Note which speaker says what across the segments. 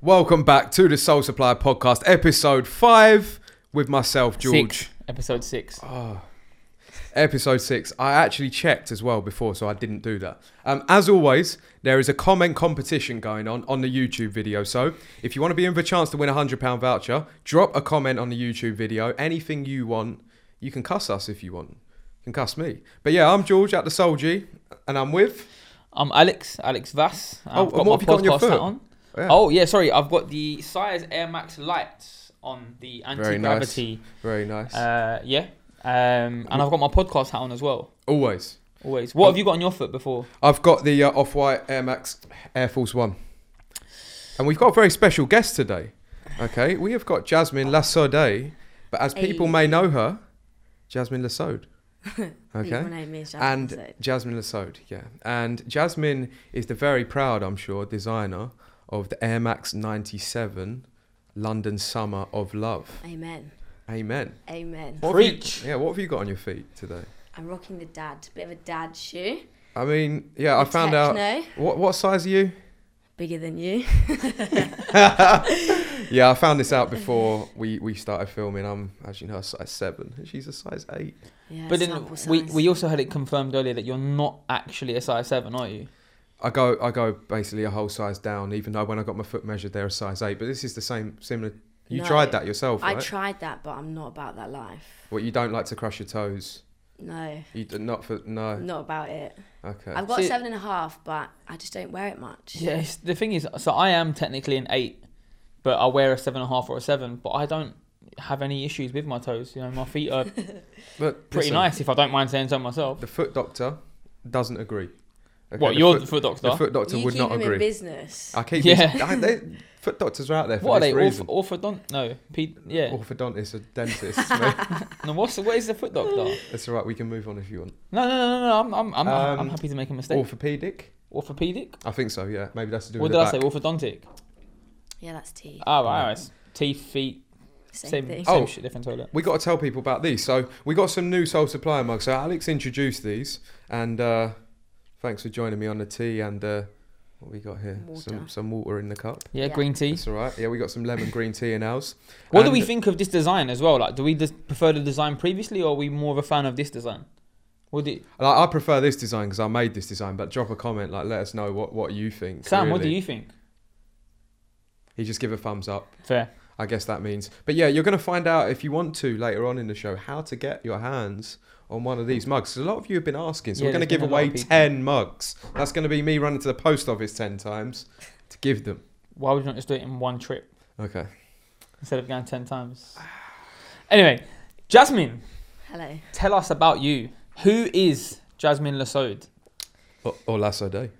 Speaker 1: Welcome back to the Soul Supply Podcast, episode five, with myself, George.
Speaker 2: Six, episode six.
Speaker 1: Oh. Episode six. I actually checked as well before, so I didn't do that. Um, as always, there is a comment competition going on on the YouTube video. So if you want to be in for a chance to win a £100 voucher, drop a comment on the YouTube video. Anything you want, you can cuss us if you want. You can cuss me. But yeah, I'm George at the Soul G, and I'm with.
Speaker 2: I'm Alex, Alex Vass. I've
Speaker 1: Oh, and
Speaker 2: got
Speaker 1: what
Speaker 2: my
Speaker 1: have you got on your
Speaker 2: podcast hat
Speaker 1: foot?
Speaker 2: on.
Speaker 1: Yeah.
Speaker 2: Oh, yeah, sorry. I've got the Sires Air Max lights on the anti gravity.
Speaker 1: Very nice.
Speaker 2: Uh, yeah. Um, and I've got my podcast hat on as well.
Speaker 1: always.
Speaker 2: Always. What
Speaker 1: Um,
Speaker 2: have you got on your foot before?
Speaker 1: I've got the uh, off white Air Max Air Force One. And we've got a very special guest today. Okay, we have got Jasmine Lasode, but as people may know her, Jasmine Lasode.
Speaker 3: My
Speaker 1: Okay.
Speaker 3: name is Jasmine.
Speaker 1: And Jasmine Lasode, yeah. And Jasmine is the very proud, I'm sure, designer of the Air Max 97 London Summer of Love.
Speaker 3: Amen.
Speaker 1: Amen.
Speaker 3: Amen.
Speaker 1: What have you-
Speaker 2: Preach.
Speaker 1: yeah, what have you got on your feet today?
Speaker 3: I'm rocking the dad, bit of a dad shoe.
Speaker 1: I mean, yeah, I
Speaker 3: The
Speaker 1: found out.
Speaker 3: techno,
Speaker 1: What, what size are you?
Speaker 3: bigger than you.
Speaker 1: yeah, I found this out before we, we started filming. I'm actually her size seven, and she's a size eight.
Speaker 3: Yeah,
Speaker 2: But then
Speaker 3: sample
Speaker 2: we,
Speaker 3: size.
Speaker 2: we also had it confirmed earlier that you're not actually a size seven, are you?
Speaker 1: I go I go basically a whole size down, even though when I got my foot measured, they're a size eight. But this is the same similar. You
Speaker 3: No,
Speaker 1: tried that yourself,
Speaker 3: I
Speaker 1: right?
Speaker 3: tried that, but I'm not about that life.
Speaker 1: what you don't like to crush your toes.
Speaker 3: No,
Speaker 1: You d- not for no.
Speaker 3: not about it.
Speaker 1: Okay.
Speaker 3: I've got
Speaker 2: So-
Speaker 3: seven and a half, but I just don't wear it much.
Speaker 2: Yeah. it's- The thing is, so I am technically an eight, but I wear a seven and a half or a seven, but I don't have any issues with my toes. You know, my feet are
Speaker 1: But
Speaker 2: pretty
Speaker 1: listen,
Speaker 2: nice if I don't mind saying so myself.
Speaker 1: The foot doctor doesn't agree. Okay,
Speaker 2: what,
Speaker 1: the
Speaker 2: you're the
Speaker 1: foot,
Speaker 2: foot doctor?
Speaker 1: the foot doctor
Speaker 3: you
Speaker 1: would
Speaker 3: keep
Speaker 1: not
Speaker 3: him in
Speaker 1: agree.
Speaker 3: business.
Speaker 1: I keep
Speaker 2: Yeah.
Speaker 1: these- I- they, foot doctors are out there for
Speaker 2: What are
Speaker 1: this
Speaker 2: they? Orth-
Speaker 1: reason.
Speaker 2: orthodont? No. P- yeah.
Speaker 1: Orthodontists or dentists. mate.
Speaker 2: no, what's what is the foot doctor? No,
Speaker 1: That's all right. We can move on if you want.
Speaker 2: no, no, no, no. I'm, I'm, I'm,
Speaker 1: Um,
Speaker 2: I'm happy to make a mistake.
Speaker 1: Orthopedic.
Speaker 2: Orthopedic?
Speaker 1: I think so. Yeah, maybe that's to do
Speaker 2: What
Speaker 1: with
Speaker 2: did
Speaker 1: the
Speaker 2: I
Speaker 1: back.
Speaker 2: say? Orthodontic.
Speaker 3: Yeah, that's tea.
Speaker 2: Ah, right, right. It's Teeth, feet,
Speaker 3: Same,
Speaker 2: same, same,
Speaker 3: thing.
Speaker 1: Oh.
Speaker 2: shit, different toilet.
Speaker 1: we got to tell people about these. So we got some new Soul Supplier mugs. So Alex introduced these, and uh, thanks for joining me on the tea and uh, what we got here?
Speaker 3: Water.
Speaker 1: Some some water in the cup.
Speaker 2: Yeah,
Speaker 3: Yeah.
Speaker 2: green tea.
Speaker 1: It's all right. Yeah, we got some lemon green tea in ours.
Speaker 2: What do
Speaker 1: And
Speaker 2: we think of this design as well? Like, do we just prefer the design previously, or are we more of a fan of this design? What do
Speaker 1: Like, I prefer this design because I made this design. But drop a comment. Like, let us know what what you think.
Speaker 2: Sam? What do
Speaker 1: really.
Speaker 2: you think?
Speaker 1: He just give a thumbs up.
Speaker 2: Fair.
Speaker 1: I guess that means. But yeah, you're going to find out if you want to later on in the show how to get your hands on one of these mugs. 'Cause a lot of you have been asking, so
Speaker 2: Yeah,
Speaker 1: we're going to
Speaker 2: there's
Speaker 1: give
Speaker 2: been a lot
Speaker 1: away
Speaker 2: of people.
Speaker 1: 10 mugs. That's going to be me running to the post office 10 times to give them.
Speaker 2: Why would you not just do it in one trip
Speaker 1: Okay.
Speaker 2: instead of going ten times? Anyway, Jasmine,
Speaker 3: Hello.
Speaker 2: tell us about you. Who is Jasmine Lasode?
Speaker 1: Or, or Lasso Day.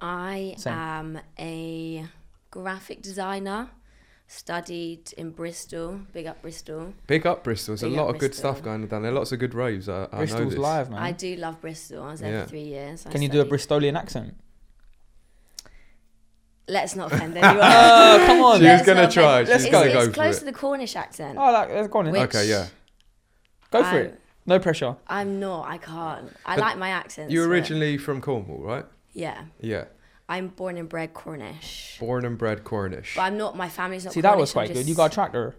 Speaker 3: I
Speaker 2: Same.
Speaker 3: am a graphic designer. Studied in Bristol. Big up Bristol.
Speaker 1: Big up Bristol. There's
Speaker 3: Big
Speaker 1: a
Speaker 3: up
Speaker 1: lot of good
Speaker 3: Bristol.
Speaker 1: stuff going down there. Lots of good raves. I, I know
Speaker 2: Bristol's
Speaker 1: this.
Speaker 2: live, man.
Speaker 3: I do love Bristol. I was there
Speaker 1: Yeah.
Speaker 3: for three years. I
Speaker 2: Can you do a
Speaker 3: studied-
Speaker 2: Bristolian accent?
Speaker 3: Let's not offend anyone.
Speaker 2: Oh, come on.
Speaker 1: She was
Speaker 3: Let's
Speaker 1: gonna
Speaker 3: not
Speaker 1: try.
Speaker 3: offend-
Speaker 1: She's
Speaker 3: it's,
Speaker 1: gonna
Speaker 3: it's
Speaker 1: go for
Speaker 3: close
Speaker 1: it.
Speaker 3: to the Cornish accent.
Speaker 2: Oh, like, let's go on. Then.
Speaker 3: Wait.
Speaker 1: Okay, yeah.
Speaker 2: Go for
Speaker 3: I'm-
Speaker 2: it. No pressure.
Speaker 3: I'm not. I can't. I
Speaker 1: But
Speaker 3: like my accents.
Speaker 1: You're
Speaker 3: but-
Speaker 1: originally from Cornwall, right?
Speaker 3: Yeah.
Speaker 1: Yeah.
Speaker 3: I'm born and bred Cornish,
Speaker 1: Born and bred Cornish.
Speaker 3: but I'm not. My family's not.
Speaker 2: See, that
Speaker 3: Cornish,
Speaker 2: was
Speaker 3: I'm
Speaker 2: quite good. You
Speaker 3: just-
Speaker 2: got a tractor.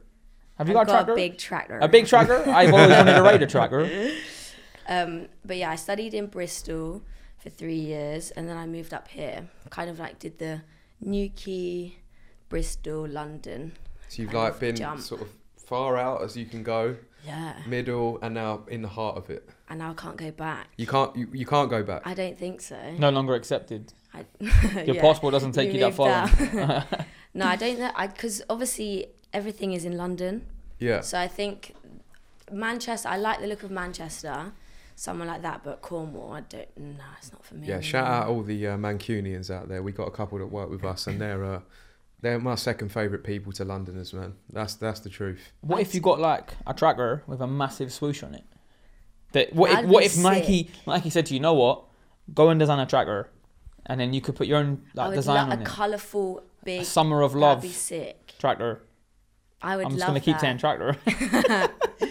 Speaker 2: Have you
Speaker 3: I've
Speaker 2: got a tractor?
Speaker 3: big tractor.
Speaker 2: A big tractor? I've always wanted a radar tractor.
Speaker 3: Um, but yeah, I studied in Bristol for three years, and then I moved up here. Kind of like did the Newquay, Bristol, London.
Speaker 1: So you've
Speaker 3: kind
Speaker 1: like
Speaker 3: of
Speaker 1: been
Speaker 3: jump.
Speaker 1: sort of far out as you can go,
Speaker 3: Yeah,
Speaker 1: middle, and now in the heart of it.
Speaker 3: and now I can't go back.
Speaker 1: You can't you, you can't go back.
Speaker 3: I don't think so.
Speaker 2: No longer accepted.
Speaker 3: I,
Speaker 2: Your
Speaker 3: yeah.
Speaker 2: passport doesn't take you, that
Speaker 3: moved
Speaker 2: far.
Speaker 3: out.
Speaker 2: on.
Speaker 3: No, I don't. know- I because obviously everything is in London.
Speaker 1: Yeah.
Speaker 3: So I think Manchester. I like the look of Manchester, someone like that. But Cornwall, I don't. No, it's not for me.
Speaker 1: Yeah, shout out all the uh, Mancunians out there. We got a couple that work with us, and they're uh, they're my second favourite people to Londoners, man. That's that's the truth.
Speaker 2: What if you got like a tractor with a massive swoosh on it? That what if,
Speaker 3: That'd
Speaker 2: what
Speaker 3: be
Speaker 2: if Nike Nike said to you, you know what? Go and design a tractor, and then you could put your own
Speaker 3: I
Speaker 2: like
Speaker 3: would
Speaker 2: design
Speaker 3: love
Speaker 2: on
Speaker 3: a
Speaker 2: it.
Speaker 3: colourful big.
Speaker 2: Summer of
Speaker 3: That'd
Speaker 2: love
Speaker 3: be sick.
Speaker 2: tractor.
Speaker 3: I would
Speaker 2: I'm just
Speaker 3: love
Speaker 2: gonna keep
Speaker 3: that.
Speaker 2: saying tractor.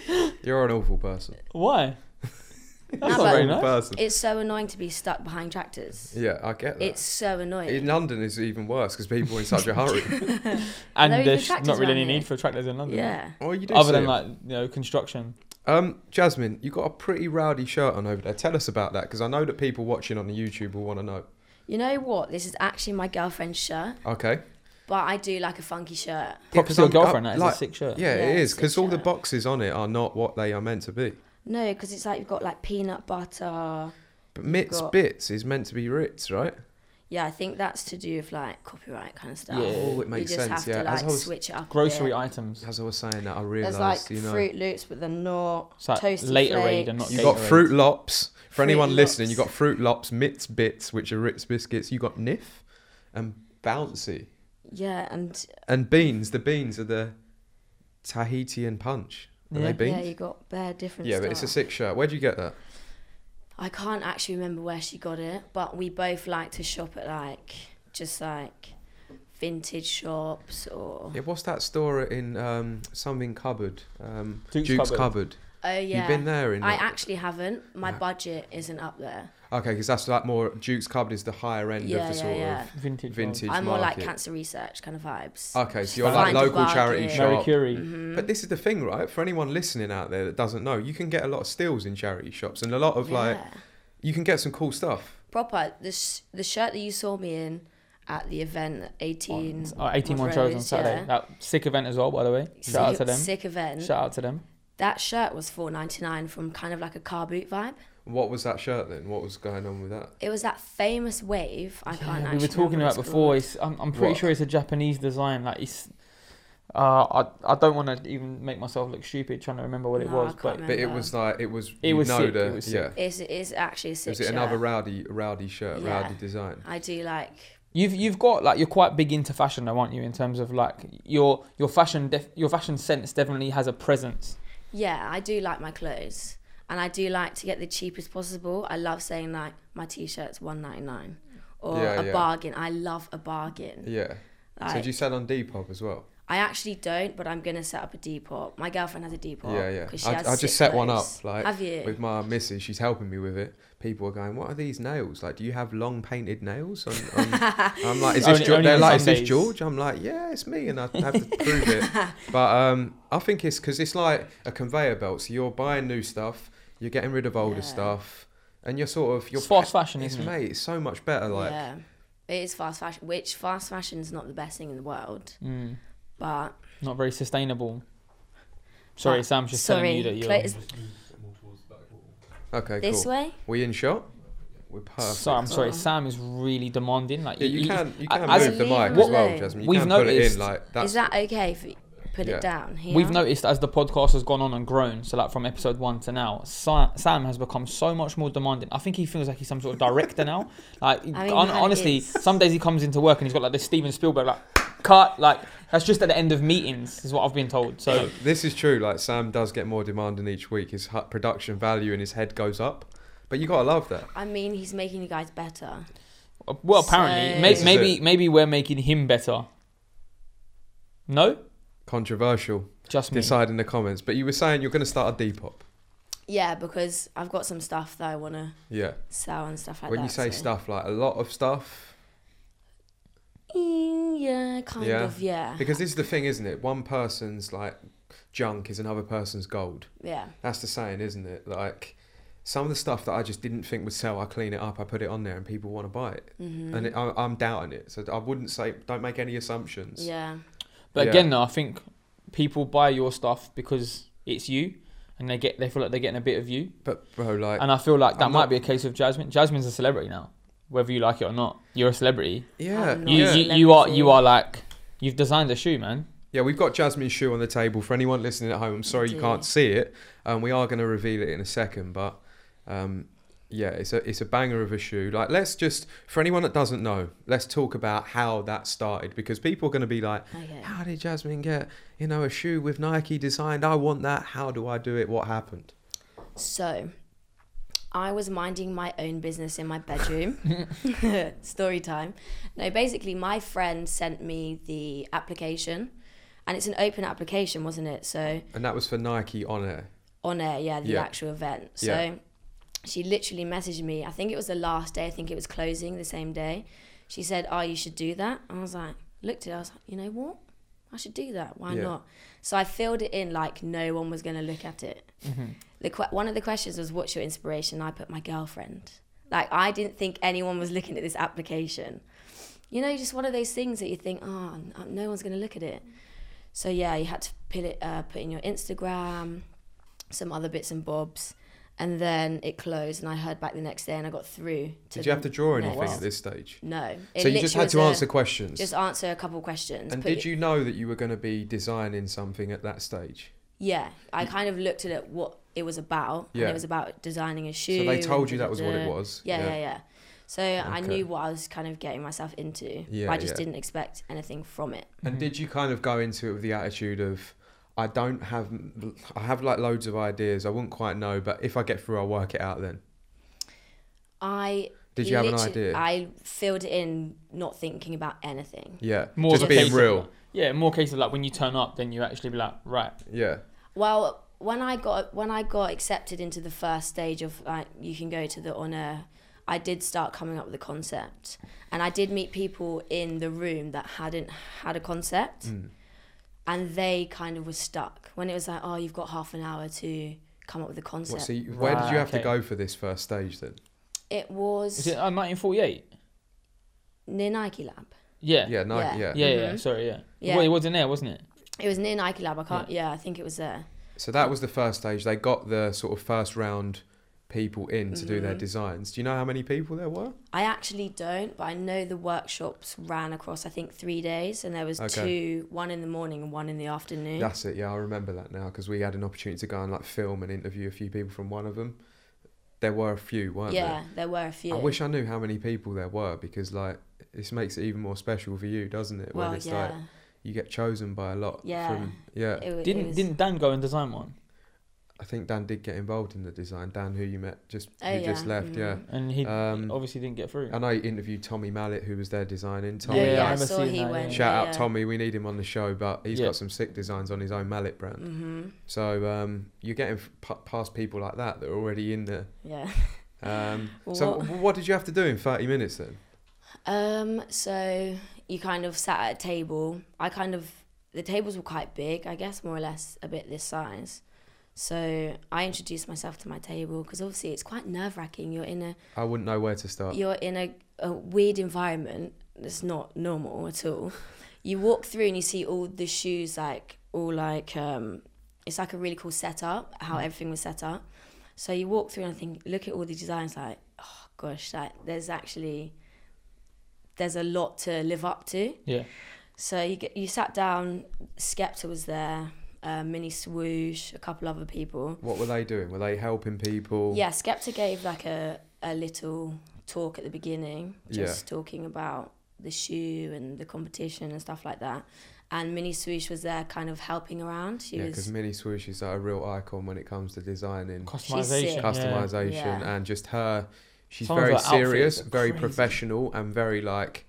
Speaker 1: You're an awful person.
Speaker 2: Why?
Speaker 1: He's
Speaker 3: No,
Speaker 1: a
Speaker 3: but-
Speaker 1: normal
Speaker 2: Very nice.
Speaker 1: person.
Speaker 3: It's so annoying to be stuck behind tractors.
Speaker 1: yeah, I get that.
Speaker 3: It's so annoying.
Speaker 1: in London, it's even worse because people are in such a hurry.
Speaker 2: and
Speaker 3: There is
Speaker 2: there's
Speaker 3: no tractors
Speaker 2: not really
Speaker 3: around
Speaker 2: any
Speaker 3: here.
Speaker 2: need for tractors in London.
Speaker 3: yeah.
Speaker 1: oh, you do
Speaker 2: Other
Speaker 1: see
Speaker 2: than
Speaker 1: it.
Speaker 2: like you know construction.
Speaker 1: Um, Jasmine, you got a pretty rowdy shirt on over there. Tell us about that because I know that people watching on the YouTube will want to know.
Speaker 3: You know what? This is actually my girlfriend's shirt,
Speaker 1: Okay.
Speaker 3: but I do like a funky shirt.
Speaker 1: Yeah,
Speaker 2: Props
Speaker 1: 'cause
Speaker 2: to your
Speaker 1: I'm- I-
Speaker 2: girlfriend. that is
Speaker 1: like-
Speaker 2: a sick shirt.
Speaker 1: Yeah,
Speaker 3: Yeah,
Speaker 1: it is
Speaker 3: it's a
Speaker 1: because all the
Speaker 3: shirt.
Speaker 1: boxes on it are not what they are meant to be.
Speaker 3: No, because it's like you've got like peanut butter.
Speaker 1: But Mitts
Speaker 3: got-
Speaker 1: Bits is meant to be Ritz, right?
Speaker 3: Yeah, I think that's to do with like copyright kind of stuff.
Speaker 2: Yeah.
Speaker 1: Oh, it
Speaker 3: You
Speaker 1: makes
Speaker 3: just
Speaker 1: sense.
Speaker 3: have
Speaker 1: Yeah,
Speaker 3: to like
Speaker 1: as I was
Speaker 3: switch it up. a
Speaker 2: Grocery
Speaker 3: bit.
Speaker 2: items.
Speaker 1: as I was saying that, I
Speaker 3: There's
Speaker 1: realised
Speaker 3: like
Speaker 1: you know
Speaker 3: Fruit Loops, but they're not.
Speaker 2: It's like
Speaker 3: Toasty
Speaker 2: later aid and not
Speaker 3: Flakes.
Speaker 1: you got
Speaker 2: Gatorade.
Speaker 1: Fruit Lops. For
Speaker 3: Fruit
Speaker 1: anyone listening, you
Speaker 3: Lops.
Speaker 1: got Fruit Lops, Mitts Bits, which are Ritz biscuits. You got Niff and Bouncy
Speaker 3: Yeah, and
Speaker 1: and beans. The beans are the Tahitian punch. Are
Speaker 2: Yeah.
Speaker 1: they
Speaker 2: Yeah,
Speaker 1: beans?
Speaker 3: yeah, you got bare different.
Speaker 1: Yeah, but it's a
Speaker 3: stuff.
Speaker 1: sick shirt. Where'd you get that?
Speaker 3: I can't actually remember where she got it, but we both like to shop at like just like vintage shops or
Speaker 1: Yeah, what's that store in um, something cupboard? Um, Duke's,
Speaker 2: Duke's
Speaker 1: cupboard.
Speaker 2: Cupboard.
Speaker 3: oh yeah.
Speaker 1: You've been there in.
Speaker 3: I
Speaker 1: that?
Speaker 3: actually haven't. My
Speaker 1: No.
Speaker 3: budget isn't up there.
Speaker 1: okay, because that's like more Duke's cupboard is the higher end
Speaker 3: Yeah,
Speaker 1: of the
Speaker 3: yeah,
Speaker 1: sort
Speaker 3: yeah.
Speaker 2: Vintage.
Speaker 1: of vintage
Speaker 3: I'm more like
Speaker 1: market.
Speaker 3: cancer research kind of vibes.
Speaker 1: Okay,
Speaker 3: Just
Speaker 1: so you're like
Speaker 3: find a
Speaker 1: local charity
Speaker 3: bargain.
Speaker 2: ones.
Speaker 1: shop.
Speaker 2: Marie Curie.
Speaker 3: Mhm.
Speaker 1: But this is the thing, right? For anyone listening out there that doesn't know, you can get a lot of steals in charity shops, and a lot of like
Speaker 3: Yeah.
Speaker 1: you can get some cool stuff.
Speaker 3: proper. The sh- the shirt that you saw me in at the event, eighteen.
Speaker 2: Oh, 18
Speaker 3: Montrose,
Speaker 2: Montrose on Saturday.
Speaker 3: yeah.
Speaker 2: That sick event as well, by the way. Shout out to
Speaker 3: sick-
Speaker 2: them.
Speaker 3: Sick event.
Speaker 2: Shout out to them.
Speaker 3: That shirt was four ninety nine from kind of like a car boot vibe.
Speaker 1: What was that shirt then? What was going on with that?
Speaker 3: It was that famous wave. I can't.
Speaker 2: we
Speaker 3: actually
Speaker 2: were talking
Speaker 3: remember
Speaker 2: about
Speaker 3: what it's
Speaker 2: before.
Speaker 3: called.
Speaker 2: It's, I'm, I'm pretty
Speaker 1: What?
Speaker 2: sure it's a Japanese design. Like it's, uh, I I don't want to even make myself look stupid trying to remember what it
Speaker 3: No, I
Speaker 2: was,
Speaker 3: can't
Speaker 2: but
Speaker 1: But it
Speaker 3: Remember.
Speaker 1: was like it was.
Speaker 2: It
Speaker 1: you
Speaker 2: was
Speaker 1: know
Speaker 2: sick,
Speaker 1: the-
Speaker 2: it was sick.
Speaker 1: yeah.
Speaker 3: It's, it's actually a sick
Speaker 1: Was it
Speaker 3: shirt.
Speaker 1: another rowdy, rowdy shirt,
Speaker 3: Yeah.
Speaker 1: rowdy design?
Speaker 3: I do like.
Speaker 2: you've you've got like you're quite big into fashion, though, aren't you? In terms of like your your fashion def- your fashion sense definitely has a presence.
Speaker 3: Yeah, I do like my clothes, and I do like to get the cheapest possible. I love saying like my t-shirt's one ninety nine, or
Speaker 1: Yeah,
Speaker 3: a
Speaker 1: yeah.
Speaker 3: bargain. I love a bargain.
Speaker 1: Yeah. so
Speaker 3: Like-
Speaker 1: do you sell on Depop as well?
Speaker 3: I actually don't, but I'm gonna set up a Depop. My girlfriend has a Depop.
Speaker 1: yeah, yeah.
Speaker 3: 'cause she has
Speaker 1: I, I just
Speaker 3: sick
Speaker 1: set one
Speaker 3: clothes.
Speaker 1: up, like
Speaker 3: Have you?
Speaker 1: with my missus. She's helping me with it. People are going, "What are these nails? Like, do you have long painted nails?" On, on... I'm like, "Is this?"
Speaker 2: Only-
Speaker 1: George?
Speaker 2: only
Speaker 1: They're
Speaker 2: on
Speaker 1: like, "Is this
Speaker 2: Sundays.
Speaker 1: George?" I'm like, "Yeah, it's me," and I have to prove it. But um, I think it's because it's like a conveyor belt. So you're buying new stuff, you're getting rid of older
Speaker 3: Yeah.
Speaker 1: stuff, and you're sort of you're
Speaker 2: It's fast fashion,
Speaker 1: It's
Speaker 2: isn't it?
Speaker 1: mate, it's so much better. Like,
Speaker 3: yeah, it is fast fashion. Which fast fashion is not the best thing in the world,
Speaker 2: Mm,
Speaker 3: but
Speaker 2: not very sustainable. Sorry,
Speaker 3: But-
Speaker 2: Sam's just telling
Speaker 3: Ah, sorry,
Speaker 2: you that you're.
Speaker 3: clothes
Speaker 1: okay,
Speaker 3: this
Speaker 1: cool.
Speaker 3: way.
Speaker 1: We in shot. We're perfect.
Speaker 2: Sorry, I'm sorry.
Speaker 3: Oh.
Speaker 2: Sam is really demanding. Like
Speaker 1: Yeah, you
Speaker 2: he-
Speaker 1: can you
Speaker 2: I-
Speaker 1: can
Speaker 2: as-
Speaker 1: move the
Speaker 3: Leave
Speaker 1: mic
Speaker 3: him
Speaker 1: as well,
Speaker 3: alone.
Speaker 1: Jasmine. You
Speaker 2: We've
Speaker 1: can
Speaker 2: noticed-
Speaker 1: put it in like that's
Speaker 3: is that okay if you put
Speaker 1: Yeah.
Speaker 3: it down here?
Speaker 2: We've noticed as the podcast has gone on and grown, so like from episode one to now, Sa- Sam has become so much more demanding. I think he feels like he's some sort of director now. Like,
Speaker 3: I mean,
Speaker 2: hon-
Speaker 3: he
Speaker 2: honestly,
Speaker 3: is.
Speaker 2: some days he comes into work and he's got like this Steven Spielberg, like, cut, like, that's just at the end of meetings, is what I've been told. So,
Speaker 1: This is true. Like Sam does get more demanding each week. His hu- production value in his head goes up, but you gotta love that.
Speaker 3: I mean, he's making you guys better.
Speaker 2: uh, well, apparently,
Speaker 3: So-
Speaker 2: may-
Speaker 1: This is
Speaker 2: maybe,
Speaker 1: it.
Speaker 2: maybe we're making him better. No?
Speaker 1: Controversial.
Speaker 2: Just me.
Speaker 1: Decide in the comments. But you were saying you're gonna start a Depop.
Speaker 3: Yeah, because I've got some stuff that I want to
Speaker 1: Yeah.
Speaker 3: sell and stuff like
Speaker 1: when
Speaker 3: that.
Speaker 1: you say
Speaker 3: so-
Speaker 1: stuff like a lot of stuff,
Speaker 3: Mm, yeah, kind
Speaker 1: Yeah.
Speaker 3: of, yeah.
Speaker 1: because this is the thing, isn't it? One person's like junk is another person's gold.
Speaker 3: Yeah,
Speaker 1: That's the saying, isn't it? Like some of the stuff that I just didn't think would sell, I clean it up, I put it on there, and people want to buy it.
Speaker 3: Mhm.
Speaker 1: And it, I, I'm doubting it, so I wouldn't say don't make any assumptions.
Speaker 3: yeah.
Speaker 2: But
Speaker 1: Yeah.
Speaker 2: again, though, I think people buy your stuff because it's you. And they get, they feel like they're getting a bit of you.
Speaker 1: But bro, like,
Speaker 2: And I feel like that
Speaker 1: I'm
Speaker 2: might
Speaker 1: not-
Speaker 2: be a case of Jasmine. Jasmine's a celebrity now, whether you like it or not. You're a celebrity.
Speaker 1: yeah,
Speaker 3: I'm not.
Speaker 2: You,
Speaker 1: yeah,
Speaker 2: you, you are you are like you've designed a shoe, man.
Speaker 1: yeah. We've got Jasmine's shoe on the table for anyone listening at home. I'm sorry you
Speaker 3: do.
Speaker 1: can't see it, um, we are going to reveal it in a second, but um, yeah, it's a it's a banger of a shoe. Like, let's just for anyone that doesn't know, let's talk about how that started because people are going to be like,
Speaker 3: Okay.
Speaker 1: how did Jasmine get you know a shoe with Nike designed? I want that. How do I do it? What happened?
Speaker 3: So, I was minding my own business in my bedroom. Story time. No, basically, my friend sent me the application, and it's an open application, wasn't it? So,
Speaker 1: And that was for Nike on air.
Speaker 3: on air, yeah, the
Speaker 1: Yeah.
Speaker 3: actual event. So
Speaker 1: Yeah.
Speaker 3: she literally messaged me. I think it was the last day. I think it was closing the same day. She said, "Oh, you should do that." And I was like, looked at it. I was like, you know what? I should do that. Why
Speaker 1: Yeah.
Speaker 3: not? So I filled it in like no one was going to look at it.
Speaker 1: Mm-hmm.
Speaker 3: The que- one of the questions was, "What's your inspiration?" I put my girlfriend. Like I didn't think anyone was looking at this application. You know, just one of those things that you think, "Oh, n- no one's going to look at it." So yeah, you had to put it, uh, put in your Instagram, some other bits and bobs, and then it closed. And I heard back the next day, and I got through. To
Speaker 1: Did you have
Speaker 3: the
Speaker 1: to draw
Speaker 3: next.
Speaker 1: anything
Speaker 2: wow.
Speaker 1: at this stage?
Speaker 3: No. It
Speaker 1: So you just
Speaker 3: literally
Speaker 1: had to
Speaker 3: was a-
Speaker 1: answer questions.
Speaker 3: Just answer a couple questions.
Speaker 1: and
Speaker 3: put
Speaker 1: did
Speaker 3: it-
Speaker 1: you know that you were going to be designing something at that stage?
Speaker 3: Yeah, I kind of looked at it, what it was about, and
Speaker 1: Mm. Yeah.
Speaker 3: it was about designing a shoe.
Speaker 1: so they told
Speaker 3: and
Speaker 1: you that was what it
Speaker 3: da-da-da.
Speaker 1: was.
Speaker 3: Yeah, yeah, yeah. So I
Speaker 1: Okay.
Speaker 3: knew what I was kind of getting myself into,
Speaker 1: Yeah,
Speaker 3: but I just
Speaker 1: yeah.
Speaker 3: didn't expect anything from it.
Speaker 2: Mm-hmm.
Speaker 1: And did you kind of go into it with the attitude of, I don't have, I have like loads of ideas. I wouldn't quite know, but if I get through, I'll work it out then.
Speaker 3: I
Speaker 1: Did you have an idea?
Speaker 3: literally- I filled it in, not thinking about anything.
Speaker 1: Yeah.
Speaker 2: More
Speaker 1: just
Speaker 2: of a
Speaker 1: being
Speaker 2: case of-
Speaker 1: real.
Speaker 2: yeah, more case of like when you turn up, then you actually be like, right,
Speaker 1: Yeah.
Speaker 3: Well, when I got when I got accepted into the first stage of like you can go to the honor, I did start coming up with a concept, and I did meet people in the room that hadn't had a concept,
Speaker 1: Hmm.
Speaker 3: and they kind of were stuck when it was like, oh, you've got half an hour to come up with a
Speaker 1: What,
Speaker 3: concept.
Speaker 1: so you- where did you
Speaker 2: Right,
Speaker 1: have to
Speaker 2: okay.
Speaker 1: go for this first stage then?
Speaker 3: it
Speaker 2: is
Speaker 3: was
Speaker 2: it uh, 1948?
Speaker 3: near Nike Lab.
Speaker 2: Yeah.
Speaker 1: Yeah. No. Yeah.
Speaker 3: Uh, Yeah.
Speaker 2: Yeah, yeah, sorry, yeah.
Speaker 3: Mm-hmm. Yeah.
Speaker 2: Well, it wasn't there, wasn't it?
Speaker 3: It was near Nike Lab. I can't. Yeah, I think it was there.
Speaker 1: So that was the first stage. They got the sort of first round people in to do
Speaker 3: Mm-hmm.
Speaker 1: their designs. Do you know how many people there were?
Speaker 3: I actually don't, but I know the workshops ran across I think three days, and there was
Speaker 1: Okay.
Speaker 3: two, one in the morning and one in the afternoon.
Speaker 1: That's it. Yeah, I remember that now because we had an opportunity to go and like film and interview a few people from one of them. There were a few, weren't
Speaker 3: yeah, there were a few.
Speaker 1: there? I wish I knew how many people there were because like this makes it even more special for you, doesn't it?
Speaker 3: well,
Speaker 1: when it's
Speaker 3: yeah,
Speaker 1: like you get chosen by a lot.
Speaker 3: Yeah.
Speaker 1: From, yeah.
Speaker 3: it, wa-
Speaker 2: Didn't
Speaker 3: it was,
Speaker 2: didn't Dan go and design one?
Speaker 1: I think Dan did get involved in the design. Dan, who you met just
Speaker 3: Oh,
Speaker 1: who just
Speaker 3: yeah,
Speaker 1: left. Yeah.
Speaker 3: mhm.
Speaker 2: And he
Speaker 1: Um,
Speaker 2: obviously didn't get through.
Speaker 1: I know you interviewed Tommy Mallet, who was there designing. Tommy,
Speaker 2: Yeah,
Speaker 3: yeah,
Speaker 2: I
Speaker 3: I,
Speaker 2: remember
Speaker 3: saw
Speaker 2: seeing
Speaker 3: he
Speaker 2: that, yeah.
Speaker 3: went.
Speaker 1: Shout out
Speaker 3: yeah.
Speaker 1: Tommy, we need him on the show, but he's
Speaker 2: Yeah.
Speaker 1: got some sick designs on his own mallet brand.
Speaker 3: Mm-hmm.
Speaker 1: So um, you're getting f- p- past people like that that are already in there.
Speaker 3: Yeah.
Speaker 1: Um, so
Speaker 3: What-
Speaker 1: what? what did you have to do in 30 minutes then?
Speaker 3: Um. So you kind of sat at a table. I kind of the tables were quite big, I guess, more or less a bit this size. So I introduced myself to my table because obviously it's quite nerve wracking. You're in a
Speaker 1: I wouldn't know where to start.
Speaker 3: you're in a, a weird environment that's not normal at all. You walk through and you see all the shoes like all like um, it's like a really cool setup how everything was set up. So you walk through and I think look at all the designs like oh gosh like there's actually there's a lot to live up to.
Speaker 2: yeah.
Speaker 3: So you get, you sat down. Skepta was there, uh, Mini Swoosh, a couple other people.
Speaker 1: What were they doing? Were they helping people?
Speaker 3: Yeah, Skepta gave like a, a little talk at the beginning, just talking about the shoe and the competition and stuff like that. And Minnie Swoosh was there kind of helping around. She
Speaker 1: because
Speaker 3: was
Speaker 1: Minnie Swoosh is like a real icon when it comes to designing,
Speaker 2: Customization.
Speaker 3: sick.
Speaker 2: yeah.
Speaker 1: customization,
Speaker 3: Yeah.
Speaker 1: and just her. She's
Speaker 2: Some of
Speaker 1: very
Speaker 2: her outfits
Speaker 1: serious,
Speaker 2: are
Speaker 1: very
Speaker 2: crazy.
Speaker 1: professional, and very like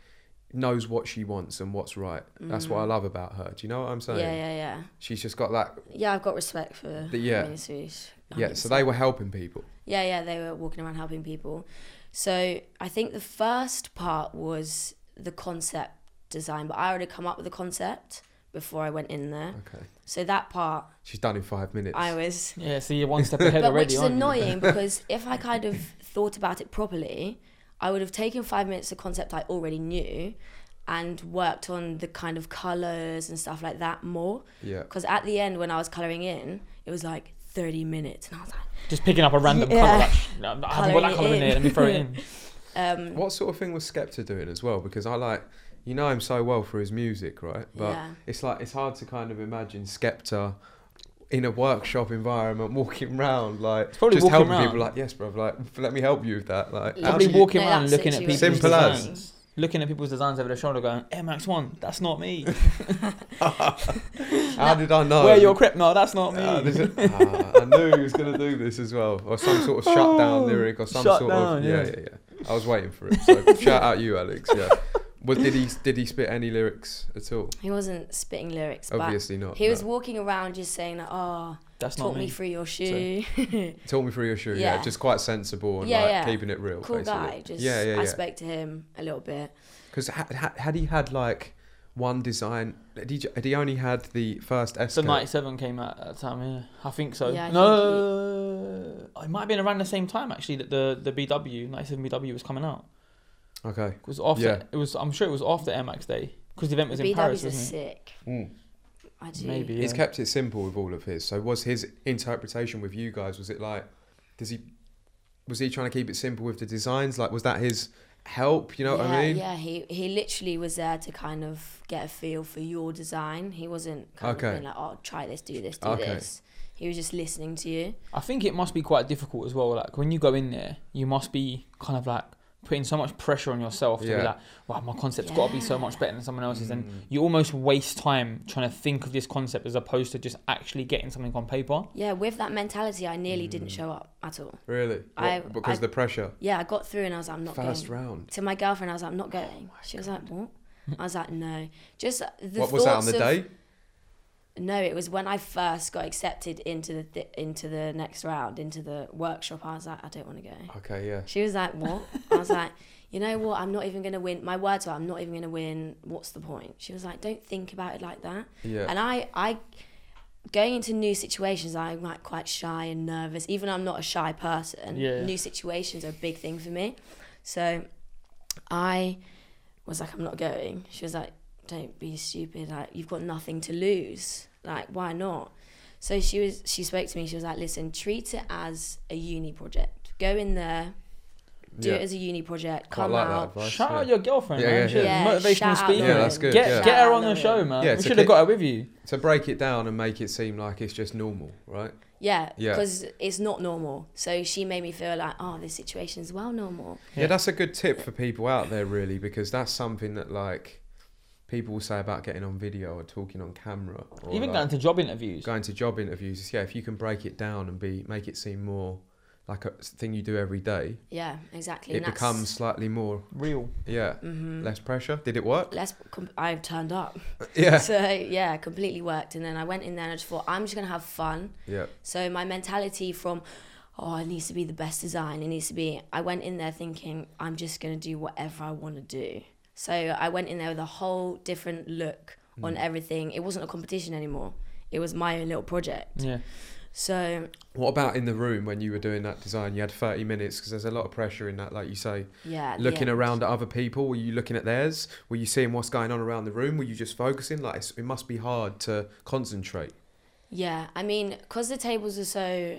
Speaker 1: knows what she wants and what's right. That's what I love about her. Do you know what I'm
Speaker 3: Mm. Yeah,
Speaker 1: saying?
Speaker 3: yeah, yeah.
Speaker 1: She's just got that
Speaker 3: Yeah, I've got respect for
Speaker 1: The- yeah.
Speaker 3: Minnie Swoosh.
Speaker 1: Yeah, so they
Speaker 3: 100%.
Speaker 1: were helping people.
Speaker 3: Yeah, yeah, they were walking around helping people. So I think the first part was the concept design, but I already come up with the concept before I went in there.
Speaker 1: Okay.
Speaker 3: So that part
Speaker 1: She's done in five minutes.
Speaker 3: I was
Speaker 2: Yeah, so you're one step ahead
Speaker 3: but
Speaker 2: already,
Speaker 3: which is
Speaker 2: aren't you?
Speaker 3: annoying because if I kind of thought about it properly, I would have taken five minutes the concept I already knew and worked on the kind of colors and stuff like that more.
Speaker 1: yeah.
Speaker 3: Because at the end, when I was coloring in, it was like 30 minutes, and I was like,
Speaker 2: Just picking up a random
Speaker 3: Yeah.
Speaker 2: colour. Like, "Shh, no, I haven't got
Speaker 3: Colouring
Speaker 2: that
Speaker 3: it
Speaker 2: colour in
Speaker 3: in.
Speaker 2: here. Let me throw it in.
Speaker 3: um,
Speaker 1: What sort of thing was Skepta doing as well? Because I like, you know him so well for his music, right? But
Speaker 3: Yeah.
Speaker 1: it's like, it's hard to kind of imagine Skepta in a workshop environment walking round, like,
Speaker 2: probably
Speaker 1: just
Speaker 2: walking
Speaker 1: helping
Speaker 2: round.
Speaker 1: people, like, yes, bruv, like, let me help you with that. Like, how
Speaker 2: Probably
Speaker 1: do you-
Speaker 2: walking
Speaker 3: No,
Speaker 2: around
Speaker 3: that's
Speaker 2: looking
Speaker 3: it,
Speaker 2: at
Speaker 3: she
Speaker 2: people's
Speaker 3: was
Speaker 1: Simple as.
Speaker 2: designs. Looking at people's designs over their shoulder going, Air Max 1, that's not me.
Speaker 1: how did I know?
Speaker 2: Wear your crep, no, that's not me.
Speaker 1: Ah, Oh. this is- ah, I knew he was going to do this as well. Or some sort of shutdown lyric or some
Speaker 2: Oh, shut
Speaker 1: sort
Speaker 2: down,
Speaker 1: of. Yeah,
Speaker 2: yeah.
Speaker 1: yeah, yeah. I was waiting for it. So shout out you, Alex. Yeah. What did he did he spit any lyrics at all?
Speaker 3: He wasn't spitting lyrics,
Speaker 1: Obviously
Speaker 3: but
Speaker 1: not.
Speaker 3: he was
Speaker 1: no.
Speaker 3: walking around just saying, like, "Oh,
Speaker 2: That's
Speaker 3: talk
Speaker 2: not
Speaker 3: me.
Speaker 2: me.
Speaker 3: through your shoe."
Speaker 1: Talk me through your shoe. Yeah,
Speaker 3: Yeah.
Speaker 1: just quite sensible and
Speaker 3: Yeah,
Speaker 1: like
Speaker 3: yeah.
Speaker 1: keeping it real.
Speaker 3: cool
Speaker 1: basically.
Speaker 3: guy. Just
Speaker 1: yeah, yeah,
Speaker 3: I
Speaker 1: yeah.
Speaker 3: spoke to him a little bit.
Speaker 1: Because ha- ha- had he had like one design, had he, j- had he only had the first S?
Speaker 2: So '97 came out at that time. Yeah, I think so.
Speaker 3: Yeah, I
Speaker 2: no, it might have been around the same time actually that the the BW '97 BW was coming out.
Speaker 1: Okay.
Speaker 2: It was after
Speaker 1: Yeah.
Speaker 2: it was. I'm sure it was after Air Max Day because the event was
Speaker 3: The
Speaker 2: in
Speaker 3: BWs
Speaker 2: Paris,
Speaker 3: are
Speaker 2: wasn't it?
Speaker 3: sick.
Speaker 1: Mm.
Speaker 3: I do.
Speaker 2: Maybe.
Speaker 1: He's
Speaker 2: yeah.
Speaker 1: kept it simple with all of his. So was his interpretation with you guys? Was it like, does he, was he trying to keep it simple with the designs? Like, was that his help? You know what
Speaker 3: yeah,
Speaker 1: I mean?
Speaker 3: Yeah, he he literally was there to kind of get a feel for your design. He wasn't kind
Speaker 1: Okay.
Speaker 3: of being like, "Oh, try this, do this, do
Speaker 1: Okay.
Speaker 3: this." He was just listening to you.
Speaker 2: I think it must be quite difficult as well. Like when you go in there, you must be kind of like putting so much pressure on yourself to
Speaker 1: Yeah. Mm.
Speaker 2: be like, wow, my concept's got to be so much better than someone else's. And you almost waste time trying to think of this concept as opposed to just actually getting something on paper.
Speaker 3: Yeah, with that mentality, I nearly didn't
Speaker 1: Mm.
Speaker 3: show up at all.
Speaker 1: Really? What-
Speaker 3: I-
Speaker 1: because
Speaker 3: I-
Speaker 1: the pressure.
Speaker 3: Yeah, I got through and I was like, "I'm not
Speaker 1: First
Speaker 3: going."
Speaker 1: round.
Speaker 3: To my girlfriend, I was like, "I'm not
Speaker 1: Oh
Speaker 3: going." she was like, "What?" I was like, "No." Just the
Speaker 1: what was that on
Speaker 3: thoughts
Speaker 1: the
Speaker 3: of-
Speaker 1: day?
Speaker 3: No, it was when I first got accepted into the th- into the next round, into the workshop. I was like, "I don't want to go."
Speaker 1: Okay, yeah.
Speaker 3: She was like, "What?" I was like, "You know what? I'm not even gonna win." My words were, "I'm not even gonna win." What's the point? She was like, "Don't think about it like that."
Speaker 1: Yeah.
Speaker 3: And I, I, going into new situations, I'm like quite shy and nervous. Even though I'm not a shy person.
Speaker 2: Yeah.
Speaker 3: New situations are a big thing for me, so I was like, "I'm not going." She was like, "Don't be stupid. Like you've got nothing to lose. Like why not?" So she was she spoke to me, she was like, Listen, treat it as a uni project. Go in there, do
Speaker 1: yeah.
Speaker 3: it as a uni project,
Speaker 1: Quite
Speaker 3: come
Speaker 1: like that
Speaker 3: out.
Speaker 1: advice.
Speaker 2: Shout
Speaker 1: yeah.
Speaker 2: out your girlfriend,
Speaker 1: Yeah,
Speaker 2: man.
Speaker 1: yeah,
Speaker 2: She's a
Speaker 3: yeah. Yeah,
Speaker 2: motivational
Speaker 3: shout out
Speaker 2: speaker.
Speaker 1: Yeah, that's good,
Speaker 2: Get,
Speaker 1: yeah.
Speaker 2: get her on
Speaker 3: Shout out
Speaker 2: the show,
Speaker 3: Lauren.
Speaker 2: man.
Speaker 1: Yeah,
Speaker 2: we
Speaker 1: to
Speaker 2: should have
Speaker 1: keep-
Speaker 2: got her with you.
Speaker 1: to break it down and make it seem like it's just normal, right?
Speaker 3: Yeah,
Speaker 1: Yeah.
Speaker 3: because it's not normal. So she made me feel like, Oh, this situation is well normal.
Speaker 1: Yeah.
Speaker 2: Yeah.
Speaker 1: that's a good tip for people out there, really, because that's something that like people will say about getting on video or talking on camera, or
Speaker 2: Even
Speaker 1: like,
Speaker 2: going to job interviews.
Speaker 1: going to job interviews. Is, yeah, if you can break it down and be make it seem more like a thing you do every day,
Speaker 3: Yeah, exactly.
Speaker 1: it becomes slightly more
Speaker 2: Real.
Speaker 1: yeah
Speaker 2: Mm.
Speaker 3: mm-hmm.
Speaker 1: less pressure. Did it work?
Speaker 3: less. Com- I turned up.
Speaker 1: Yeah,
Speaker 3: So yeah, completely worked. And then I went in there and I just thought, I'm just gonna have fun.
Speaker 1: yeah,
Speaker 3: So my mentality from, oh, it needs to be the best design. It needs to be. I went in there thinking I'm just gonna do whatever I want to do. So I went in there with a whole different look on
Speaker 1: Mm.
Speaker 3: everything. It wasn't a competition anymore. It was my own little project.
Speaker 2: Yeah.
Speaker 3: So
Speaker 1: What about in the room when you were doing that design? You had thirty minutes because there's a lot of pressure in that, like you say.
Speaker 3: yeah, at the
Speaker 1: looking
Speaker 3: end-
Speaker 1: around at other people? Were you looking at theirs? Were you seeing what's going on around the room? Were you just focusing? Like it's, it must be hard to concentrate.
Speaker 3: Yeah, I mean, because the tables are so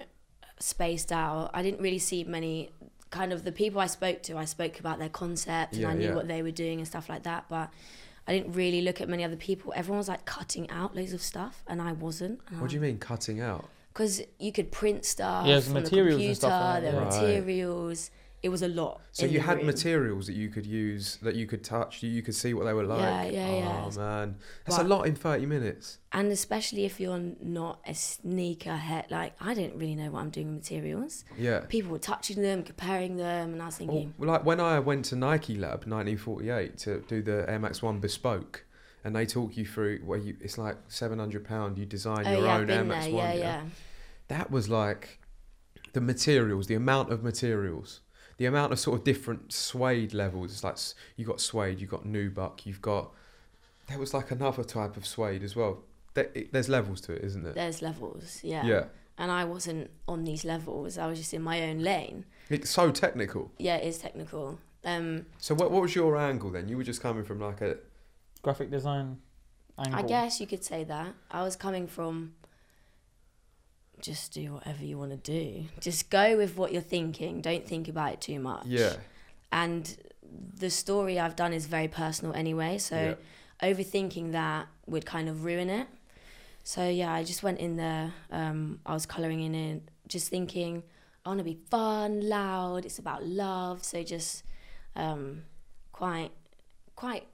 Speaker 3: spaced out, I didn't really see many. Kind of the people I spoke to, I spoke about their concept and
Speaker 1: Yeah,
Speaker 3: I knew
Speaker 1: yeah.
Speaker 3: what they were doing and stuff like that. But I didn't really look at many other people. Everyone was like cutting out loads of stuff, and I wasn't.
Speaker 1: What do you mean cutting out?
Speaker 3: Because you could print stuff.
Speaker 2: Yeah, there's
Speaker 3: from the
Speaker 2: materials
Speaker 3: computer,
Speaker 2: and stuff like that,
Speaker 3: There
Speaker 1: yeah.
Speaker 3: were
Speaker 1: Right.
Speaker 3: materials. It was a lot.
Speaker 1: So
Speaker 3: in
Speaker 1: you
Speaker 3: the
Speaker 1: had
Speaker 3: room.
Speaker 1: materials that you could use, that you could touch, that you could see what they were like.
Speaker 3: Yeah, yeah, yeah.
Speaker 1: Oh man, that's a
Speaker 3: But-
Speaker 1: lot in thirty minutes.
Speaker 3: and especially if you're not a sneaker head, like I didn't really know what I'm doing with materials.
Speaker 1: Yeah.
Speaker 3: People were touching them, comparing them, and I was
Speaker 1: Well,
Speaker 3: thinking,
Speaker 1: like when I went to Nike Lab 1948 to do the Air Max One bespoke, and they talk you through where you it's like 700 pound. You design
Speaker 3: oh
Speaker 1: your
Speaker 3: yeah, I've
Speaker 1: own Air
Speaker 3: been
Speaker 1: Max
Speaker 3: there,
Speaker 1: One.
Speaker 3: yeah, yeah.
Speaker 1: that was like the materials, the amount of materials, the amount of sort of different suede levels. It's like s- you got suede, you got nubuck, you've got there was like another type of suede as well. There, it, there's levels to it, isn't there?
Speaker 3: There's levels, yeah.
Speaker 1: Yeah,
Speaker 3: And I wasn't on these levels. I was just in my own lane.
Speaker 1: it's so technical.
Speaker 3: Yeah, it is technical. Um,
Speaker 1: So what what was your angle then? You were just coming from like a
Speaker 2: Graphic design angle.
Speaker 3: I guess you could say that. I was coming from just do whatever you want to do. Just go with what you're thinking. Don't think about it too much.
Speaker 1: yeah
Speaker 3: And the story I've done is very personal anyway, so
Speaker 1: Yeah.
Speaker 3: overthinking that would kind of ruin it. So yeah, I just went in there. Um, I was colouring in it, just thinking I want to be fun, loud. It's about love, so just um, quite, quite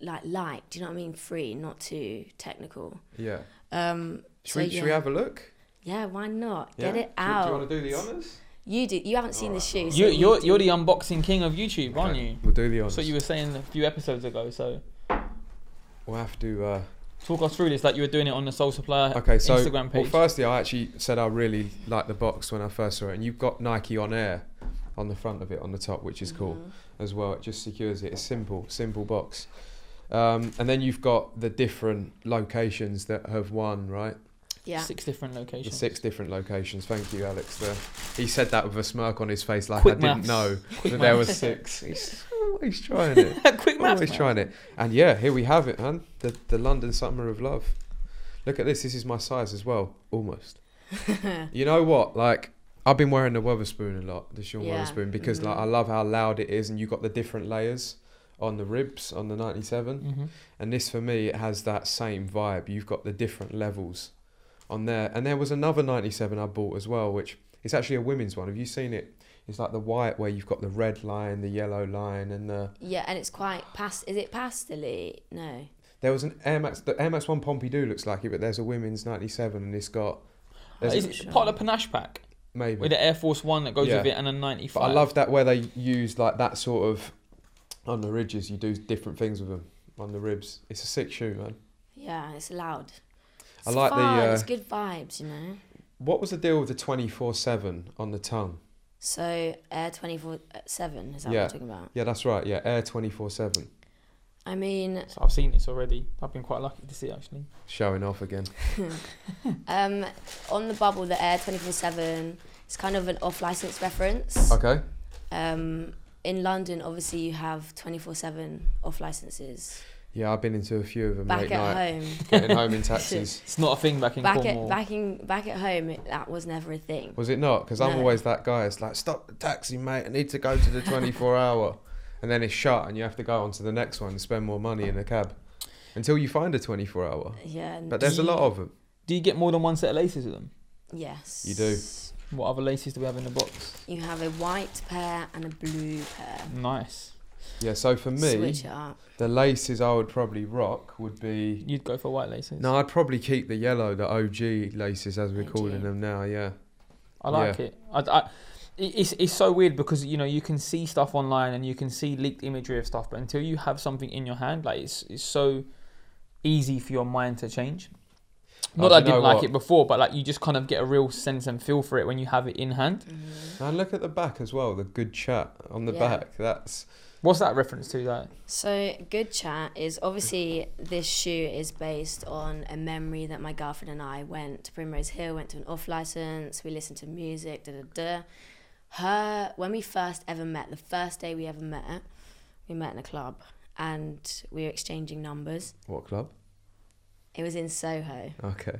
Speaker 3: like light. Do you know what I mean? Free, not too technical.
Speaker 1: yeah.
Speaker 3: Um,
Speaker 1: Should,
Speaker 3: so
Speaker 1: we,
Speaker 3: yeah.
Speaker 1: should we have a look?
Speaker 3: yeah, why not?
Speaker 1: Yeah?
Speaker 3: Get it
Speaker 1: Do you-
Speaker 3: out.
Speaker 1: Do you, want to do the honors?
Speaker 3: You do. You haven't seen this shoe. so
Speaker 2: You, you're,
Speaker 3: do.
Speaker 2: you're the unboxing king of YouTube, aren't you?
Speaker 1: We'll do the
Speaker 2: That's
Speaker 1: honors.
Speaker 2: what you were saying a few episodes ago. So
Speaker 1: We'll have to. Uh,
Speaker 2: talk us through this, like you were doing it on the Soul Supplier
Speaker 1: okay, so
Speaker 2: Uh, Instagram
Speaker 1: well,
Speaker 2: page.
Speaker 1: firstly, I actually said I really like the box when I first saw it, and you've got Nike on Air on the front of it on the top, which is cool
Speaker 3: Mhm.
Speaker 2: Mm-hmm.
Speaker 1: as well. It just secures it. It's simple, simple box. Um, and then you've got the different locations that have won, right?
Speaker 3: Yeah.
Speaker 2: Six different
Speaker 1: The
Speaker 2: locations.
Speaker 1: six different locations. Thank you, Alex. There, he said that with a smirk on his face, like
Speaker 2: Quick
Speaker 1: I didn't
Speaker 2: maths.
Speaker 1: know
Speaker 2: Quick
Speaker 1: that there
Speaker 2: maths.
Speaker 1: was six. He's always trying it.
Speaker 2: Quick maths.
Speaker 1: Always
Speaker 2: man.
Speaker 1: trying it. And yeah, here we have it, man. The the London Summer of Love. Look at this. This is my size as well, almost. you know what? Like I've been wearing the Weatherspoon a lot, the Sean
Speaker 3: Yeah.
Speaker 1: Weatherspoon, because like
Speaker 3: Mhm.
Speaker 1: I love how loud it is, and you got the different layers on the ribs on the '97.
Speaker 2: Mhm.
Speaker 1: And this for me, it has that same vibe. You've got the different levels on there. And there was another 97 I bought as well, which it's actually a women's one. Have you seen it? It's like the white where you've got the red line, the yellow line, and the.
Speaker 3: Yeah, and it's quite past. Is it pastely? No.
Speaker 1: There was an Air Max. The Air Max One Pompidou looks like it, but there's a women's 97, and it's got There's
Speaker 2: Is it part of the Panache pack
Speaker 1: maybe.
Speaker 2: with the Air Force One that goes
Speaker 1: Yeah.
Speaker 2: with it and a
Speaker 1: But
Speaker 2: ninety-five?
Speaker 1: I love that where they use like that sort of on the ridges. You do different things with them on the ribs. It's a sick shoe, man.
Speaker 3: Yeah, it's loud. It's
Speaker 1: I like the,
Speaker 3: fun, It's
Speaker 1: uh,
Speaker 3: good vibes, you know.
Speaker 1: What was the deal with the 24/7 on the tongue?
Speaker 3: So air twenty four seven. Is that
Speaker 1: Yeah.
Speaker 3: what we're talking about?
Speaker 1: Yeah, that's right. Yeah, Air 24/7.
Speaker 3: I mean,
Speaker 2: So I've seen this already. I've been quite lucky to see it actually.
Speaker 1: Showing off again.
Speaker 3: um, on the bubble, the air twenty four seven. It's kind of an off license reference.
Speaker 1: Okay.
Speaker 3: Um, in London, obviously, you have twenty four seven off licenses.
Speaker 1: Yeah, I've been into a few of them
Speaker 3: Back
Speaker 1: late
Speaker 3: at
Speaker 1: night,
Speaker 3: home,
Speaker 1: getting home in taxis.
Speaker 2: It's not a thing back in
Speaker 3: back
Speaker 2: Cornwall.
Speaker 3: at back in back at home, it, that was never a thing.
Speaker 1: Was it not? Because I'm
Speaker 3: No.
Speaker 1: always that guy. It's like, stop the taxi, mate. I need to go to the 24 hour. And then it's shut, and you have to go on to the next one and spend more money in a cab until you find a 24 hour.
Speaker 3: Yeah. and-
Speaker 1: But there's a lot of them.
Speaker 2: Do you get more than one set of laces with them?
Speaker 3: yes.
Speaker 1: You do.
Speaker 2: What other laces do we have in the box?
Speaker 3: You have a white pair and a blue pair.
Speaker 2: Nice.
Speaker 1: Yeah, so for me,
Speaker 3: Switch it up.
Speaker 1: the laces I would probably rock would be.
Speaker 2: You'd go for white laces.
Speaker 1: No, I'd probably keep the yellow, the OG laces, as we're
Speaker 3: OG.
Speaker 1: calling them now, yeah.
Speaker 2: I like
Speaker 1: Yeah.
Speaker 2: it. I, I, it- it's, it's so weird because you know you can see stuff online and you can see leaked imagery of stuff, but until you have something in your hand, like it's it's so easy for your mind to change.
Speaker 1: Oh, do
Speaker 2: Not that I
Speaker 1: you
Speaker 2: didn't
Speaker 1: know
Speaker 2: like
Speaker 1: what?
Speaker 2: it before, but like you just kind of get a real sense and feel for it when you have it in hand.
Speaker 1: And look at the back as well, the good chat on the
Speaker 3: Yeah.
Speaker 1: back. That's.
Speaker 2: What's that reference to? That
Speaker 3: So, Good Chat is obviously this shoe is based on a memory that my girlfriend and I went to Primrose Hill, went to an off license, we listened to music, da da da. Her, when we first ever met, the first day we ever met, we met in a club and we were exchanging numbers.
Speaker 1: What club?
Speaker 3: It was in Soho.
Speaker 1: Okay.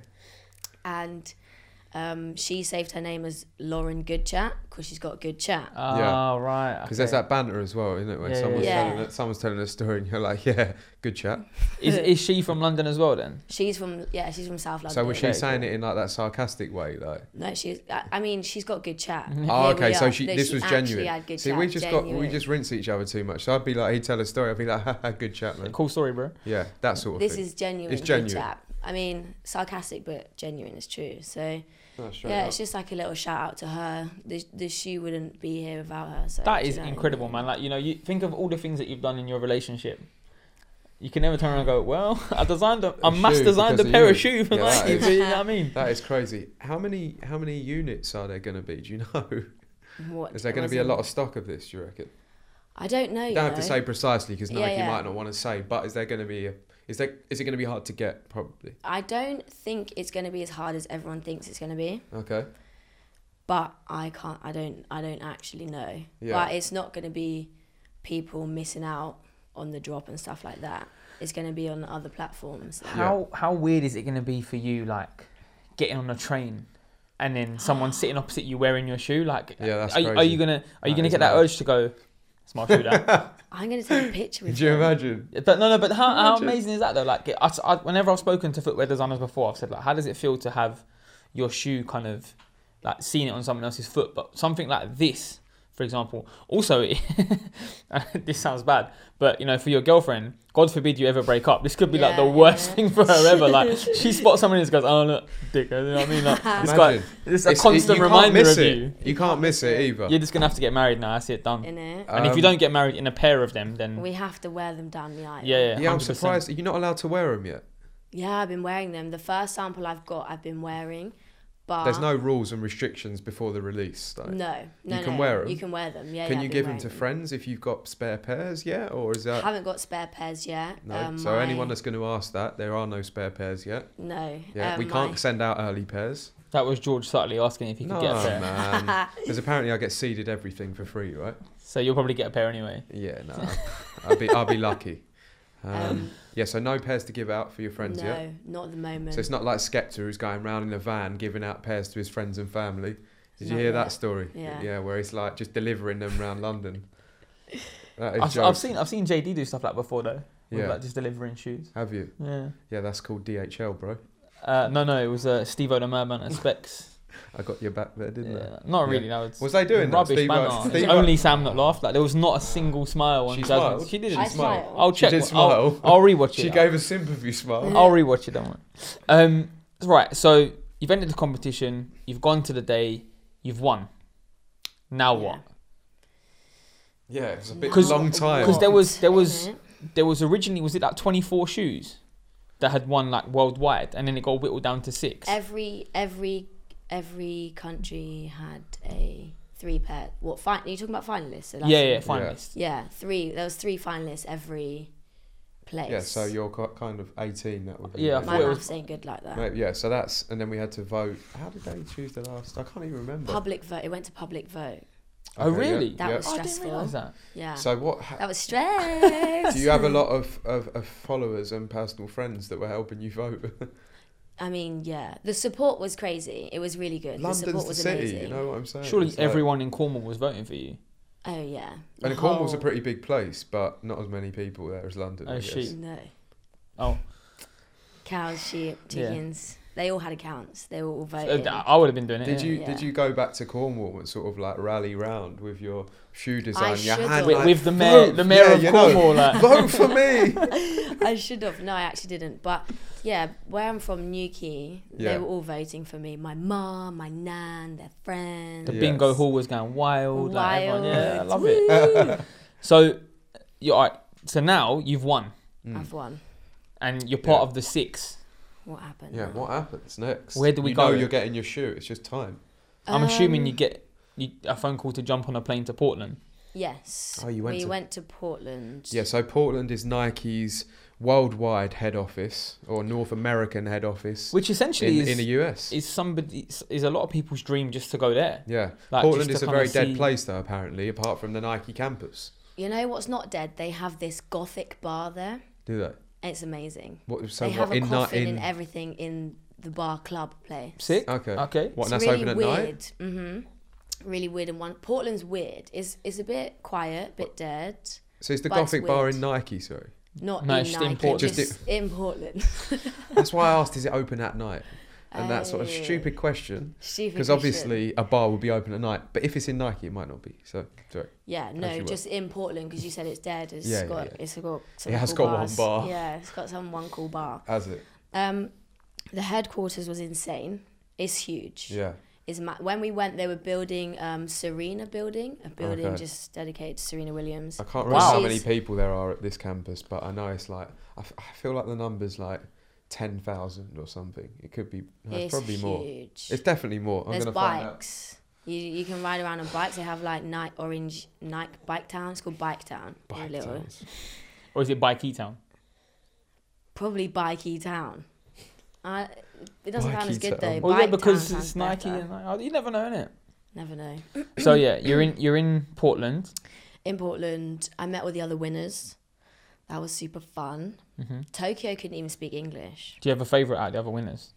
Speaker 3: And um, she saved her name as Lauren Good Chat because she's got good chat.
Speaker 2: ah
Speaker 1: Yeah.
Speaker 2: right
Speaker 1: Because there's that banter as well, isn't it? When
Speaker 2: Yeah, yeah,
Speaker 1: someone's,
Speaker 3: yeah.
Speaker 1: Telling, a- someone's telling a story and you're like, yeah, good chat.
Speaker 2: is, is she from London as well? Then
Speaker 3: She's from, yeah, she's from South London.
Speaker 1: So was she
Speaker 2: Okay,
Speaker 1: saying
Speaker 2: cool.
Speaker 1: it in like that sarcastic way? Like,
Speaker 3: No, she's. I I mean, she's got good chat.
Speaker 1: oh,
Speaker 3: Here
Speaker 1: okay,
Speaker 3: we
Speaker 1: so
Speaker 3: are.
Speaker 1: she,
Speaker 3: No,
Speaker 1: this
Speaker 3: she
Speaker 1: was
Speaker 3: actually
Speaker 1: genuine.
Speaker 3: had good
Speaker 1: See,
Speaker 3: chat,
Speaker 1: we just got, we
Speaker 3: genuine.
Speaker 1: just rinse each other too much. So I'd be like, he'd tell a story, I'd be like, ha, ha, good chat, man.
Speaker 2: cool story, bro.
Speaker 1: Yeah, that sort of
Speaker 3: This
Speaker 1: thing.
Speaker 3: is genuine.
Speaker 1: It's
Speaker 3: good
Speaker 1: genuine.
Speaker 3: chat. I mean, sarcastic but genuine is true. So
Speaker 1: No, straight
Speaker 3: yeah,
Speaker 1: up.
Speaker 3: it's just like a little shout out to her. The the shoe wouldn't be here without her. So
Speaker 2: That
Speaker 3: do you
Speaker 2: is
Speaker 3: know what I
Speaker 2: incredible,
Speaker 3: mean?
Speaker 2: man. Like you know, you think of all the things that you've done in your relationship. You can never turn around and go, well, I designed a, I
Speaker 1: A
Speaker 2: mass
Speaker 1: shoe
Speaker 2: designed a
Speaker 1: because of
Speaker 2: pair
Speaker 1: you.
Speaker 2: of shoes for
Speaker 1: Yeah, that
Speaker 2: Nike.
Speaker 1: is-
Speaker 2: but You know what I mean?
Speaker 1: that is crazy. How many how many units are there going to be? Do you know?
Speaker 3: What
Speaker 1: Is there going to
Speaker 3: was
Speaker 1: be a
Speaker 3: it?
Speaker 1: lot of stock of this? Do you reckon?
Speaker 3: I don't know.
Speaker 1: You
Speaker 3: You
Speaker 1: don't
Speaker 3: know.
Speaker 1: have to say precisely because
Speaker 3: Yeah,
Speaker 1: Nike
Speaker 3: yeah.
Speaker 1: might not want to say. But is there going to be? A, is there? Is it going to be hard to get? Probably.
Speaker 3: I don't think it's going to be as hard as everyone thinks it's going to be.
Speaker 1: Okay.
Speaker 3: But I can't. I don't. I don't actually know.
Speaker 1: Yeah.
Speaker 3: But it's not going to be people missing out on the drop and stuff like that. It's going to be on other platforms.
Speaker 2: How how weird is it going to be for you, like getting on a train, and then someone sitting opposite you wearing your shoe? Like,
Speaker 1: Yeah, that's
Speaker 2: are, you- are
Speaker 1: crazy.
Speaker 2: you gonna are you
Speaker 1: That
Speaker 2: gonna
Speaker 1: is
Speaker 2: get that
Speaker 1: mad.
Speaker 2: urge to go? It's my shoe, that.
Speaker 3: I'm going to take a picture with
Speaker 1: Could you
Speaker 2: um,
Speaker 3: them.
Speaker 1: imagine?
Speaker 2: but no, no. But how, how
Speaker 1: Imagine.
Speaker 2: amazing is that though? Like, I, I, whenever I've spoken to footwear designers before, I've said like, how does it feel to have your shoe kind of like seeing it on someone else's foot? But something like this for example. Also, this sounds bad, but you know, for your girlfriend, God forbid you ever break up. This could be like
Speaker 3: Yeah,
Speaker 2: the
Speaker 3: yeah,
Speaker 2: worst
Speaker 3: yeah.
Speaker 2: thing for her ever. Like she spots someone and just goes, "Oh look, dick." You know what I mean? Like this guy,
Speaker 1: Imagine.
Speaker 2: it's a
Speaker 1: It's- it-
Speaker 2: constant
Speaker 1: you can't
Speaker 2: reminder
Speaker 1: miss
Speaker 2: of
Speaker 1: it.
Speaker 2: you.
Speaker 1: You can't miss it either.
Speaker 2: You're just gonna have to get married now. I see it done.
Speaker 3: in it.
Speaker 2: and if you
Speaker 1: Um,
Speaker 2: don't get married in a pair of them, then
Speaker 3: we have to wear them down the aisle.
Speaker 2: yeah, yeah,
Speaker 1: yeah, I'm
Speaker 2: 100%.
Speaker 1: surprised. You're not allowed to wear them yet.
Speaker 3: Yeah, I've been wearing them. The first sample I've got, I've been wearing, but
Speaker 1: There's no rules and restrictions before the release, though.
Speaker 3: Ah. no, no,
Speaker 1: You can
Speaker 3: no.
Speaker 1: wear 'em.
Speaker 3: You can wear them. Yeah.
Speaker 1: Can you
Speaker 3: yeah, I've been
Speaker 1: give them
Speaker 3: wearing
Speaker 1: to friends if you've got spare pairs yet, or is that
Speaker 3: Haven't got spare pairs yet.
Speaker 1: no?
Speaker 3: Um,
Speaker 1: so anyone
Speaker 3: my-
Speaker 1: that's going to ask that, there are no spare pairs yet.
Speaker 3: no,
Speaker 1: Yeah,
Speaker 3: um,
Speaker 1: we can't
Speaker 3: my-
Speaker 1: send out early pairs.
Speaker 2: that was George Sutley asking if he could
Speaker 1: No
Speaker 2: get a pair.
Speaker 1: man, because apparently I get seeded everything for free, right?
Speaker 2: So you'll probably get a pair anyway.
Speaker 1: Yeah, no, I'll be I'll be lucky. Um,
Speaker 3: Um,
Speaker 1: yeah, so no pairs to give out for your friends
Speaker 3: no,
Speaker 1: yet.
Speaker 3: not at the moment.
Speaker 1: So it's not like Skepta who's going round in a van giving out pairs to his friends and family. Did you
Speaker 3: Not
Speaker 1: hear that
Speaker 3: yet.
Speaker 1: story?
Speaker 3: Yeah.
Speaker 1: where he's like just delivering them round London. That is
Speaker 2: I've,
Speaker 1: jokes.
Speaker 2: I've seen I've seen JD do stuff like before though. With
Speaker 1: Yeah.
Speaker 2: like just delivering shoes.
Speaker 1: Have you?
Speaker 2: Yeah.
Speaker 1: Yeah, that's called DHL, bro.
Speaker 2: Uh, no, no, it was uh, Steve O the Merman at Specs.
Speaker 1: I got your back there, didn't
Speaker 2: yeah. Not
Speaker 1: Yeah.
Speaker 2: really. No, it's
Speaker 1: Was they doing that?
Speaker 2: rubbish
Speaker 1: Steve O-
Speaker 2: banner. It's
Speaker 1: Steve O-
Speaker 2: only Sam that laughed. Like there was not a single smile on
Speaker 1: She
Speaker 2: Jasmine.
Speaker 1: smiled?
Speaker 2: She
Speaker 1: I?
Speaker 2: didn't.
Speaker 3: I
Speaker 1: She smiled.
Speaker 3: smile.
Speaker 2: I'll check.
Speaker 1: did
Speaker 2: what- I'll-
Speaker 1: smile.
Speaker 2: I'll, rewatch it.
Speaker 1: She gave a sympathy smile.
Speaker 2: I'll rewatch it. Don't worry. Um, right. So you've entered the competition. You've gone to the day. You've won. Now
Speaker 3: Yeah.
Speaker 2: what?
Speaker 1: Yeah, it was a bit
Speaker 2: 'Cause-
Speaker 1: long time.
Speaker 2: Because there was there was
Speaker 3: Innit?
Speaker 2: there was originally was it like twenty four shoes that had won like worldwide, and then it got whittled down to six.
Speaker 3: every every every country had a three pair. What? Fin- are you talking about finalists? So that's-
Speaker 2: yeah, yeah, finalists.
Speaker 3: Yeah, three. There was three finalists every place.
Speaker 1: yeah, so you're ki- kind of 18. That would be
Speaker 2: Yeah, I
Speaker 3: my
Speaker 2: thought it was-
Speaker 3: maths ain't good like that.
Speaker 1: Right, yeah, so that's and then we had to vote. How did they choose the last? I can't even remember.
Speaker 3: Public vote. It went to public vote.
Speaker 2: Oh,
Speaker 1: Okay, yeah,
Speaker 2: really?
Speaker 3: That
Speaker 1: yeah.
Speaker 3: was
Speaker 2: Oh, I didn't
Speaker 3: stressful.
Speaker 2: realize that.
Speaker 3: Yeah,
Speaker 1: So what? ha-
Speaker 3: that was stress.
Speaker 1: Do you have a lot of, of, of followers and personal friends that were helping you vote?
Speaker 3: I mean, yeah, the support was crazy. It was really good. the
Speaker 1: London's
Speaker 3: support
Speaker 1: the
Speaker 3: was
Speaker 1: city,
Speaker 3: amazing.
Speaker 1: you know what I'm saying?
Speaker 2: Surely
Speaker 1: It's like-
Speaker 2: everyone in Cornwall was voting for you.
Speaker 3: Oh yeah. Oh, The
Speaker 1: And Cornwall's a
Speaker 3: whole-
Speaker 1: pretty big place, but not as many people there as London.
Speaker 2: Oh,
Speaker 1: I
Speaker 2: shit.
Speaker 1: guess.
Speaker 3: No,
Speaker 2: Oh,
Speaker 3: cows, sheep,
Speaker 2: Yeah.
Speaker 3: chickens. They all had accounts. They were all
Speaker 2: uh,
Speaker 3: voting.
Speaker 2: I would have been doing it.
Speaker 1: Did
Speaker 2: yeah.
Speaker 1: you
Speaker 3: Yeah.
Speaker 1: did you go back to Cornwall and sort of like rally round with your shoe design, your
Speaker 3: should've.
Speaker 1: hand
Speaker 2: With,
Speaker 1: like,
Speaker 2: with the mayor,
Speaker 1: "Vote,
Speaker 2: the mayor
Speaker 1: yeah,
Speaker 2: of
Speaker 1: you know,
Speaker 2: Cornwall, like,
Speaker 1: vote for me.
Speaker 3: I should have. No, I actually didn't. But yeah, where I'm from, Newquay,
Speaker 1: Yeah.
Speaker 3: they were all voting for me. My mum, my nan, their friends.
Speaker 2: the
Speaker 1: Yeah.
Speaker 2: bingo hall was going wild. Like, everyone, yeah, I
Speaker 3: Wild.
Speaker 2: love it. so, you're all right. So now you've won,
Speaker 1: Mm.
Speaker 3: I've won.
Speaker 2: and you're part
Speaker 1: Yeah.
Speaker 2: of the six.
Speaker 3: What happened?
Speaker 1: Yeah, what happens next?
Speaker 2: Where do we
Speaker 1: you
Speaker 2: go?
Speaker 1: Know you're getting your shoe. It's just time.
Speaker 2: I'm assuming you
Speaker 3: Um,
Speaker 2: get you, a phone call to jump on a plane to Portland.
Speaker 3: Yes.
Speaker 1: Oh, you went
Speaker 3: we
Speaker 1: to-
Speaker 3: went to Portland.
Speaker 1: Yeah. So Portland is Nike's worldwide head office or North American head office
Speaker 2: Which essentially
Speaker 1: in,
Speaker 2: is
Speaker 1: in the US.
Speaker 2: is somebody is a lot of people's dream just to go there.
Speaker 1: Yeah,
Speaker 2: Like,
Speaker 1: Portland
Speaker 2: just
Speaker 1: is
Speaker 2: to
Speaker 1: a
Speaker 2: kinda
Speaker 1: very dead
Speaker 2: see-
Speaker 1: place though. Apparently, apart from the Nike campus,
Speaker 3: You know what's not dead? They have this gothic bar there.
Speaker 1: do they?
Speaker 3: It's amazing.
Speaker 1: What? So
Speaker 3: they
Speaker 1: what
Speaker 3: have a
Speaker 1: in Ni-
Speaker 3: coffin
Speaker 1: in-
Speaker 3: and everything in the bar club place.
Speaker 2: Sick.
Speaker 1: Okay.
Speaker 2: Okay.
Speaker 1: What? And
Speaker 3: It's
Speaker 1: that's
Speaker 3: really
Speaker 1: open at night.
Speaker 3: weird. Mm-hmm. Really weird and one Portland's weird. It's it's a bit quiet, bit dead.
Speaker 1: So it's the
Speaker 3: But it's
Speaker 1: Gothic bar
Speaker 3: weird.
Speaker 1: in Nike. Sorry.
Speaker 3: Not
Speaker 2: No,
Speaker 3: in
Speaker 2: it's just in
Speaker 3: Nike.
Speaker 2: Portland.
Speaker 1: Just
Speaker 3: It's in Portland.
Speaker 1: That's why I asked, is it open at night? And that sort of
Speaker 3: Oh.
Speaker 1: stupid question.
Speaker 3: Stupid
Speaker 1: Because
Speaker 3: question.
Speaker 1: obviously a bar will be open at night, but if it's in Nike, it might not be. So sorry.
Speaker 3: Yeah,
Speaker 1: you
Speaker 3: no,
Speaker 1: were.
Speaker 3: just in Portland because you said it's dead. It's
Speaker 1: Yeah, yeah,
Speaker 3: got
Speaker 1: yeah.
Speaker 3: it's got some
Speaker 1: It has
Speaker 3: cool
Speaker 1: got one
Speaker 3: bars.
Speaker 1: bar.
Speaker 3: Yeah, it's got some one cool bar.
Speaker 1: As it.
Speaker 3: Um, the headquarters was insane. It's huge.
Speaker 1: Yeah.
Speaker 3: Is ma- when we went, they were building um, Serena Building, a building
Speaker 1: Okay.
Speaker 3: just dedicated to Serena Williams.
Speaker 1: Oh I can't remember
Speaker 2: Wow.
Speaker 1: how many
Speaker 3: She's-
Speaker 1: people there are at this campus, but I know it's like I, f- I feel like the number's like ten thousand or something. It could be. No, it's
Speaker 3: It's
Speaker 1: probably
Speaker 3: huge.
Speaker 1: more. It's definitely more. I'm
Speaker 3: There's
Speaker 1: gonna find out.
Speaker 3: bikes. You, you can ride around on bikes. They have like Nike Orange Nike Bike Town. It's called Bike Town. They're
Speaker 1: Bike
Speaker 3: little-
Speaker 1: towns.
Speaker 2: Or is it Bikey Town?
Speaker 3: Probably Bikey Town. Uh, it doesn't sound as
Speaker 1: Bikey
Speaker 3: good
Speaker 1: Town.
Speaker 3: though.
Speaker 2: Well, yeah,
Speaker 3: Bike
Speaker 2: because
Speaker 3: Town
Speaker 2: it's
Speaker 3: sounds
Speaker 2: Nike.
Speaker 3: better.
Speaker 2: And, oh, you never know, innit?
Speaker 3: Never know.
Speaker 2: so yeah, you're in you're in Portland.
Speaker 3: in Portland, I met with the other winners. That was super fun. Tokyo couldn't even speak English.
Speaker 2: Mm-hmm. Do you have a favourite out of the other winners?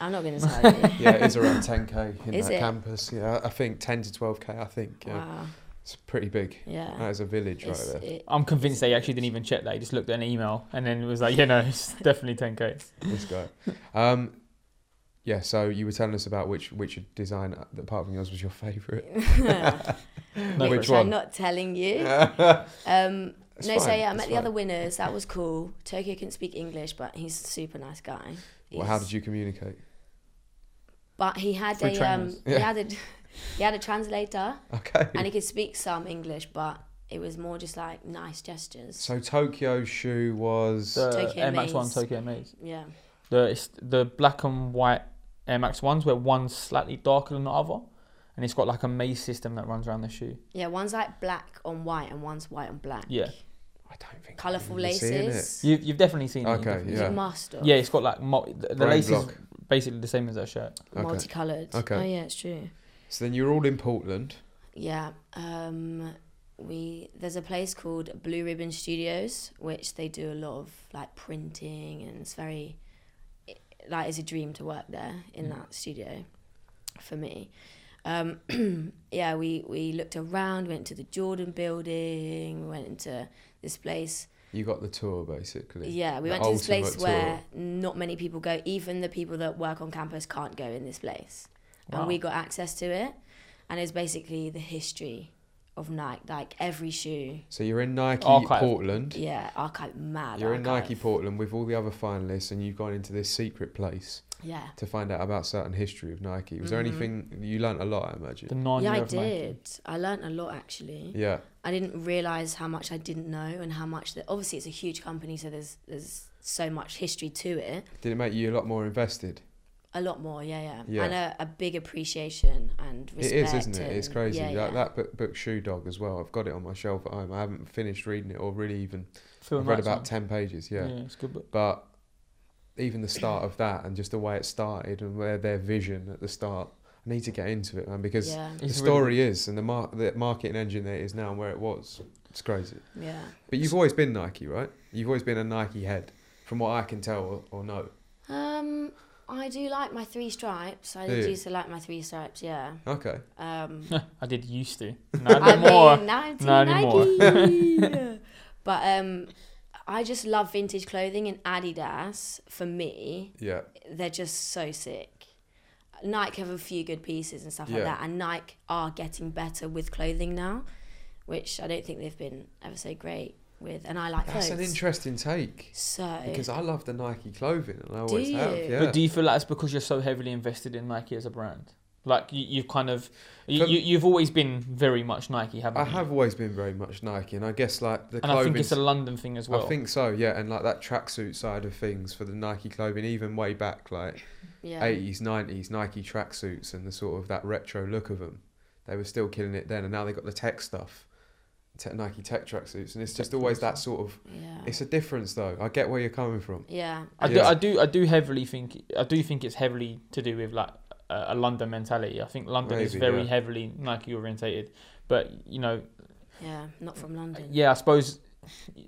Speaker 3: I'm not going to tell you.
Speaker 1: yeah, it is around ten k in
Speaker 3: Is
Speaker 1: that
Speaker 3: it?
Speaker 1: campus. Yeah, I think ten to twelve k. I think. Yeah,
Speaker 3: Wow.
Speaker 1: it's pretty big. That
Speaker 3: Yeah.
Speaker 1: is a village
Speaker 3: It's-
Speaker 1: right there.
Speaker 3: it-
Speaker 2: I'm convinced they actually didn't even check that. They just looked at an email and then it was like, yeah, no, it's definitely 10k.
Speaker 1: This guy. Um, Yeah, so you were telling us about which which design uh, apart from yours was your favourite.
Speaker 2: No,
Speaker 1: Which
Speaker 3: which
Speaker 1: one?
Speaker 3: I'm not telling you. um,
Speaker 1: It's
Speaker 3: no, so
Speaker 1: fine,
Speaker 3: yeah, I
Speaker 1: it's
Speaker 3: met the
Speaker 1: fine.
Speaker 3: other winners. That was cool. Tokyo couldn't speak English, but he's a super nice guy.
Speaker 1: Well, how did you communicate?
Speaker 3: But he had
Speaker 2: Through
Speaker 3: a um,
Speaker 2: trainers.
Speaker 3: he
Speaker 1: Yeah.
Speaker 3: had a he had a translator,
Speaker 1: Okay.
Speaker 3: and he could speak some English, but it was more just like nice gestures.
Speaker 1: So Tokyo shoe was
Speaker 2: The
Speaker 3: Tokyo
Speaker 2: Air Max One
Speaker 3: Maze.
Speaker 2: Tokyo Maze.
Speaker 3: yeah,
Speaker 2: The it's the black and white Air Max Ones, where one's slightly darker than the other, and it's got like a maze system that runs around the shoe.
Speaker 3: yeah. One's like black on white, and one's white on black.
Speaker 2: Yeah.
Speaker 1: I don't think I've
Speaker 3: Colourful
Speaker 1: even seen
Speaker 3: laces.
Speaker 2: You, you've definitely seen it. you've
Speaker 1: Okay,
Speaker 2: definitely
Speaker 1: yeah.
Speaker 3: You must. have.
Speaker 2: Yeah, it's got like mo- the, the
Speaker 1: Brain
Speaker 2: lace is
Speaker 1: block.
Speaker 2: basically the same as that shirt.
Speaker 1: Okay.
Speaker 3: Multicolored.
Speaker 1: Okay.
Speaker 3: Oh yeah, it's true.
Speaker 1: it. So then you're all in Portland.
Speaker 3: Yeah. Um, we there's a place called Blue Ribbon Studios, which they do a lot of like printing, and it's very it, like it's a dream to work there in that studio for me. Um, yeah, we we looked around, went to the Jordan Building, we went into this place.
Speaker 1: You got the tour basically.
Speaker 3: Yeah, we
Speaker 1: The
Speaker 3: went to this
Speaker 1: ultimate
Speaker 3: place
Speaker 1: tour.
Speaker 3: where not many people go. Even the people that work on campus can't go in this place.
Speaker 2: Wow.
Speaker 3: And we got access to it. And it's basically the history of Nike, like every shoe.
Speaker 1: So you're in Nike
Speaker 2: Archive.
Speaker 1: Portland.
Speaker 3: Yeah, archive mad.
Speaker 1: You're in
Speaker 3: archive.
Speaker 1: Nike Portland with all the other finalists, and you've gone into this secret place
Speaker 3: Yeah.
Speaker 1: to find out about certain history of Nike. Was there
Speaker 3: Mm-hmm.
Speaker 1: anything you learnt a lot? I
Speaker 2: The
Speaker 1: imagine.
Speaker 2: nine
Speaker 3: Yeah,
Speaker 2: year
Speaker 3: I
Speaker 2: of Nike.
Speaker 3: did. I learnt a lot actually.
Speaker 1: Yeah.
Speaker 3: I didn't realize how much I didn't know and how much that obviously it's a huge company, so there's there's so much history to it.
Speaker 1: Did it make you a lot more invested?
Speaker 3: A lot more, yeah, yeah,
Speaker 1: Yeah.
Speaker 3: and a, a big appreciation and respect.
Speaker 1: it is, isn't it?
Speaker 3: and-
Speaker 1: It's crazy.
Speaker 3: yeah,
Speaker 1: like
Speaker 3: yeah.
Speaker 1: that book, book, Shoe Dog, as well. I've got it on my shelf at home. I haven't finished reading it or really even.
Speaker 2: Phil
Speaker 1: I've read
Speaker 2: Knight's
Speaker 1: about
Speaker 2: one.
Speaker 1: ten pages.
Speaker 2: Yeah.
Speaker 1: Yeah.
Speaker 2: it's good. But
Speaker 1: But even the start of that and just the way it started and where their vision at the start. I need to get into it, man, because
Speaker 3: yeah,
Speaker 1: the
Speaker 2: It's really-
Speaker 1: story is and the mar- the marketing engine that it is now and where it was. It's crazy.
Speaker 3: yeah.
Speaker 1: But you've always been Nike, right? You've always been a Nike head, from what I can tell or, or know.
Speaker 3: Um, I do like my three stripes. I
Speaker 1: Do
Speaker 3: did
Speaker 1: you?
Speaker 3: used to like my three stripes. Yeah.
Speaker 1: Okay.
Speaker 3: Um,
Speaker 2: I did used to. No,
Speaker 3: I
Speaker 2: no more.
Speaker 3: mean, now it's
Speaker 2: Not
Speaker 3: Nike. but um, I just love vintage clothing and Adidas. For me,
Speaker 1: Yeah.
Speaker 3: they're just so sick. Nike have a few good pieces and stuff
Speaker 1: Yeah.
Speaker 3: like that, and Nike are getting better with clothing now, which I don't think they've been ever so great with. And I like
Speaker 1: That's an
Speaker 3: clothes.
Speaker 1: interesting take
Speaker 3: so
Speaker 1: because I love the Nike clothing and I always
Speaker 3: Do
Speaker 1: have.
Speaker 3: you?
Speaker 1: Yeah.
Speaker 2: But do you feel like it's because you're so heavily invested in Nike as a brand? Like you, you've kind of, you,
Speaker 1: From-
Speaker 2: you, you've always been very much Nike, haven't
Speaker 1: I
Speaker 2: you?
Speaker 1: have always been very much Nike, and I guess like the
Speaker 2: and I
Speaker 1: clothing.
Speaker 2: think it's a London thing as well.
Speaker 1: I think so, yeah, and like that tracksuit side of things for the Nike clothing, even way back like
Speaker 3: yeah,
Speaker 1: eighties, nineties, Nike tracksuits and the sort of that retro look of them, they were still killing it then, and now they got the tech stuff, te- Nike tech tracksuits, and it's just always that sort of.
Speaker 3: yeah,
Speaker 1: It's a difference though. I get where you're coming from.
Speaker 3: yeah.
Speaker 2: I, do,
Speaker 1: Yeah.
Speaker 2: I do, I do heavily think, I do think it's heavily to do with like a, a London mentality. I think London is
Speaker 1: Maybe,
Speaker 2: very
Speaker 1: yeah.
Speaker 2: heavily Nike orientated, but you know,
Speaker 3: Yeah, not from London.
Speaker 2: yeah, I suppose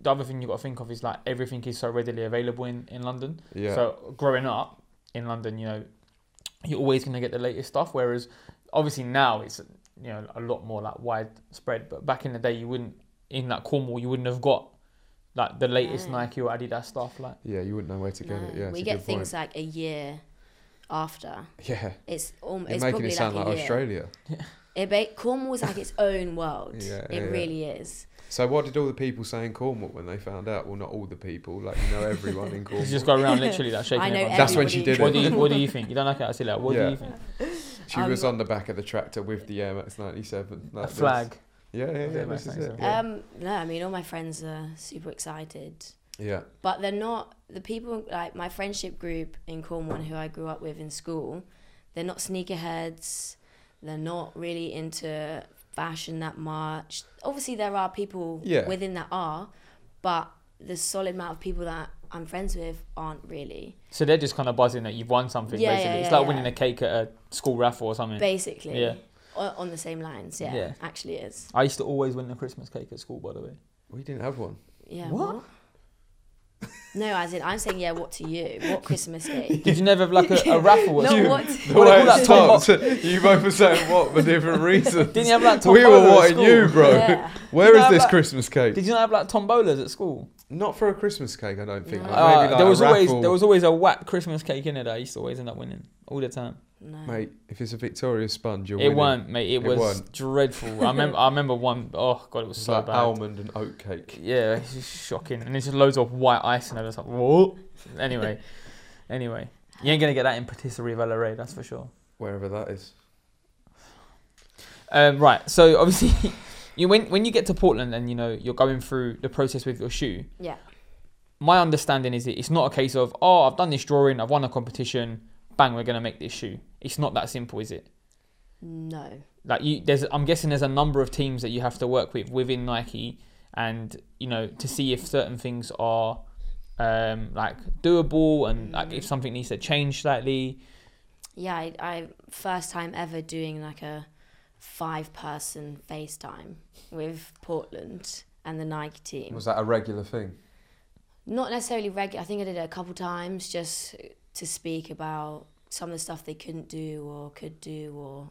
Speaker 2: the other thing you've got to think of is like everything is so readily available in, in London.
Speaker 1: Yeah.
Speaker 2: So growing up in London, you know, you're always going to get the latest stuff. Whereas obviously now it's, you know, a lot more like widespread. But back in the day, you wouldn't, in like Cornwall, you wouldn't have got like the latest
Speaker 3: No.
Speaker 2: Nike or Adidas stuff. Like,
Speaker 1: Yeah, you wouldn't know where to get
Speaker 3: No,
Speaker 1: it. Yeah,
Speaker 3: we get things like a year after.
Speaker 1: Like, yeah,
Speaker 3: It's almost
Speaker 1: you're
Speaker 3: it's
Speaker 1: making
Speaker 3: probably
Speaker 1: it sound
Speaker 3: like,
Speaker 1: like,
Speaker 3: a year.
Speaker 1: Australia.
Speaker 3: It ba- Cornwall's like its own world.
Speaker 1: Yeah,
Speaker 3: it
Speaker 1: yeah, yeah.
Speaker 3: really is.
Speaker 1: So what did all the people say in Cornwall when they found out? Well, not all the people. Like you know, everyone in Cornwall.
Speaker 2: you just go around literally like shaking
Speaker 3: I know
Speaker 2: everyone's
Speaker 1: That's when
Speaker 2: hand.
Speaker 1: she
Speaker 3: everybody-
Speaker 1: did it.
Speaker 2: What do you What do you think? You don't like it? I see that. What
Speaker 1: Yeah.
Speaker 2: do you think?
Speaker 1: she
Speaker 3: I'm
Speaker 1: was
Speaker 3: not-
Speaker 1: on the back of the tractor with the Air Max ninety seven.
Speaker 2: Um, A flag.
Speaker 1: Yeah, yeah,
Speaker 2: Was it
Speaker 1: yeah.
Speaker 2: Air Max
Speaker 1: This is
Speaker 2: 97?
Speaker 1: it. Yeah.
Speaker 3: Um, no, I mean all my friends are super excited,
Speaker 1: yeah.
Speaker 3: but they're not the people like my friendship group in Cornwall who I grew up with in school. They're not sneakerheads. They're not really into fashion that much. Obviously, there are people
Speaker 1: Yeah.
Speaker 3: within that are, but the solid amount of people that I'm friends with aren't really.
Speaker 2: So they're just kind of buzzing that you've won something.
Speaker 3: Yeah, yeah,
Speaker 2: basically, it's
Speaker 3: yeah,
Speaker 2: like
Speaker 3: yeah.
Speaker 2: winning a cake at a school raffle or something.
Speaker 3: basically
Speaker 2: Yeah.
Speaker 3: o- on the same lines yeah,
Speaker 2: Yeah.
Speaker 3: actually is
Speaker 2: I used to always win the Christmas cake at school, by the way.
Speaker 1: We didn't have one.
Speaker 3: yeah
Speaker 2: What?
Speaker 3: no as in i'm saying yeah what to you what christmas cake
Speaker 2: Did you never have like a, a raffle or
Speaker 3: Not
Speaker 2: something?
Speaker 3: what
Speaker 1: The
Speaker 2: What do
Speaker 1: way
Speaker 2: you call
Speaker 1: it
Speaker 2: that, Tom
Speaker 1: starts, you both were saying what for different reasons.
Speaker 2: Didn't you have like
Speaker 1: we
Speaker 2: tombolas
Speaker 1: were
Speaker 2: at
Speaker 1: wanting
Speaker 2: school?
Speaker 1: you, bro.
Speaker 3: yeah
Speaker 1: Where
Speaker 2: Did you
Speaker 1: is
Speaker 2: have
Speaker 1: this
Speaker 2: that-
Speaker 1: Christmas cake?
Speaker 2: Did you not have like tombolas at school?
Speaker 1: Not for a Christmas cake, I don't think.
Speaker 3: No.
Speaker 1: Like,
Speaker 2: Uh,
Speaker 1: maybe like
Speaker 2: there was
Speaker 1: a
Speaker 2: always
Speaker 1: raffle.
Speaker 2: there was always a whack Christmas cake in it that I used to always end up winning all the time.
Speaker 3: No.
Speaker 1: Mate, if it's a Victoria sponge, you're
Speaker 2: it
Speaker 1: winning.
Speaker 2: weren't, mate. It,
Speaker 1: It
Speaker 2: was
Speaker 1: weren't.
Speaker 2: dreadful. I remember. I remember one oh god, it was
Speaker 1: It's
Speaker 2: so
Speaker 1: like
Speaker 2: bad.
Speaker 1: almond and oat cake.
Speaker 2: Yeah, it's just shocking. And it's just loads of white ice, and I was like, whoa. Anyway, anyway, you ain't gonna get that in Patisserie Valerie, that's for sure.
Speaker 1: Wherever that is.
Speaker 2: Um, right. So obviously, you when when you get to Portland and you know you're going through the process with your shoe.
Speaker 3: Yeah.
Speaker 2: My understanding is that it's not a case of oh I've done this drawing, I've won a competition, bang we're gonna make this shoe. It's not that simple, is it?
Speaker 3: No.
Speaker 2: like you there's i'm guessing there's a number of teams that you have to work with within nike and you know to see if certain things are um like doable and like if something needs to change slightly
Speaker 3: Yeah, I, I first time ever doing like a five person FaceTime with Portland and the Nike team.
Speaker 1: Was that a regular thing?
Speaker 3: Not necessarily regular. I think I did it a couple times just to speak about some of the stuff they couldn't do or could do or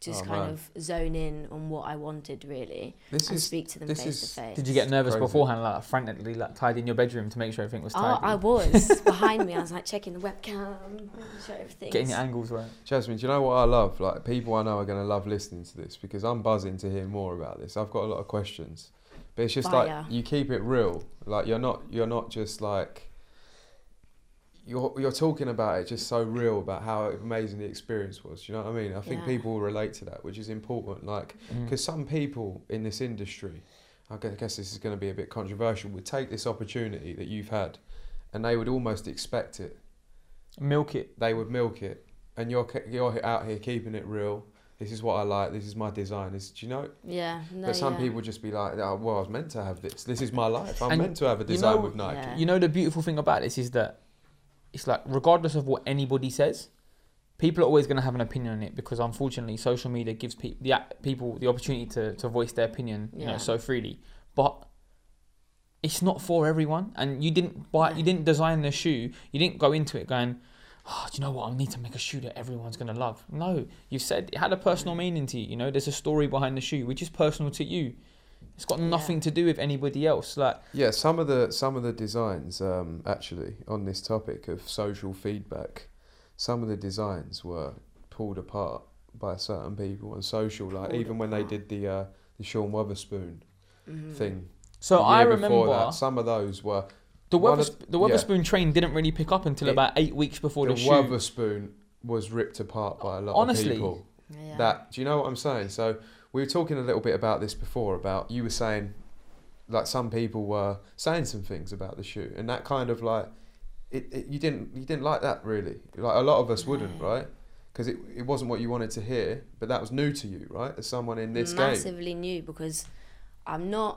Speaker 3: just
Speaker 1: Oh,
Speaker 3: kind
Speaker 1: man.
Speaker 3: of zone in on what I wanted really
Speaker 1: This
Speaker 3: and
Speaker 1: is.
Speaker 3: speak to them
Speaker 1: this
Speaker 3: face
Speaker 1: is-
Speaker 3: to face.
Speaker 2: did you get nervous
Speaker 1: crazy.
Speaker 2: beforehand like frantically like tied in your bedroom to make sure everything was
Speaker 3: Oh,
Speaker 2: tied
Speaker 3: I was behind me. I was like checking the webcam, making sure everything's
Speaker 2: getting your angles right
Speaker 1: Jasmine, do you know what I love? Like people I know are going to love listening to this because I'm buzzing to hear more about this. I've got a lot of questions, but it's just
Speaker 3: Fire.
Speaker 1: like you keep it real. Like you're not you're not just like you're you're talking about it just so real about how amazing the experience was. Do you know what I mean? I think
Speaker 3: Yeah.
Speaker 1: people relate to that, which is important. Like
Speaker 2: Mm.
Speaker 1: because some people in this industry, I gu- guess this is going to be a bit controversial, would take this opportunity that you've had, and they would almost expect it
Speaker 2: milk it
Speaker 1: they would milk it, and you're ke- you're out here keeping it real. This is what I like. This is my design. This, do you know?
Speaker 3: Yeah, no,
Speaker 1: but some
Speaker 3: yeah.
Speaker 1: people just be like, oh, "Well, I was meant to have this. This is my life. I'm
Speaker 2: And
Speaker 1: meant to have a
Speaker 2: you
Speaker 1: design
Speaker 2: know-
Speaker 1: with Nike."
Speaker 3: Yeah.
Speaker 2: you know the beautiful thing about this is that it's like regardless of what anybody says people are always going to have an opinion on it because unfortunately social media gives pe- the a- people the opportunity to, to voice their opinion you know
Speaker 3: Yeah.
Speaker 2: so freely but it's not for everyone and you didn't buy
Speaker 3: No.
Speaker 2: you didn't design the shoe you didn't go into it going oh, do you know what i need to make a shoe that everyone's going to love no you said it had a
Speaker 3: Mm.
Speaker 2: personal meaning to you you know there's a story behind the shoe which is personal to you it's got
Speaker 3: Yeah.
Speaker 2: nothing to do with anybody else like
Speaker 1: Yeah, some of the some of the designs um, actually on this topic of social feedback, some of the designs were pulled apart by certain people on social. Like
Speaker 3: Pulled
Speaker 1: even when they
Speaker 3: apart.
Speaker 1: did the uh, the Sean Weatherspoon
Speaker 3: Mhm.
Speaker 1: thing.
Speaker 2: so
Speaker 1: the
Speaker 2: i
Speaker 1: year
Speaker 2: remember
Speaker 1: before that, some of those were
Speaker 2: The
Speaker 1: One
Speaker 2: Weathers- the
Speaker 1: yeah.
Speaker 2: Weatherspoon train didn't really pick up until
Speaker 1: It-
Speaker 2: about eight weeks before
Speaker 1: the
Speaker 2: the, shoe.
Speaker 1: Weatherspoon was ripped apart by a lot
Speaker 2: Honestly,
Speaker 1: of people.
Speaker 3: Yeah.
Speaker 1: that do you know what i'm saying so we were talking a little bit about this before about you were saying like some people were saying some things about the shoe and that kind of like it, it you didn't you didn't like that really like a lot of us wouldn't
Speaker 3: No.
Speaker 1: right because it, it wasn't what you wanted to hear but that was new to you right as someone in this game
Speaker 3: massively new because I'm not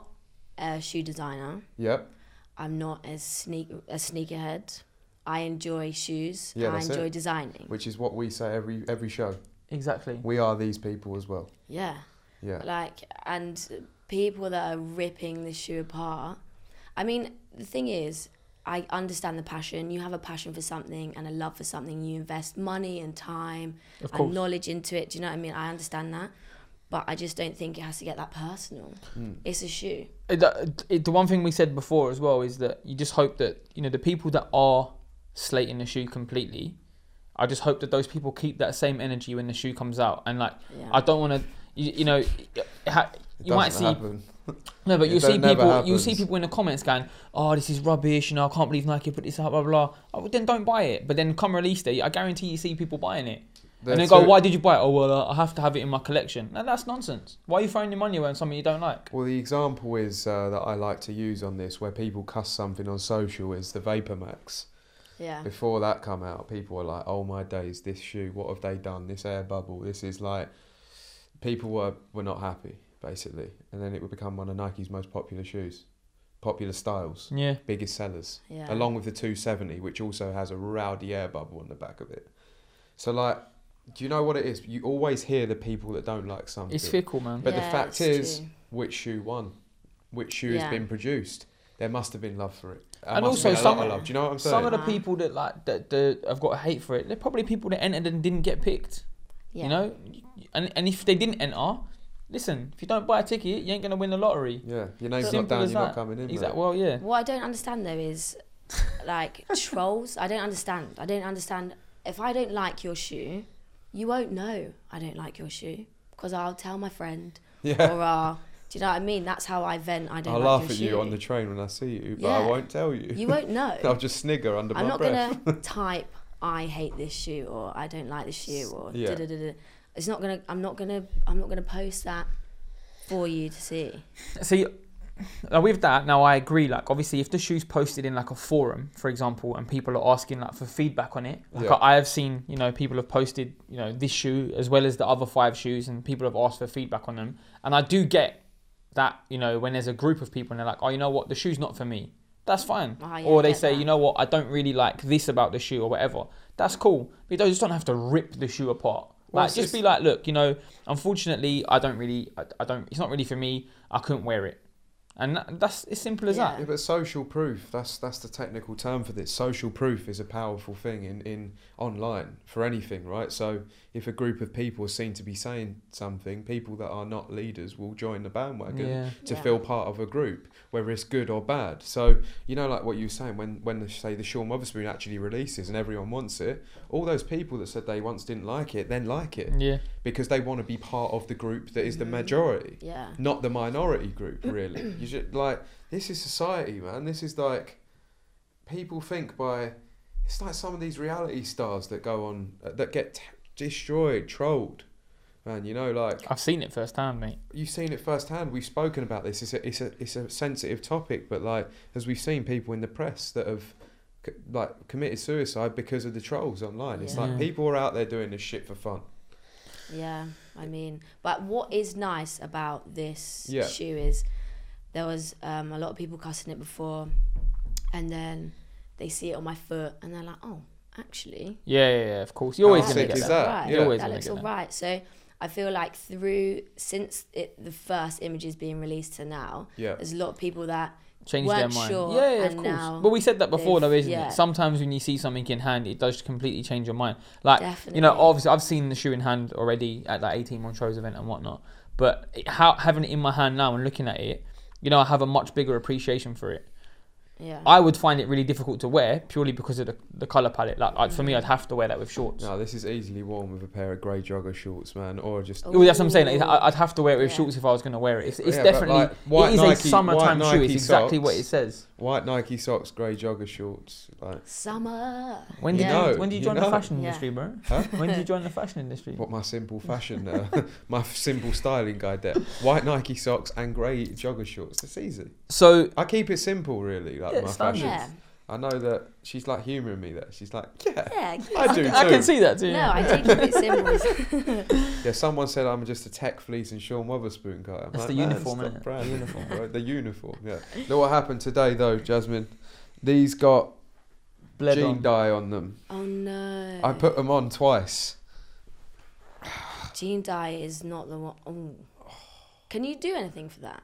Speaker 3: a shoe designer.
Speaker 1: yep
Speaker 3: I'm not a sneak a sneakerhead. I enjoy shoes.
Speaker 1: Yeah,
Speaker 3: I
Speaker 1: that's it.
Speaker 3: enjoy designing.
Speaker 1: which is what we say every every show
Speaker 2: Exactly.
Speaker 1: we are these people as well
Speaker 3: Yeah.
Speaker 1: yeah
Speaker 3: Like and people that are ripping the shoe apart. I mean, the thing is, I understand the passion. You have a passion for something and a love for something. You invest money and time
Speaker 2: Of
Speaker 3: and
Speaker 2: course.
Speaker 3: knowledge into it. Do you know what I mean? I understand that. But I just don't think it has to get that personal.
Speaker 1: Mm.
Speaker 3: It's a shoe.
Speaker 2: It- the- Uh, it- the one thing we said before as well is that you just hope that you know the people that are slating the shoe completely. I just hope that those people keep that same energy when the shoe comes out, and like
Speaker 3: Yeah.
Speaker 2: I don't want to, you, you know, it ha-
Speaker 1: It
Speaker 2: you might
Speaker 1: doesn't
Speaker 2: see
Speaker 1: happen.
Speaker 2: no, but
Speaker 1: It
Speaker 2: you see
Speaker 1: don't- never
Speaker 2: people, you see
Speaker 1: happens.
Speaker 2: people in the comments going, "Oh, this is rubbish," you know, I can't believe Nike put this out, blah blah. blah." Oh, well, then don't buy it. But then come release day, I guarantee you see people buying it. and
Speaker 1: They're
Speaker 2: then go,
Speaker 1: too-
Speaker 2: why did you buy it? Oh, well, uh, I have to have it in my collection. No, that's nonsense. Why are you throwing your money away on something you don't like?
Speaker 1: Well, the example is uh, that I like to use on this, where people cuss something on social, is the Vapor Max.
Speaker 3: Yeah.
Speaker 1: Before that come out, people were like, "Oh my days, this shoe! What have they done? This air bubble! This is like." People were were not happy basically, and then it would become one of Nike's most popular shoes, popular styles,
Speaker 2: Yeah.
Speaker 1: biggest sellers,
Speaker 3: Yeah.
Speaker 1: along with the 270, which also has a rowdy air bubble on the back of it. So like, do you know what it is? You always hear the people that don't like something.
Speaker 2: It's fickle, man.
Speaker 1: But the
Speaker 3: Yeah,
Speaker 1: fact
Speaker 3: it's
Speaker 1: is,
Speaker 3: true.
Speaker 1: which shoe won? Which shoe
Speaker 3: Yeah.
Speaker 1: has been produced? There must have been love for it. There
Speaker 2: And
Speaker 1: must have been
Speaker 2: also
Speaker 1: a lot
Speaker 2: some-
Speaker 1: of love. Do you know what I'm saying?
Speaker 2: Some of the
Speaker 3: Nah.
Speaker 2: people that like that, that have got hate for it, they're probably people that entered and didn't get picked.
Speaker 3: yeah.
Speaker 2: You know, and and if they didn't enter, Listen, if you don't buy a ticket, you ain't gonna win the lottery.
Speaker 1: Yeah, your name's not
Speaker 2: Simple
Speaker 1: down,
Speaker 2: as
Speaker 1: you're not
Speaker 2: that.
Speaker 1: coming in.
Speaker 2: Exactly.
Speaker 1: mate.
Speaker 2: Well, yeah.
Speaker 3: What I don't understand though is like trolls. I don't understand. I don't understand. If I don't like your shoe, you won't know I don't like your shoe because I'll tell my friend
Speaker 1: Yeah.
Speaker 3: or I'll. Do you know what I mean? That's how I vent. I don't.
Speaker 1: I'll
Speaker 3: like
Speaker 1: laugh
Speaker 3: your
Speaker 1: at
Speaker 3: shoe.
Speaker 1: you on the train when I see you, but I
Speaker 3: Yeah.
Speaker 1: won't tell you.
Speaker 3: You won't know.
Speaker 1: I'll just snigger under
Speaker 3: I'm
Speaker 1: my
Speaker 3: not
Speaker 1: breath.
Speaker 3: gonna type I hate this shoe or I don't like this shoe or
Speaker 1: Yeah.
Speaker 3: da da da da. It's not gonna. I'm not gonna. I'm not gonna post that for you to see.
Speaker 2: See, now with that, now I agree. Like, obviously, if the shoe's posted in like a forum, for example, and people are asking like for feedback on it, like
Speaker 1: Yeah.
Speaker 2: I I have seen, you know, people have posted, you know, this shoe as well as the other five shoes, and people have asked for feedback on them. And I do get that, you know, when there's a group of people and they're like, oh, you know what, the shoe's not for me. That's fine.
Speaker 3: Ah, yeah,
Speaker 2: or they
Speaker 3: get
Speaker 2: say,
Speaker 3: that.
Speaker 2: you know what, I don't really like this about the shoe or whatever. That's cool. But you just don't have to rip the shoe apart.
Speaker 1: Well,
Speaker 2: Like,
Speaker 1: it's
Speaker 2: just
Speaker 1: just-
Speaker 2: be like, look, you know, unfortunately, I don't really, I, I don't, it's not really for me. I couldn't wear it. And that, that's as simple as
Speaker 1: Yeah,
Speaker 2: that.
Speaker 1: but social proof, that's that's the technical term for this. Social proof is a powerful thing in, in online for anything, right? So if a group of people seem to be saying something, people that are not leaders will join the bandwagon
Speaker 2: Yeah.
Speaker 1: to
Speaker 3: Yeah.
Speaker 1: feel part of a group, whether it's good or bad. So, you know, like what you were saying, when, when the, say the Sean Motherspoon actually releases and everyone wants it, all those people that said they once didn't like it, then like it
Speaker 2: Yeah.
Speaker 1: because they want to be part of the group that is the majority
Speaker 3: Yeah.
Speaker 1: not the minority group really you should like this is society man this is like people think by it's like some of these reality stars that go on uh, that get t- destroyed trolled man you know like
Speaker 2: I've seen it firsthand, mate.
Speaker 1: you've seen it firsthand we've spoken about this it's a, it's a it's a sensitive topic but like as we've seen people in the press that have c- like committed suicide because of the trolls online it's like
Speaker 2: Yeah.
Speaker 1: people are out there doing this shit for fun
Speaker 3: Yeah, I mean, but what is nice about this
Speaker 1: Yeah.
Speaker 3: shoe is there was um, a lot of people cussing it before, and then they see it on my foot, and they're like, "Oh, actually,
Speaker 2: Yeah, yeah, yeah, of course. You're always
Speaker 1: How
Speaker 2: going to
Speaker 1: sick
Speaker 2: get
Speaker 1: is
Speaker 2: that.
Speaker 1: that?
Speaker 3: alright.
Speaker 1: You're
Speaker 2: always
Speaker 3: that
Speaker 2: gonna
Speaker 3: looks
Speaker 2: get
Speaker 3: all
Speaker 2: that.
Speaker 3: right." So I feel like through since it, the first images being released to now,
Speaker 1: yeah
Speaker 3: there's a lot of people that
Speaker 2: Change their
Speaker 3: weren't
Speaker 2: mind.
Speaker 3: sure,
Speaker 2: yeah, yeah, of
Speaker 3: and
Speaker 2: course.
Speaker 3: now
Speaker 2: But we said that before, though,
Speaker 3: they've-
Speaker 2: isn't
Speaker 3: yeah.
Speaker 2: it? Sometimes when you see something in hand, it does completely change your mind. Like,
Speaker 3: definitely,
Speaker 2: you know, obviously, I've seen the shoe in hand already at that 18 month shows event and whatnot. But it, how, having it in my hand now and looking at it, you know, I have a much bigger appreciation for it.
Speaker 3: yeah,
Speaker 2: I would find it really difficult to wear purely because of the, the color palette. Like, like for me, I'd
Speaker 3: Mm.
Speaker 2: have to wear that with shorts.
Speaker 1: No, this is easily worn with a pair of grey jogger shorts, man, or just.
Speaker 3: Oh,
Speaker 2: Well, that's what I'm saying. Like,
Speaker 3: Ooh.
Speaker 2: I- I'd have to wear it with
Speaker 3: Yeah.
Speaker 2: shorts if I was going to wear it. It's, it's
Speaker 1: Yeah, but,
Speaker 2: definitely
Speaker 1: like, white
Speaker 2: it is
Speaker 1: Nike-
Speaker 2: a
Speaker 1: white
Speaker 2: summertime shoe.
Speaker 1: Nike
Speaker 2: It's exactly what
Speaker 1: socks.
Speaker 2: it says.
Speaker 1: White Nike socks, grey jogger shorts. Like
Speaker 3: summer.
Speaker 2: When
Speaker 1: You
Speaker 2: did
Speaker 1: know,
Speaker 2: you, when did you
Speaker 1: you
Speaker 2: join
Speaker 1: know.
Speaker 2: the fashion
Speaker 3: Yeah.
Speaker 2: industry, bro?
Speaker 1: Huh?
Speaker 2: When did you join the fashion industry?
Speaker 1: what my simple fashion, uh, my simple styling guide there. White Nike socks and grey jogger shorts. It's easy.
Speaker 2: So
Speaker 1: I keep it simple, really. Like
Speaker 2: Yeah,
Speaker 1: my
Speaker 2: standard.
Speaker 1: fashion.
Speaker 3: Yeah,
Speaker 1: I know that she's like humouring me there. She's like, yeah,
Speaker 3: yeah.
Speaker 1: I do too.
Speaker 2: I can see that too.
Speaker 3: No, I do keep it simple.
Speaker 1: Yeah, someone said I'm just a tech fleece and Sean Wotherspoon guy. I'm
Speaker 2: That's
Speaker 1: like,
Speaker 2: the
Speaker 1: "Man,
Speaker 2: uniform,
Speaker 1: stop
Speaker 2: innit? The
Speaker 1: brand."
Speaker 2: uniform.
Speaker 1: Right, the uniform. Yeah. Look what happened today, though, Jasmine. These got
Speaker 2: Bled
Speaker 1: jean
Speaker 2: on.
Speaker 1: dye on them.
Speaker 3: oh no.
Speaker 1: I put them on twice.
Speaker 3: Jean dye is not the one. Oh. Can you do anything for that,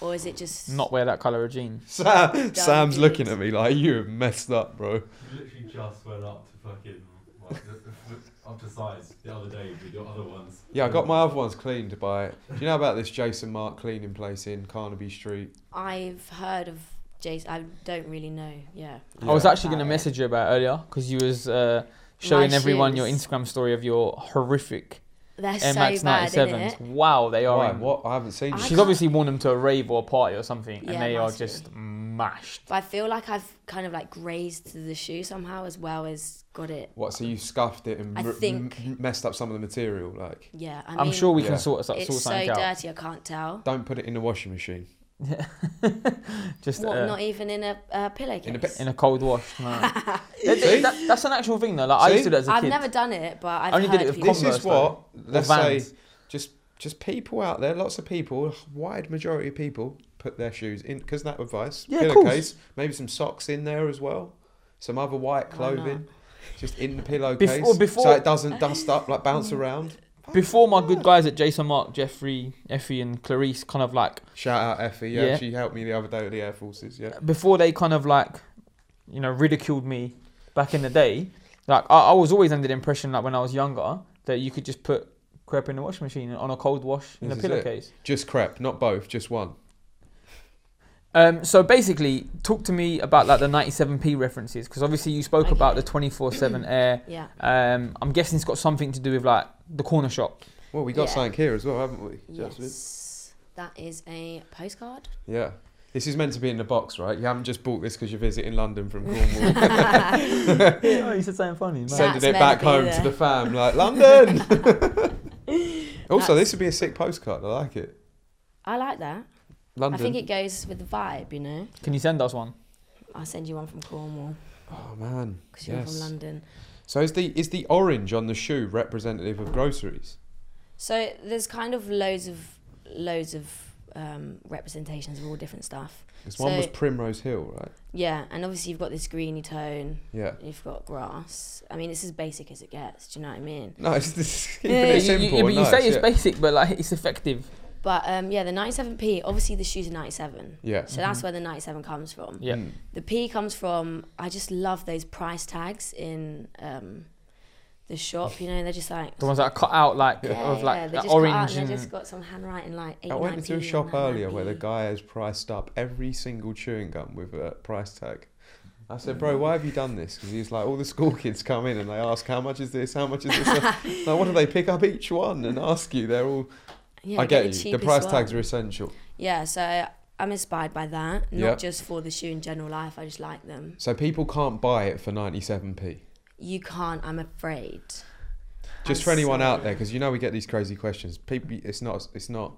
Speaker 3: or is it just
Speaker 2: Not wear that color of jean.
Speaker 1: Sam, Sam's
Speaker 3: jeans.
Speaker 1: looking at me like you have messed up, bro.
Speaker 4: literally just went up to fucking like, the, the, up to size the other day with your other ones.
Speaker 1: Yeah, I got my other ones cleaned by. Do you know about this Jason Mark cleaning place in Carnaby Street?
Speaker 3: I've heard of Jason. I don't really know. Yeah.
Speaker 2: I was
Speaker 1: Yeah.
Speaker 2: actually going to
Speaker 3: About it.
Speaker 2: message you about it earlier because you was uh, showing
Speaker 3: My
Speaker 2: everyone your
Speaker 3: shoes.
Speaker 2: Instagram story of your horrific
Speaker 3: They're
Speaker 2: Air
Speaker 3: so
Speaker 2: Max
Speaker 3: bad, innit?
Speaker 2: 97s. Wow, they are.
Speaker 1: Why?
Speaker 2: in-
Speaker 1: What? I haven't seen.
Speaker 3: I
Speaker 1: them.
Speaker 2: She's obviously worn them to a rave or a party or something,
Speaker 3: Yeah,
Speaker 2: and they are
Speaker 3: must be.
Speaker 2: just mashed.
Speaker 3: But I feel like I've kind of like grazed the shoe somehow, as well as got it.
Speaker 1: What? So you scuffed it and
Speaker 3: I
Speaker 1: r-
Speaker 3: think-
Speaker 1: m- messed up some of the material. Like,
Speaker 3: Yeah. I
Speaker 2: I
Speaker 3: mean,
Speaker 2: am sure we
Speaker 1: Yeah.
Speaker 2: can sort, sort,
Speaker 3: It's
Speaker 2: sort
Speaker 3: so
Speaker 2: something out.
Speaker 3: dirty. I can't tell.
Speaker 1: don't put it in the washing machine.
Speaker 2: Just
Speaker 3: What?
Speaker 2: uh,
Speaker 3: not even in a uh, pillowcase.
Speaker 1: In a
Speaker 2: in a cold wash. No. That-
Speaker 1: See?
Speaker 2: that- that's an actual thing though. Like I
Speaker 1: See?
Speaker 2: used to do that as a
Speaker 3: I've
Speaker 2: kid.
Speaker 3: never done it, but I've
Speaker 2: Only
Speaker 3: heard
Speaker 2: did it with
Speaker 3: people.
Speaker 1: this is
Speaker 2: Converse,
Speaker 1: what.
Speaker 2: Or
Speaker 1: Let's
Speaker 2: Vans.
Speaker 1: say, just just people out there. Lots of people. Wide majority of people put their shoes in because that advice.
Speaker 2: Yeah, of course.
Speaker 1: pillowcase, Maybe some socks in there as well. Some other white
Speaker 3: Why not?
Speaker 1: clothing. Just in the pillowcase.
Speaker 2: before-
Speaker 1: so it doesn't dust up, like bounce around.
Speaker 2: Before my good guys at Jason Mark, Jeffrey, Effie, and Clarice kind of like
Speaker 1: Shout out Effie. Yeah,
Speaker 2: Yeah.
Speaker 1: she helped me the other day with the Air Forces. Yeah.
Speaker 2: before they kind of like you know ridiculed me back in the day. Like I, I was always under the impression like when I was younger that you could just put crepe in the washing machine on a cold wash in
Speaker 1: This
Speaker 2: a
Speaker 1: is it.
Speaker 2: pillowcase.
Speaker 1: Just crepe, not both, just one.
Speaker 2: Um, so basically, talk to me about like the 97p references because obviously you spoke
Speaker 3: Okay.
Speaker 2: about the 24/7 air.
Speaker 3: Yeah.
Speaker 2: Um, I'm guessing it's got something to do with like the corner shop.
Speaker 1: Well, we got
Speaker 3: Yeah.
Speaker 1: something here as well, haven't we? Jasmine?
Speaker 3: Yes. That is a postcard.
Speaker 1: Yeah. This is meant to be in the box, right? You haven't just bought this because you're visiting London from Cornwall.
Speaker 2: oh, you said something funny.
Speaker 3: So-
Speaker 1: Sending
Speaker 3: That's
Speaker 1: it
Speaker 3: meant
Speaker 1: back
Speaker 3: to be
Speaker 1: home to
Speaker 3: there.
Speaker 1: the fam, like London. also,
Speaker 3: That's-
Speaker 1: this would be a sick postcard. I like it.
Speaker 3: I like that.
Speaker 1: London.
Speaker 3: I think it goes with the vibe, you know.
Speaker 2: Can you send us one?
Speaker 3: I'll send you one from Cornwall
Speaker 1: oh man.
Speaker 3: because you're from
Speaker 1: Yes.
Speaker 3: London.
Speaker 1: So is the is the orange on the shoe representative of groceries?
Speaker 3: So there's kind of loads of loads of um, representations of all different stuff.
Speaker 1: Because one was
Speaker 3: So-
Speaker 1: Primrose Hill, right?
Speaker 3: Yeah, and obviously you've got this greeny tone.
Speaker 1: Yeah.
Speaker 3: You've got grass. I mean, it's as basic as it gets. Do you know what I mean?
Speaker 1: No, it's this.
Speaker 3: Yeah, yeah,
Speaker 1: Yeah,
Speaker 2: you,
Speaker 1: simple.
Speaker 2: you- but
Speaker 1: and
Speaker 2: you
Speaker 1: nice,
Speaker 2: say it's
Speaker 1: yeah.
Speaker 2: basic, but like it's effective.
Speaker 3: But um, yeah, the 97p. Obviously, the shoes are 97.
Speaker 1: Yeah.
Speaker 3: So that's where the 97 comes from.
Speaker 2: Yeah.
Speaker 1: Mm.
Speaker 3: The P comes from I just love those price tags in um, the shop. You know, they're just like
Speaker 2: The ones that are cut out like
Speaker 3: yeah,
Speaker 2: of
Speaker 3: yeah,
Speaker 2: like
Speaker 3: they
Speaker 2: that
Speaker 3: just got out
Speaker 2: orange
Speaker 3: and
Speaker 2: and
Speaker 3: they just got some handwriting like 89p.
Speaker 1: I went to a
Speaker 3: and
Speaker 1: shop
Speaker 3: 99p.
Speaker 1: earlier where the guy has priced up every single chewing gum with a price tag. I said,
Speaker 3: Mm.
Speaker 1: bro, why have you done this? Because he's like, all the school kids come in and they ask, how much is this? How much is this? like, what do they pick up each one and ask you? They're all.
Speaker 3: Yeah,
Speaker 1: I get you. The
Speaker 3: cheapest
Speaker 1: price
Speaker 3: one.
Speaker 1: tags are essential.
Speaker 3: Yeah, so I'm inspired by that. Not
Speaker 1: Yeah.
Speaker 3: just for the shoe in general life. I just like them.
Speaker 1: So people can't buy it for 97p.
Speaker 3: You can't. I'm afraid.
Speaker 1: Just
Speaker 3: I'm
Speaker 1: for anyone out
Speaker 3: sorry.
Speaker 1: there, because you know we get these crazy questions. People, it's not. It's not.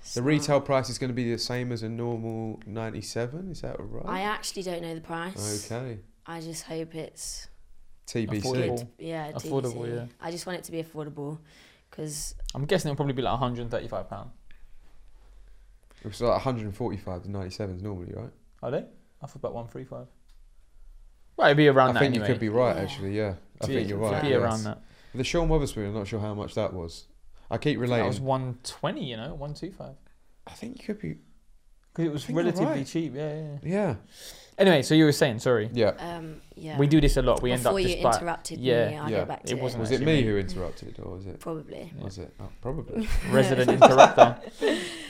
Speaker 3: It's
Speaker 1: The
Speaker 3: not-
Speaker 1: retail price is going to be the same as a normal 97. Is that
Speaker 3: I
Speaker 1: right?
Speaker 3: actually don't know the price.
Speaker 1: Okay.
Speaker 3: I just hope it's
Speaker 1: TBC.
Speaker 2: Affordable.
Speaker 3: yeah
Speaker 2: Affordable,
Speaker 3: TBC.
Speaker 2: yeah.
Speaker 3: I just want it to be affordable because
Speaker 2: I'm guessing it'll probably be like 135 pound.
Speaker 1: It's like 145 to 97s normally, right?
Speaker 2: Are they? I thought about 135. Well, it'd be around
Speaker 1: I
Speaker 2: that
Speaker 1: think
Speaker 2: anyway.
Speaker 1: you could be right,
Speaker 3: Yeah.
Speaker 1: actually. Yeah, I
Speaker 2: It'd
Speaker 1: think
Speaker 2: be-
Speaker 1: you're
Speaker 2: it'd
Speaker 1: right.
Speaker 2: Be
Speaker 1: yes.
Speaker 2: around that.
Speaker 1: The Sean Weatherspoon. I'm not sure how much that was. I keep
Speaker 2: That was
Speaker 1: relating.
Speaker 2: 120, you know, 125.
Speaker 1: I think you could be.
Speaker 2: Because it was
Speaker 1: think you're
Speaker 2: relatively
Speaker 1: right.
Speaker 2: cheap, yeah, yeah. yeah.
Speaker 1: Yeah.
Speaker 2: Anyway, so you were saying, sorry.
Speaker 1: Yeah.
Speaker 3: um yeah.
Speaker 2: We do this a lot. We
Speaker 3: Before
Speaker 2: end up
Speaker 3: you
Speaker 2: just by
Speaker 3: interrupted me,
Speaker 2: yeah,
Speaker 3: I'll
Speaker 1: yeah.
Speaker 3: go back
Speaker 2: It
Speaker 3: to it.
Speaker 2: wasn't
Speaker 1: Was it
Speaker 2: actually
Speaker 1: me
Speaker 2: me.
Speaker 1: who interrupted, or was it?
Speaker 3: probably.
Speaker 2: Yeah.
Speaker 1: Was it? Oh, probably.
Speaker 2: resident interrupter.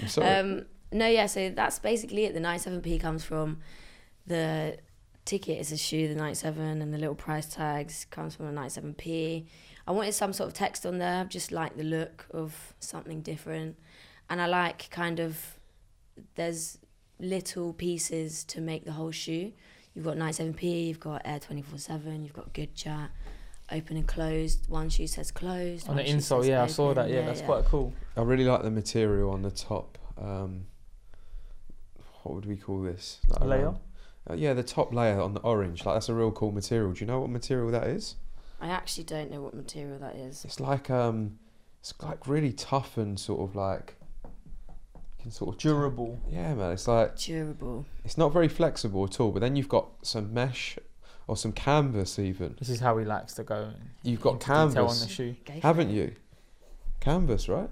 Speaker 1: I'm sorry.
Speaker 3: Um, no, yeah. So that's basically it. The 97p comes from the ticket is a shoe, the 97, and the little price tags comes from the 97p. I wanted some sort of text on there, just like the look of something different, and I like kind of there's little pieces to make the whole shoe. You've got 97p, you've got Air 24/7, you've got Good Chat. Open and closed. One shoe says closed.
Speaker 2: On the
Speaker 3: one shoe
Speaker 2: insole,
Speaker 3: says
Speaker 2: yeah, I saw
Speaker 3: open.
Speaker 2: that. Yeah, that's quite cool.
Speaker 1: I really like the material on the top. Um, what would we call this? Like
Speaker 2: Layer?
Speaker 1: around- Uh, yeah, the top layer on the orange. Like that's a real cool material. Do you know what material that is?
Speaker 3: I actually don't know what material that is.
Speaker 1: It's like um, it's like really tough and sort of like, you can sort of
Speaker 2: Durable.
Speaker 1: Yeah, man. It's like
Speaker 3: Durable.
Speaker 1: it's not very flexible at all. But then you've got some mesh or some canvas even.
Speaker 2: This is how he likes to go.
Speaker 1: You've got
Speaker 2: into detail on
Speaker 1: canvas,
Speaker 2: the shoe.
Speaker 3: Go for
Speaker 1: haven't
Speaker 3: it.
Speaker 1: you? Canvas, right?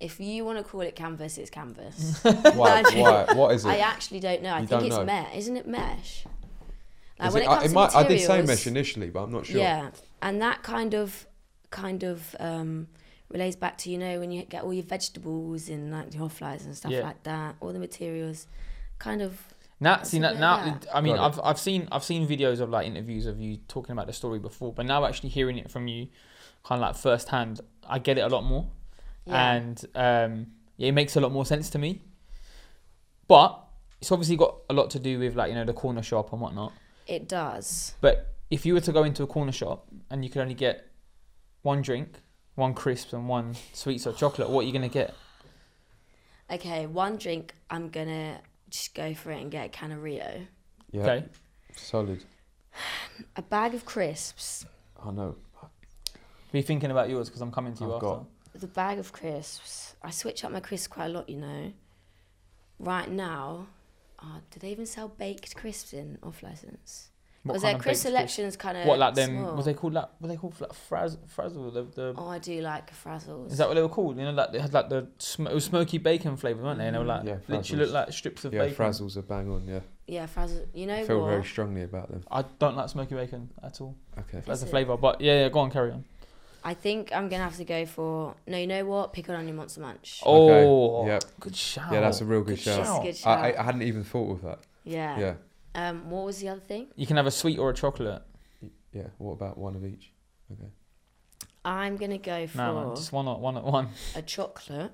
Speaker 3: If you want to call it canvas, it's canvas.
Speaker 1: Why?
Speaker 3: actually-
Speaker 1: why? What is it?
Speaker 3: I actually don't know. I
Speaker 1: You
Speaker 3: think
Speaker 1: don't
Speaker 3: it's
Speaker 1: know.
Speaker 3: mesh. Isn't it mesh? Like
Speaker 1: Is
Speaker 3: when
Speaker 1: it-
Speaker 3: it,
Speaker 1: I-
Speaker 3: comes
Speaker 1: it
Speaker 3: to
Speaker 1: might- I did say
Speaker 3: materials-
Speaker 1: mesh initially, but I'm not sure.
Speaker 3: Yeah, and that kind of kind of um, relates back to you know when you get all your vegetables and like your flies and stuff
Speaker 2: Yeah.
Speaker 3: like that. All the materials, kind of
Speaker 2: Now,
Speaker 3: It's
Speaker 2: see,
Speaker 3: a
Speaker 2: now,
Speaker 3: bit
Speaker 2: now
Speaker 3: like
Speaker 2: I mean,
Speaker 1: Got
Speaker 2: I've, I've seen I've seen videos of like interviews of you talking about the story before, but now actually hearing it from you, kind of like firsthand, I get it a lot more,
Speaker 3: yeah.
Speaker 2: and um, yeah, it makes a lot more sense to me. But it's obviously got a lot to do with like you know the corner shop and whatnot.
Speaker 3: it does.
Speaker 2: But if you were to go into a corner shop and you could only get one drink, one crisps, and one sweets or chocolate, what are you gonna get?
Speaker 3: Okay, one drink. I'm gonna just go for it and get a can of Rio,
Speaker 1: Yeah.
Speaker 2: Okay,
Speaker 1: Solid.
Speaker 3: a bag of crisps.
Speaker 1: I know.
Speaker 2: be thinking about yours because I'm coming to you
Speaker 1: I've
Speaker 2: after.
Speaker 1: got-
Speaker 3: the bag of crisps. I switch up my crisps quite a lot, you know. Right now, uh, do they even sell baked crisps in off license?
Speaker 2: What
Speaker 3: Because
Speaker 2: kind
Speaker 3: their
Speaker 2: of baked
Speaker 3: crisp
Speaker 2: goods?
Speaker 3: selection's kind of
Speaker 2: What like them?
Speaker 3: Small.
Speaker 2: Was they called like? Were they called like fraz, frazzle? The, the
Speaker 3: Oh, I do like frazzles.
Speaker 2: is that what they were called? You know, like they had like the sm- it was smoky bacon flavor, weren't they? And they were like
Speaker 1: Yeah,
Speaker 2: literally
Speaker 1: Frazzles.
Speaker 2: looked like strips of
Speaker 1: Yeah,
Speaker 2: bacon.
Speaker 1: frazzles are bang on. Yeah,
Speaker 3: yeah, frazzles. You know
Speaker 1: I feel
Speaker 3: what?
Speaker 1: very strongly about them.
Speaker 2: I don't like smoky bacon at all
Speaker 1: Okay.
Speaker 2: as a
Speaker 3: Is it?
Speaker 2: flavor. But yeah, yeah, go on, carry on.
Speaker 3: I think I'm gonna have to go for no. You know what? Pick on your monster munch.
Speaker 2: Oh,
Speaker 1: yep.
Speaker 2: good shout.
Speaker 1: Yeah, that's a real good shout.
Speaker 3: That's a good shout.
Speaker 1: I, I, I hadn't even thought of that.
Speaker 3: yeah.
Speaker 1: Yeah,
Speaker 3: Um, what was the other thing?
Speaker 2: You can have a sweet or a chocolate.
Speaker 1: yeah. What about one of each? Okay.
Speaker 3: I'm gonna go for
Speaker 2: No, man, just one at one at one.
Speaker 3: a chocolate,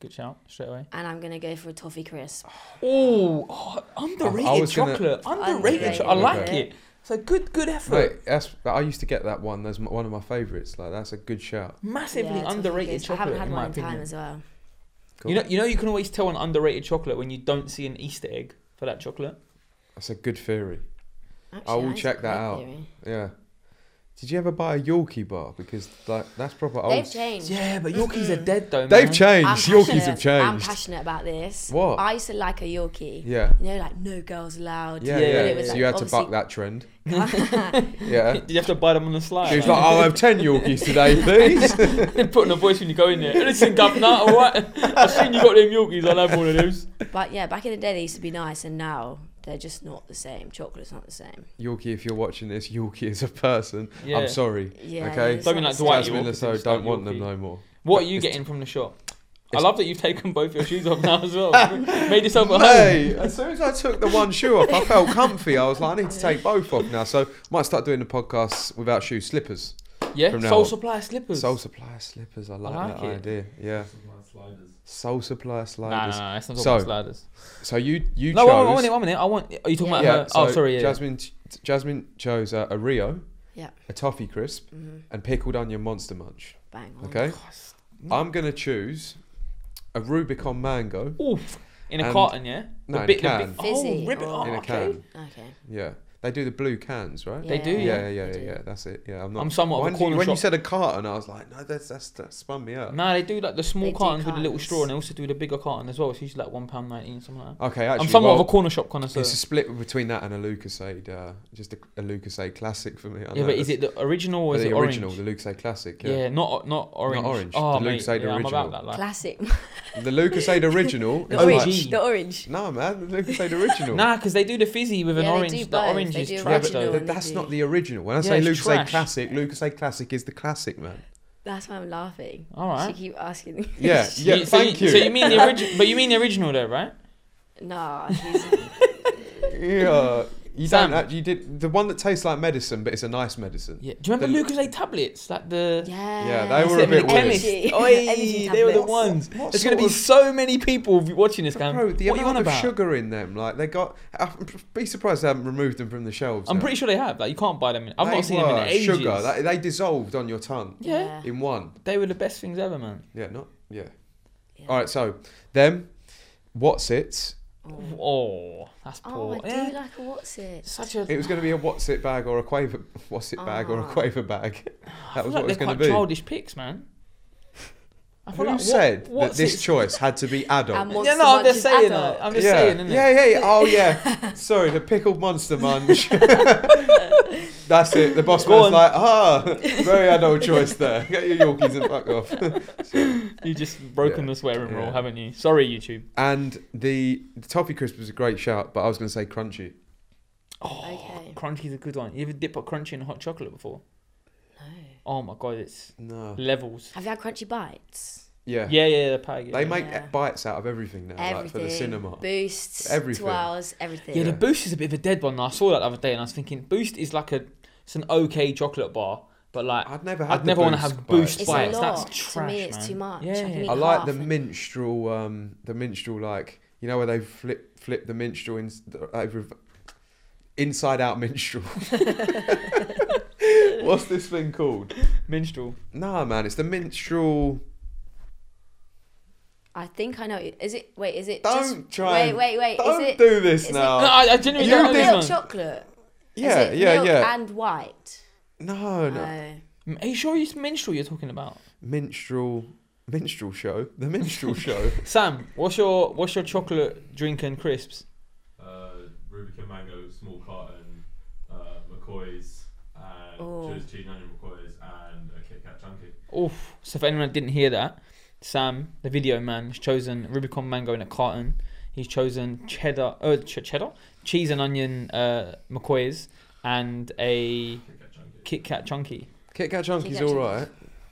Speaker 2: Good shout, straight away.
Speaker 3: and I'm gonna go for a toffee crisp.
Speaker 2: Ooh, oh, underrated
Speaker 1: I was gonna-
Speaker 2: chocolate. Underrated.
Speaker 3: Underrated.
Speaker 2: cho- I like
Speaker 3: Okay.
Speaker 2: it. It's a good, good effort.
Speaker 1: Mate, that's I used to get that one. That's m- one of my favourites. Like that's a good shout.
Speaker 2: Massively
Speaker 3: Yeah, toffee
Speaker 2: underrated
Speaker 3: crisp. I
Speaker 2: chocolate,
Speaker 3: haven't had
Speaker 2: in
Speaker 3: one
Speaker 2: my
Speaker 3: in
Speaker 2: opinion.
Speaker 3: time as well.
Speaker 1: Cool.
Speaker 2: You know, you know, you can always tell an underrated chocolate when you don't see an Easter egg for that chocolate.
Speaker 1: That's a good theory.
Speaker 3: Actually,
Speaker 1: will
Speaker 3: is a
Speaker 1: check that
Speaker 3: great
Speaker 1: out.
Speaker 3: theory.
Speaker 1: Yeah. Did you ever buy a Yorkie bar? Because like that's proper old.
Speaker 3: They've changed.
Speaker 2: Yeah, but Yorkies are dead though.
Speaker 1: They've
Speaker 2: man.
Speaker 1: changed.
Speaker 3: I'm
Speaker 1: Oh, Yorkies have
Speaker 3: passionate- I'm
Speaker 1: changed.
Speaker 3: passionate about this.
Speaker 1: What?
Speaker 3: I used to like a Yorkie.
Speaker 1: Yeah.
Speaker 3: You know, like no girls allowed.
Speaker 1: Yeah,
Speaker 2: Yeah,
Speaker 1: yeah.
Speaker 2: yeah,
Speaker 1: yeah.
Speaker 2: yeah.
Speaker 1: So you had to
Speaker 3: Obviously-
Speaker 1: buck that trend.
Speaker 3: yeah,
Speaker 1: Yeah.
Speaker 2: Did you have to buy them on the slide?
Speaker 1: She was like, I'll have 10 Yorkies today, please.
Speaker 2: putting a voice when you go in there. Listen, governor, all right. I've seen you got them Yorkies. I'll have one of those.
Speaker 3: but yeah, back in the day they used to be nice, and now they're just not the same. Chocolate's not the same.
Speaker 1: Yorkie, if you're watching this, Yorkie is a person.
Speaker 2: Yeah.
Speaker 1: I'm sorry.
Speaker 3: Yeah.
Speaker 1: Okay.
Speaker 3: it's
Speaker 2: Don't be
Speaker 3: not
Speaker 2: like
Speaker 3: the
Speaker 2: Dwight
Speaker 3: same.
Speaker 1: Tasmania,
Speaker 2: Yorkies
Speaker 1: so
Speaker 2: is
Speaker 1: don't
Speaker 2: like
Speaker 1: want them
Speaker 2: Yorkie.
Speaker 1: no more.
Speaker 2: What are you
Speaker 1: It's-
Speaker 2: getting from the shop? I
Speaker 1: it's-
Speaker 2: love that you've taken both your shoes off now as well. Made yourself at home.
Speaker 1: Hey, as soon as I took the one shoe off, I felt comfy. I was like, I need to take both off now. So I might start doing the podcast without shoes, slippers.
Speaker 2: Yeah,
Speaker 1: From now
Speaker 2: Soul
Speaker 1: on.
Speaker 2: Supply slippers.
Speaker 1: Soul Supply slippers. I like,
Speaker 2: I like
Speaker 1: that
Speaker 2: it.
Speaker 1: idea. Yeah.
Speaker 4: Some of my sliders.
Speaker 1: Soul Supply
Speaker 2: Nah, nah,
Speaker 1: sliders.
Speaker 2: nah, it's not talking
Speaker 1: So,
Speaker 2: about sliders.
Speaker 1: So you you
Speaker 2: No,
Speaker 1: chose.
Speaker 2: one, one minute, one minute. I want. Are you talking about
Speaker 1: yeah,
Speaker 2: her?
Speaker 1: so
Speaker 2: oh, sorry. Yeah.
Speaker 1: Jasmine ch- Jasmine chose uh, a Rio,
Speaker 3: Yeah.
Speaker 1: a toffee crisp,
Speaker 3: Mhm.
Speaker 1: and pickled onion monster munch.
Speaker 2: Oh,
Speaker 3: Bang on.
Speaker 1: Okay.
Speaker 2: Christ.
Speaker 1: I'm gonna choose a Rubicon mango.
Speaker 2: Oof. In a
Speaker 1: And-
Speaker 2: carton, yeah.
Speaker 1: No, in a
Speaker 2: bit-
Speaker 1: can.
Speaker 2: bit-
Speaker 3: Fizzy
Speaker 2: Oh, ribbon.
Speaker 3: or-
Speaker 2: Oh,
Speaker 1: in a
Speaker 2: okay.
Speaker 1: can.
Speaker 3: Okay.
Speaker 1: Yeah. They do the blue cans, right?
Speaker 2: They do,
Speaker 1: Yeah, yeah, yeah,
Speaker 3: they
Speaker 1: yeah,
Speaker 3: do.
Speaker 1: yeah. That's it. Yeah, I'm not.
Speaker 2: I'm somewhat of a
Speaker 1: when you-
Speaker 2: corner
Speaker 1: when you
Speaker 2: shop.
Speaker 1: said a carton, I was like, no, that's that's that spun me up.
Speaker 2: Nah, they do like the small
Speaker 3: They do
Speaker 2: cartons with a little
Speaker 3: cartons.
Speaker 2: straw, and they also do the bigger carton as well. It's usually like one pound nineteen, something like that.
Speaker 1: Okay, actually,
Speaker 2: I'm somewhat
Speaker 1: well,
Speaker 2: of a corner shop connoisseur.
Speaker 1: It's a split between that and a Lucasade, uh, just a, a Lucasade classic for me. I
Speaker 2: Yeah,
Speaker 1: know
Speaker 2: but is
Speaker 1: that's-
Speaker 2: it the original or is
Speaker 1: the
Speaker 2: it
Speaker 1: original,
Speaker 2: orange?
Speaker 1: the Lucasade classic?
Speaker 2: Yeah. not not orange.
Speaker 1: orange,
Speaker 2: Oh,
Speaker 1: the
Speaker 2: mate,
Speaker 1: Lucasade
Speaker 2: yeah, I'm
Speaker 1: original.
Speaker 2: about that life.
Speaker 3: Classic.
Speaker 1: The Lucasade original.
Speaker 3: The
Speaker 1: is like-
Speaker 3: orange. The orange.
Speaker 1: No, man, the Lucasade original.
Speaker 2: Nah, because they do the fizzy with an
Speaker 3: Yeah, they
Speaker 2: orange.
Speaker 3: do
Speaker 2: the
Speaker 3: both.
Speaker 2: orange
Speaker 3: They
Speaker 2: is
Speaker 3: do
Speaker 1: Yeah,
Speaker 2: trash
Speaker 1: but
Speaker 3: original
Speaker 2: though.
Speaker 1: th- that's not the original. When I
Speaker 2: Yeah,
Speaker 1: say
Speaker 2: it's
Speaker 1: Lucasade
Speaker 2: trash.
Speaker 1: classic, Lucasade classic is the classic, man.
Speaker 3: That's why I'm laughing.
Speaker 2: All
Speaker 3: She
Speaker 2: right.
Speaker 3: keep asking me.
Speaker 1: Yeah, yeah.
Speaker 2: You- so
Speaker 1: thank
Speaker 2: you,
Speaker 1: you.
Speaker 2: So you mean the original? But you mean the original though, right?
Speaker 3: Nah, she's
Speaker 1: yeah, you
Speaker 2: Sam.
Speaker 1: don't. act- You did the one that tastes like medicine, but it's a nice medicine.
Speaker 2: Yeah. Do you remember the Lucasade tablets? Like the.
Speaker 3: yeah.
Speaker 1: they
Speaker 2: They
Speaker 1: were a
Speaker 2: sent me
Speaker 1: bit
Speaker 2: the
Speaker 1: weird.
Speaker 2: chemist.
Speaker 3: Energy-
Speaker 2: Oi,
Speaker 3: energy
Speaker 2: they were the
Speaker 3: tablets.
Speaker 2: ones.
Speaker 1: What
Speaker 2: There's going to be
Speaker 1: sort
Speaker 2: so many people watching this,
Speaker 1: of-
Speaker 2: going,
Speaker 1: Bro, the
Speaker 2: what are you on
Speaker 1: amount of
Speaker 2: about?
Speaker 1: sugar in them, like they got. I'd be surprised they haven't removed them from the shelves.
Speaker 2: I'm
Speaker 1: now.
Speaker 2: pretty sure they have. Like, you can't buy them. In, I've
Speaker 1: They
Speaker 2: not seen them
Speaker 1: were
Speaker 2: in ages.
Speaker 1: Sugar, they, they dissolved on your tongue
Speaker 2: Yeah.
Speaker 1: in one.
Speaker 2: They were the best things ever, man.
Speaker 1: Yeah, not yeah.
Speaker 3: Yeah.
Speaker 1: All right, so them, what's it?
Speaker 3: Oh,
Speaker 2: Oh, that's
Speaker 3: Oh,
Speaker 2: poor.
Speaker 3: I do
Speaker 2: Yeah.
Speaker 3: like a what's it?
Speaker 2: Such a.
Speaker 1: It was going to be a what's it bag or a quaver what's it bag or a
Speaker 3: Ah.
Speaker 1: quaver bag.
Speaker 2: I
Speaker 1: That was what it
Speaker 2: feel like
Speaker 1: was
Speaker 2: they're
Speaker 1: going
Speaker 2: quite
Speaker 1: to be.
Speaker 2: childish picks, man. I
Speaker 1: Who
Speaker 2: feel like what-
Speaker 1: said that
Speaker 2: what's
Speaker 1: this
Speaker 2: it-
Speaker 1: choice had to be
Speaker 3: And
Speaker 1: adult?
Speaker 3: what-
Speaker 2: Yeah, no, I'm just
Speaker 3: Monster Munch
Speaker 2: saying
Speaker 3: is adult.
Speaker 2: that. I'm just
Speaker 1: yeah.
Speaker 2: saying, innit?
Speaker 1: yeah, yeah, yeah. Oh, yeah. Sorry, the pickled monster munch. That's it. The boss
Speaker 2: Go on.
Speaker 1: man's like, ah, very adult choice there. Get your Yorkies and fuck off.
Speaker 2: You just broken
Speaker 1: Yeah.
Speaker 2: the swearing rule,
Speaker 1: Yeah.
Speaker 2: haven't you? Sorry, YouTube.
Speaker 1: And the, the toffee crisp was a great shout, but I was going to say crunchy.
Speaker 2: Oh,
Speaker 3: Okay.
Speaker 2: crunchy's a good one. You ever dip a crunchy in hot chocolate before?
Speaker 3: No.
Speaker 2: Oh my god, it's
Speaker 1: No.
Speaker 2: levels.
Speaker 3: Have you had crunchy bites?
Speaker 1: Yeah.
Speaker 2: Yeah, yeah, the pack. Yeah.
Speaker 1: They make
Speaker 3: Yeah.
Speaker 1: bites out of everything now,
Speaker 3: everything.
Speaker 1: like for the cinema.
Speaker 3: Boosts.
Speaker 1: Everything.
Speaker 3: Twirls. Everything.
Speaker 2: Yeah, the
Speaker 1: Yeah.
Speaker 2: Boost is a bit of a dead one. I saw that the other day, and I was thinking, Boost is like a, it's an okay chocolate bar, but like
Speaker 1: I'd never had.
Speaker 2: I'd
Speaker 1: the
Speaker 2: never want to
Speaker 1: Boost
Speaker 2: have
Speaker 1: bite.
Speaker 2: Boost
Speaker 3: It's a
Speaker 2: bites.
Speaker 3: lot.
Speaker 2: That's
Speaker 3: To
Speaker 2: trash,
Speaker 3: me, it's
Speaker 2: man.
Speaker 3: too much. I
Speaker 2: Yeah,
Speaker 3: can eat
Speaker 1: I like the
Speaker 3: half.
Speaker 1: minstrel, um, the minstrel, like you know where they flip flip the minstrel in, over, inside out minstrel. What's this thing called?
Speaker 2: minstrel.
Speaker 1: Nah, man, it's the minstrel.
Speaker 3: I think I know. Is it? Wait, is it?
Speaker 1: Don't
Speaker 3: just,
Speaker 1: try.
Speaker 3: Wait,
Speaker 1: and-
Speaker 3: wait, wait.
Speaker 1: Don't
Speaker 3: is it?
Speaker 1: do this
Speaker 3: is it-
Speaker 1: now.
Speaker 2: no, I, I genuinely
Speaker 1: You
Speaker 2: don't know
Speaker 1: did-
Speaker 2: this
Speaker 3: milk
Speaker 2: one.
Speaker 3: chocolate?
Speaker 1: yeah,
Speaker 3: is it
Speaker 1: yeah,
Speaker 3: milk
Speaker 1: yeah.
Speaker 3: And white.
Speaker 1: No, no,
Speaker 3: No.
Speaker 2: Mm, Are you sure it's minstrel you're talking about?
Speaker 1: minstrel, minstrel show, the minstrel show.
Speaker 2: Sam, what's your what's your chocolate drink and crisps?
Speaker 4: Uh, Rubicon Mango, Small Carton, uh, McCoy's, and
Speaker 3: Oh.
Speaker 4: Joe's Cheese and Onion McCoy's, and a Kit Kat Chunky.
Speaker 2: Oof. So if anyone didn't hear that, Sam, the video man, has chosen Rubicon mango in a carton. He's chosen cheddar, uh, ch- cheddar, cheese and onion uh, McCoy's, and a
Speaker 4: Kit
Speaker 2: Kit Kat
Speaker 4: Kat Chunky.
Speaker 2: chunky.
Speaker 1: Kit Kat Chunky's
Speaker 3: Kat
Speaker 1: all
Speaker 3: Chunky.
Speaker 1: right.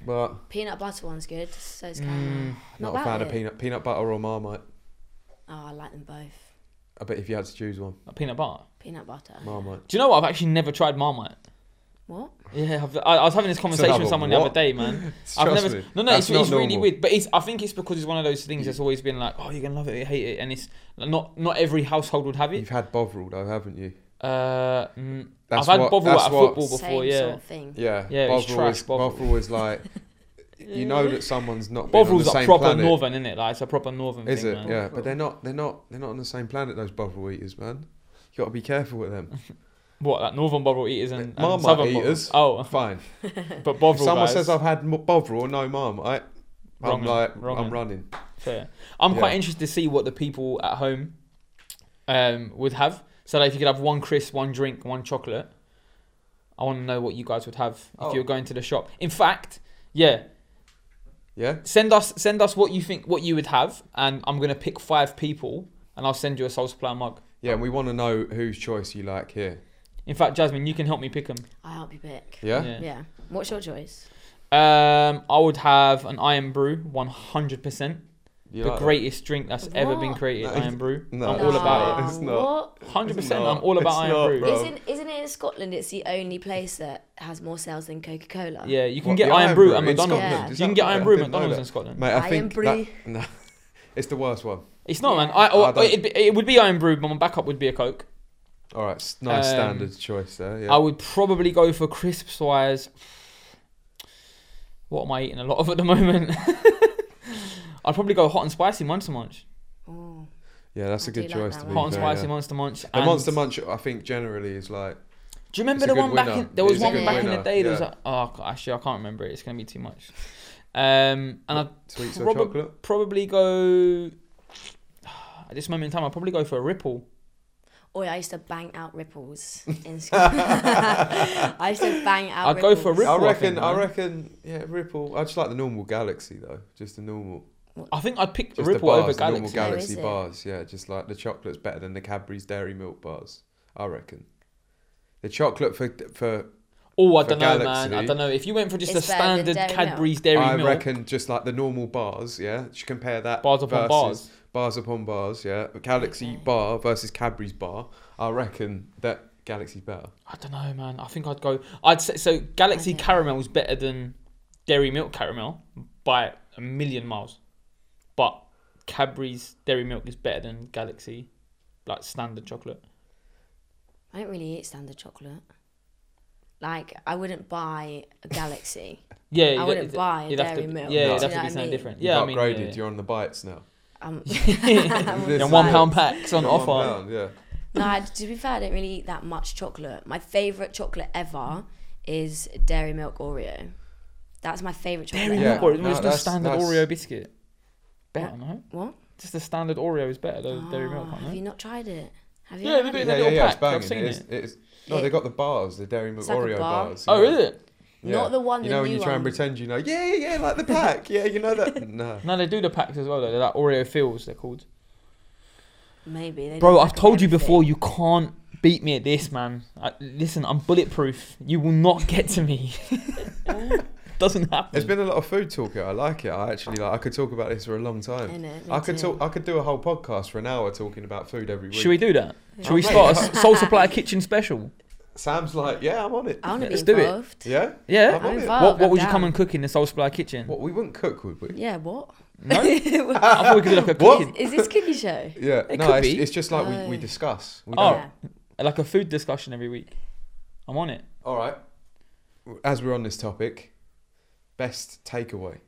Speaker 1: But
Speaker 3: Oh, Peanut butter one's good. So is caramel.
Speaker 2: Mm.
Speaker 1: not, a
Speaker 3: Not bad,
Speaker 1: fan of
Speaker 3: yeah.
Speaker 1: peanut peanut butter or Marmite.
Speaker 3: Oh, I like them both.
Speaker 1: I bet if you had to choose one,
Speaker 2: Like peanut butter.
Speaker 3: Peanut butter.
Speaker 1: Marmite.
Speaker 2: Do you know what? I've actually never tried Marmite.
Speaker 3: What?
Speaker 2: Yeah, I've, I, I was having this conversation
Speaker 1: another
Speaker 2: with someone the
Speaker 1: what?
Speaker 2: other day, man. I've
Speaker 1: Trust
Speaker 2: never.
Speaker 1: me,
Speaker 2: No, no,
Speaker 1: that's
Speaker 2: it's,
Speaker 1: not
Speaker 2: it's really
Speaker 1: normal.
Speaker 2: weird. But it's. I think it's because it's one of those things that's always been like, oh, you're gonna love it, or you hate it, and it's not not every household would have it.
Speaker 1: You've had Bovril though, haven't you?
Speaker 2: Uh, mm,
Speaker 1: That's
Speaker 2: I've had
Speaker 1: what-
Speaker 2: Bovril
Speaker 1: that's
Speaker 2: at a
Speaker 1: what-
Speaker 2: football before,
Speaker 3: Same
Speaker 2: yeah.
Speaker 3: sort of thing.
Speaker 1: Yeah,
Speaker 2: Yeah, it's trash,
Speaker 1: is,
Speaker 2: Bovril.
Speaker 1: Bovril is like you know that someone's not been on
Speaker 2: Bovril's
Speaker 1: the
Speaker 2: a
Speaker 1: same
Speaker 2: proper
Speaker 1: planet.
Speaker 2: northern, isn't it? Like it's a proper northern
Speaker 1: is
Speaker 2: thing,
Speaker 1: it?
Speaker 2: man.
Speaker 1: Yeah, but they're not. They're not. They're not on the same planet. Those Bovril eaters, man. You got to be careful with them.
Speaker 2: What like northern Bovril eaters and, and
Speaker 1: Marmite
Speaker 2: southern
Speaker 1: eaters.
Speaker 2: Bovril.
Speaker 1: Fine.
Speaker 2: Oh, but
Speaker 1: If
Speaker 2: Bovril
Speaker 1: someone
Speaker 2: guys.
Speaker 1: says I've had m- Bovril or no Marmite, I'm
Speaker 2: Wrong
Speaker 1: like,
Speaker 2: end, wrong
Speaker 1: I'm
Speaker 2: end.
Speaker 1: running.
Speaker 2: Fair. I'm quite
Speaker 1: Yeah.
Speaker 2: interested to see what the people at home um, would have. So, like, if you could have one crisp, one drink, one chocolate, I want to know what you guys would have if
Speaker 1: Oh.
Speaker 2: you were going to the shop. In fact, yeah,
Speaker 1: Yeah.
Speaker 2: send us send us what you think what you would have, and I'm gonna pick five people, and I'll send you a Soul Supply mug.
Speaker 1: Yeah, and we want to know whose choice you like here.
Speaker 2: In fact, Jasmine, you can help me pick them.
Speaker 3: I help you pick.
Speaker 1: Yeah?
Speaker 3: Yeah. What's your choice?
Speaker 2: Um, I would have an Iron Brew, 100%.
Speaker 1: You
Speaker 2: the
Speaker 1: like that?
Speaker 2: greatest drink that's ever been
Speaker 3: What?
Speaker 2: created,
Speaker 1: No,
Speaker 2: Iron Brew.
Speaker 1: no,
Speaker 2: I'm all about it.
Speaker 1: It's not.
Speaker 3: What?
Speaker 2: 100%,
Speaker 1: It's
Speaker 2: I'm
Speaker 1: not.
Speaker 2: all about
Speaker 1: It's
Speaker 2: Iron
Speaker 1: not,
Speaker 2: Brew.
Speaker 1: bro.
Speaker 3: Isn't isn't it in Scotland? It's the only place that has more sales than Coca Cola.
Speaker 2: Yeah, you can
Speaker 1: What,
Speaker 2: get
Speaker 1: the
Speaker 2: Iron Brew at
Speaker 1: in
Speaker 2: McDonald's.
Speaker 1: Scotland?
Speaker 3: Yeah.
Speaker 1: Is
Speaker 2: You can
Speaker 1: that
Speaker 2: get
Speaker 1: right?
Speaker 2: Iron
Speaker 1: I
Speaker 2: Brew at
Speaker 1: didn't know
Speaker 2: McDonald's
Speaker 1: that.
Speaker 2: in Scotland.
Speaker 1: Mate, I
Speaker 3: Iron
Speaker 1: think
Speaker 3: Brew.
Speaker 1: that- no, it's the worst one.
Speaker 2: It's not, man.
Speaker 3: Yeah.
Speaker 2: I,
Speaker 1: I
Speaker 2: or,
Speaker 1: don't-
Speaker 2: it'd be, it would be Iron Brew, but my backup would be a Coke.
Speaker 1: All right, s- nice
Speaker 2: Um,
Speaker 1: standard choice there. Yeah.
Speaker 2: I would probably go for crisps wise. What am I eating a lot of at the moment? I'd probably go hot and spicy Monster Munch.
Speaker 3: Oh.
Speaker 1: yeah, that's a
Speaker 3: I
Speaker 1: good
Speaker 3: do like
Speaker 1: choice
Speaker 3: that
Speaker 1: to be
Speaker 3: one.
Speaker 2: Hot and
Speaker 1: fair,
Speaker 2: spicy
Speaker 1: yeah.
Speaker 2: Monster Munch.
Speaker 1: The
Speaker 2: and-
Speaker 1: Monster Munch, I think, generally is like
Speaker 2: Do you remember
Speaker 1: It's a
Speaker 2: the
Speaker 1: good
Speaker 2: one back
Speaker 1: winner.
Speaker 2: in? There
Speaker 1: It
Speaker 2: was
Speaker 3: is a
Speaker 2: one
Speaker 3: good
Speaker 2: back in
Speaker 1: winner,
Speaker 2: the day. There was
Speaker 1: yeah.
Speaker 2: a, oh, God, actually, I can't remember it. It's gonna be too much. Um, and I'd
Speaker 1: sweets
Speaker 2: probab-
Speaker 1: or chocolate.
Speaker 2: probably go. At this moment in time, I'd probably go for a Ripple.
Speaker 3: Oh, yeah, I used to bang out ripples in school. I used to bang out.
Speaker 2: I'd go for
Speaker 3: ripples.
Speaker 2: Ripple,
Speaker 1: I
Speaker 2: I
Speaker 1: reckon.
Speaker 2: think,
Speaker 1: I
Speaker 2: man.
Speaker 1: reckon. Yeah, Ripple. I just like the normal Galaxy though. Just the normal.
Speaker 2: I think I'd pick
Speaker 1: Just the
Speaker 2: Ripple
Speaker 1: bars,
Speaker 2: over
Speaker 1: the normal Galaxy
Speaker 2: Galaxy.
Speaker 3: Gal- Oh, is it?
Speaker 1: bars. Yeah, just like the chocolate's better than the Cadbury's Dairy Milk bars. I reckon. The chocolate for for
Speaker 2: oh, I
Speaker 1: for
Speaker 2: don't know, man. I
Speaker 1: Galaxy.
Speaker 2: don't know. If you went for just
Speaker 3: It's
Speaker 2: a
Speaker 3: better than
Speaker 2: standard
Speaker 3: Dairy
Speaker 2: Cadbury's Dairy
Speaker 1: I
Speaker 2: Milk,
Speaker 1: reckon just like the normal bars. Yeah, just compare that
Speaker 2: bars upon
Speaker 1: versus-
Speaker 2: bars.
Speaker 1: bars upon bars. Yeah, Galaxy
Speaker 3: Okay.
Speaker 1: bar versus Cadbury's bar. I reckon that Galaxy's better.
Speaker 2: I don't know, man. I think I'd go. I'd say so. Galaxy
Speaker 3: Okay.
Speaker 2: Caramel's better than Dairy Milk Caramel by a million miles, but Cadbury's Dairy Milk is better than Galaxy, like standard chocolate.
Speaker 3: I don't really eat standard chocolate. Like I wouldn't buy a Galaxy.
Speaker 2: Yeah,
Speaker 3: I
Speaker 2: you'd-
Speaker 3: wouldn't
Speaker 2: you'd-
Speaker 3: buy
Speaker 2: you'd have
Speaker 3: Dairy
Speaker 2: to-
Speaker 3: Milk.
Speaker 2: Yeah,
Speaker 1: No.
Speaker 2: you'd
Speaker 1: Do
Speaker 2: have to
Speaker 3: you know
Speaker 2: be
Speaker 3: what I
Speaker 2: something
Speaker 3: mean?
Speaker 2: different. Yeah,
Speaker 1: You've
Speaker 2: I mean,
Speaker 1: upgraded.
Speaker 2: yeah.
Speaker 1: You're on the bites now.
Speaker 3: Um,
Speaker 1: This
Speaker 2: and one
Speaker 1: is-
Speaker 2: pound packs on
Speaker 1: You're
Speaker 2: offer.
Speaker 1: One pound, yeah.
Speaker 3: no, I, to be fair, I don't really eat that much chocolate. My favorite chocolate ever is Dairy Milk Oreo. That's my favorite chocolate.
Speaker 2: Dairy
Speaker 1: Yeah.
Speaker 2: Milk
Speaker 3: ever.
Speaker 2: Oreo,
Speaker 1: No,
Speaker 2: just the
Speaker 1: that's-
Speaker 2: standard
Speaker 1: that's-
Speaker 2: Oreo biscuit. Better, no?
Speaker 3: What?
Speaker 2: Just the standard Oreo is better than Dairy Milk,
Speaker 3: Ah,
Speaker 2: aren't
Speaker 3: have you
Speaker 2: they?
Speaker 3: not tried it? Have you?
Speaker 2: Yeah, they do it in a
Speaker 1: Yeah, yeah,
Speaker 2: little
Speaker 1: yeah,
Speaker 2: pack.
Speaker 1: it's banging.
Speaker 2: I've seen
Speaker 1: it is,
Speaker 2: it.
Speaker 1: it is, no, they got the bars, the Dairy Milk
Speaker 3: It's like a
Speaker 1: Oreo
Speaker 3: bar.
Speaker 1: bars.
Speaker 2: Oh,
Speaker 1: yeah.
Speaker 2: is it?
Speaker 1: Yeah.
Speaker 3: Not the one.
Speaker 1: You
Speaker 3: the
Speaker 1: know when
Speaker 3: new
Speaker 1: you try and
Speaker 3: one.
Speaker 1: pretend you know, yeah, yeah, yeah, like the pack. Yeah, you know that. No.
Speaker 2: No, they do the packs as well, though. They're like Oreo fills, they're called.
Speaker 3: Maybe. They
Speaker 2: Bro,
Speaker 3: don't
Speaker 2: I've
Speaker 3: pack up
Speaker 2: told you before,
Speaker 3: everything.
Speaker 2: you can't beat me at this, man. I, listen, I'm bulletproof. You will not get to me. Doesn't happen.
Speaker 1: There's been a lot of food talk here. I like it. I actually like. I could talk about this for a long time.
Speaker 3: Innit? Me
Speaker 1: I uh, could
Speaker 3: too.
Speaker 1: talk. I could do a whole podcast for an hour talking about food every week.
Speaker 2: Should we do that? Should we
Speaker 1: Oh, mate,
Speaker 2: start a Soul Supply Kitchen special?
Speaker 1: Sam's like, yeah, I'm on it.
Speaker 3: I want to be
Speaker 2: Let's do it.
Speaker 3: involved.
Speaker 1: Yeah. I'm
Speaker 2: Yeah?
Speaker 1: on
Speaker 3: I'm
Speaker 1: it.
Speaker 3: involved.
Speaker 2: What, what
Speaker 3: I'm
Speaker 2: would you come
Speaker 3: down.
Speaker 2: and cook in the Soul Supply Kitchen?
Speaker 1: Oh, What we wouldn't cook, would we?
Speaker 3: Yeah. What?
Speaker 2: No? I thought we could do like a
Speaker 1: What?
Speaker 2: cooking.
Speaker 3: Is this cookie show?
Speaker 1: Yeah.
Speaker 2: It
Speaker 1: no,
Speaker 2: could
Speaker 1: it's,
Speaker 2: be.
Speaker 1: it's just like we, we
Speaker 3: Oh.
Speaker 1: discuss. We
Speaker 2: Oh.
Speaker 1: don't-
Speaker 3: Yeah.
Speaker 2: like a food discussion every week. I'm on it.
Speaker 1: All right. As we're on this topic, best takeaway.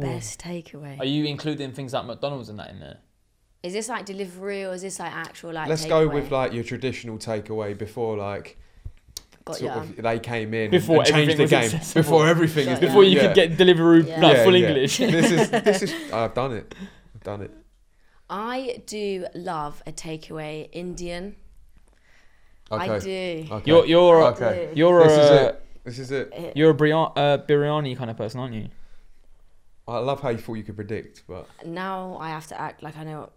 Speaker 3: Best
Speaker 2: Are
Speaker 3: takeaway.
Speaker 2: you including things like McDonald's and that in there?
Speaker 3: Is this like delivery or is this like actual like?
Speaker 1: Let's go
Speaker 3: takeaway?
Speaker 1: with like your traditional takeaway before like
Speaker 3: Got
Speaker 1: sort
Speaker 3: ya.
Speaker 1: of they came in
Speaker 2: Before
Speaker 1: and changed
Speaker 2: everything
Speaker 1: the
Speaker 2: was
Speaker 1: game
Speaker 2: accessible.
Speaker 1: before everything is
Speaker 3: Yeah.
Speaker 2: Before you
Speaker 1: yeah.
Speaker 2: could get delivery
Speaker 3: Yeah.
Speaker 2: like full
Speaker 1: Yeah, yeah.
Speaker 2: English.
Speaker 1: this is this is I've done it. I've done it.
Speaker 3: I do love a takeaway Indian.
Speaker 1: Okay.
Speaker 3: I do.
Speaker 1: Okay.
Speaker 2: You're you're a,
Speaker 1: okay.
Speaker 2: you're
Speaker 1: Uh,
Speaker 2: uh,
Speaker 1: This is
Speaker 2: a,
Speaker 1: it. This is it.
Speaker 3: It-
Speaker 2: you're a biryani, uh, biryani kind of person, aren't you?
Speaker 1: I love how you thought you could predict, but
Speaker 3: now I have to act like I know what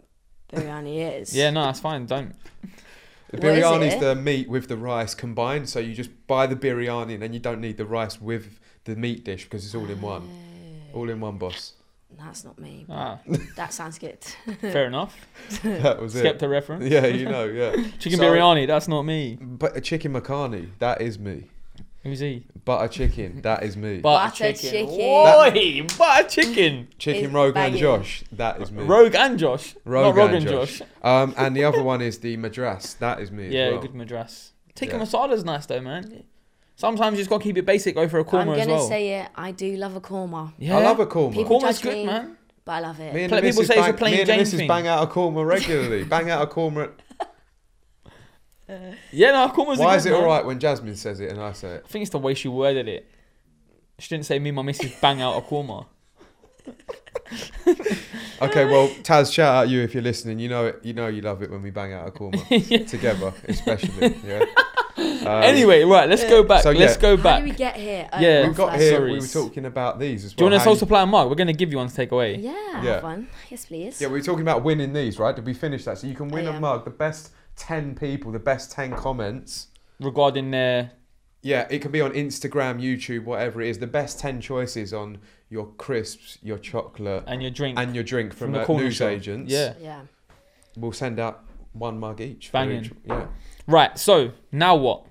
Speaker 3: biryani is.
Speaker 2: Yeah, no, that's fine. Don't.
Speaker 1: The
Speaker 3: What is
Speaker 1: biryani is
Speaker 3: it?
Speaker 1: the meat with the rice combined, so you just buy the biryani and then you don't need the rice with the meat dish because it's all in one.
Speaker 3: Oh,
Speaker 1: All in one, boss.
Speaker 3: That's not me. but
Speaker 2: Ah,
Speaker 3: That sounds good.
Speaker 2: fair enough.
Speaker 1: That was
Speaker 2: Skepta
Speaker 1: it.
Speaker 2: reference.
Speaker 1: Yeah, you know, yeah.
Speaker 2: Chicken
Speaker 1: So-
Speaker 2: biryani, that's not me.
Speaker 1: But a chicken macaroni, that is me.
Speaker 2: Who's he?
Speaker 1: Butter chicken, that is me.
Speaker 2: Butter,
Speaker 3: Butter
Speaker 2: chicken.
Speaker 3: chicken.
Speaker 2: Oi, butter chicken.
Speaker 1: chicken
Speaker 3: Is
Speaker 1: Rogan
Speaker 3: banging.
Speaker 1: Josh, that is me.
Speaker 2: Rogue and Josh.
Speaker 1: Rogue
Speaker 2: not Rogue
Speaker 1: and
Speaker 2: and Josh.
Speaker 1: um, and the other one is the madras, that is me. as
Speaker 2: Yeah,
Speaker 1: well.
Speaker 2: good madras. Tikka
Speaker 1: Yeah.
Speaker 2: masala's nice though, man. Sometimes you just gotta keep it basic. Go for a
Speaker 3: I'm
Speaker 2: korma
Speaker 3: gonna
Speaker 2: as well.
Speaker 3: say it. I do love a korma,
Speaker 2: yeah,
Speaker 1: I love a korma.
Speaker 3: People-
Speaker 2: korma's
Speaker 3: Judge
Speaker 2: good,
Speaker 3: me.
Speaker 2: man.
Speaker 3: but I love it.
Speaker 1: Me and
Speaker 2: Pl-
Speaker 1: the
Speaker 2: people
Speaker 1: missus
Speaker 2: say it's a
Speaker 1: bang,
Speaker 2: plain
Speaker 1: me and the
Speaker 2: Jane
Speaker 1: missus
Speaker 2: thing.
Speaker 1: bang out a korma regularly. bang out a korma.
Speaker 2: Yeah, no, korma's a
Speaker 1: Why
Speaker 2: good,
Speaker 1: is it
Speaker 2: man.
Speaker 1: all right when Jasmine says it and I say it?
Speaker 2: I think it's the way she worded it. She didn't say me and my missus bang out a korma.
Speaker 1: Okay, well, Taz, shout out you if you're listening. You know it. You know you love it when we bang out a korma together, especially. Yeah. Um,
Speaker 2: anyway, right, let's go back.
Speaker 1: So,
Speaker 2: let's
Speaker 1: yeah.
Speaker 2: go
Speaker 3: How
Speaker 2: back.
Speaker 3: do we get here? Oh,
Speaker 2: Yeah.
Speaker 1: we
Speaker 3: I'm
Speaker 1: got
Speaker 3: flashed.
Speaker 1: here. We were
Speaker 2: Stories.
Speaker 1: talking about these as
Speaker 2: Do
Speaker 1: well.
Speaker 2: you want us
Speaker 1: How
Speaker 2: to supply and mark? We're gonna give you one to take away.
Speaker 3: Yeah, I
Speaker 1: Yeah.
Speaker 3: have one. Yes, please.
Speaker 1: Yeah, we were talking about winning these, right? Did we finish that? So you can win
Speaker 3: yeah.
Speaker 1: a mug. The best ten people, the best ten comments.
Speaker 2: Regarding uh, their
Speaker 1: Yeah, it can be on Instagram, YouTube, whatever it is. The best ten choices on your crisps, your chocolate,
Speaker 2: and your drink
Speaker 1: and your drink from,
Speaker 2: the
Speaker 1: uh,
Speaker 2: corner
Speaker 1: news
Speaker 2: shop.
Speaker 1: agents.
Speaker 2: Yeah.
Speaker 3: Yeah.
Speaker 1: we'll send out one mug each. for
Speaker 2: Banging.
Speaker 1: each- Yeah.
Speaker 2: Right. So now what?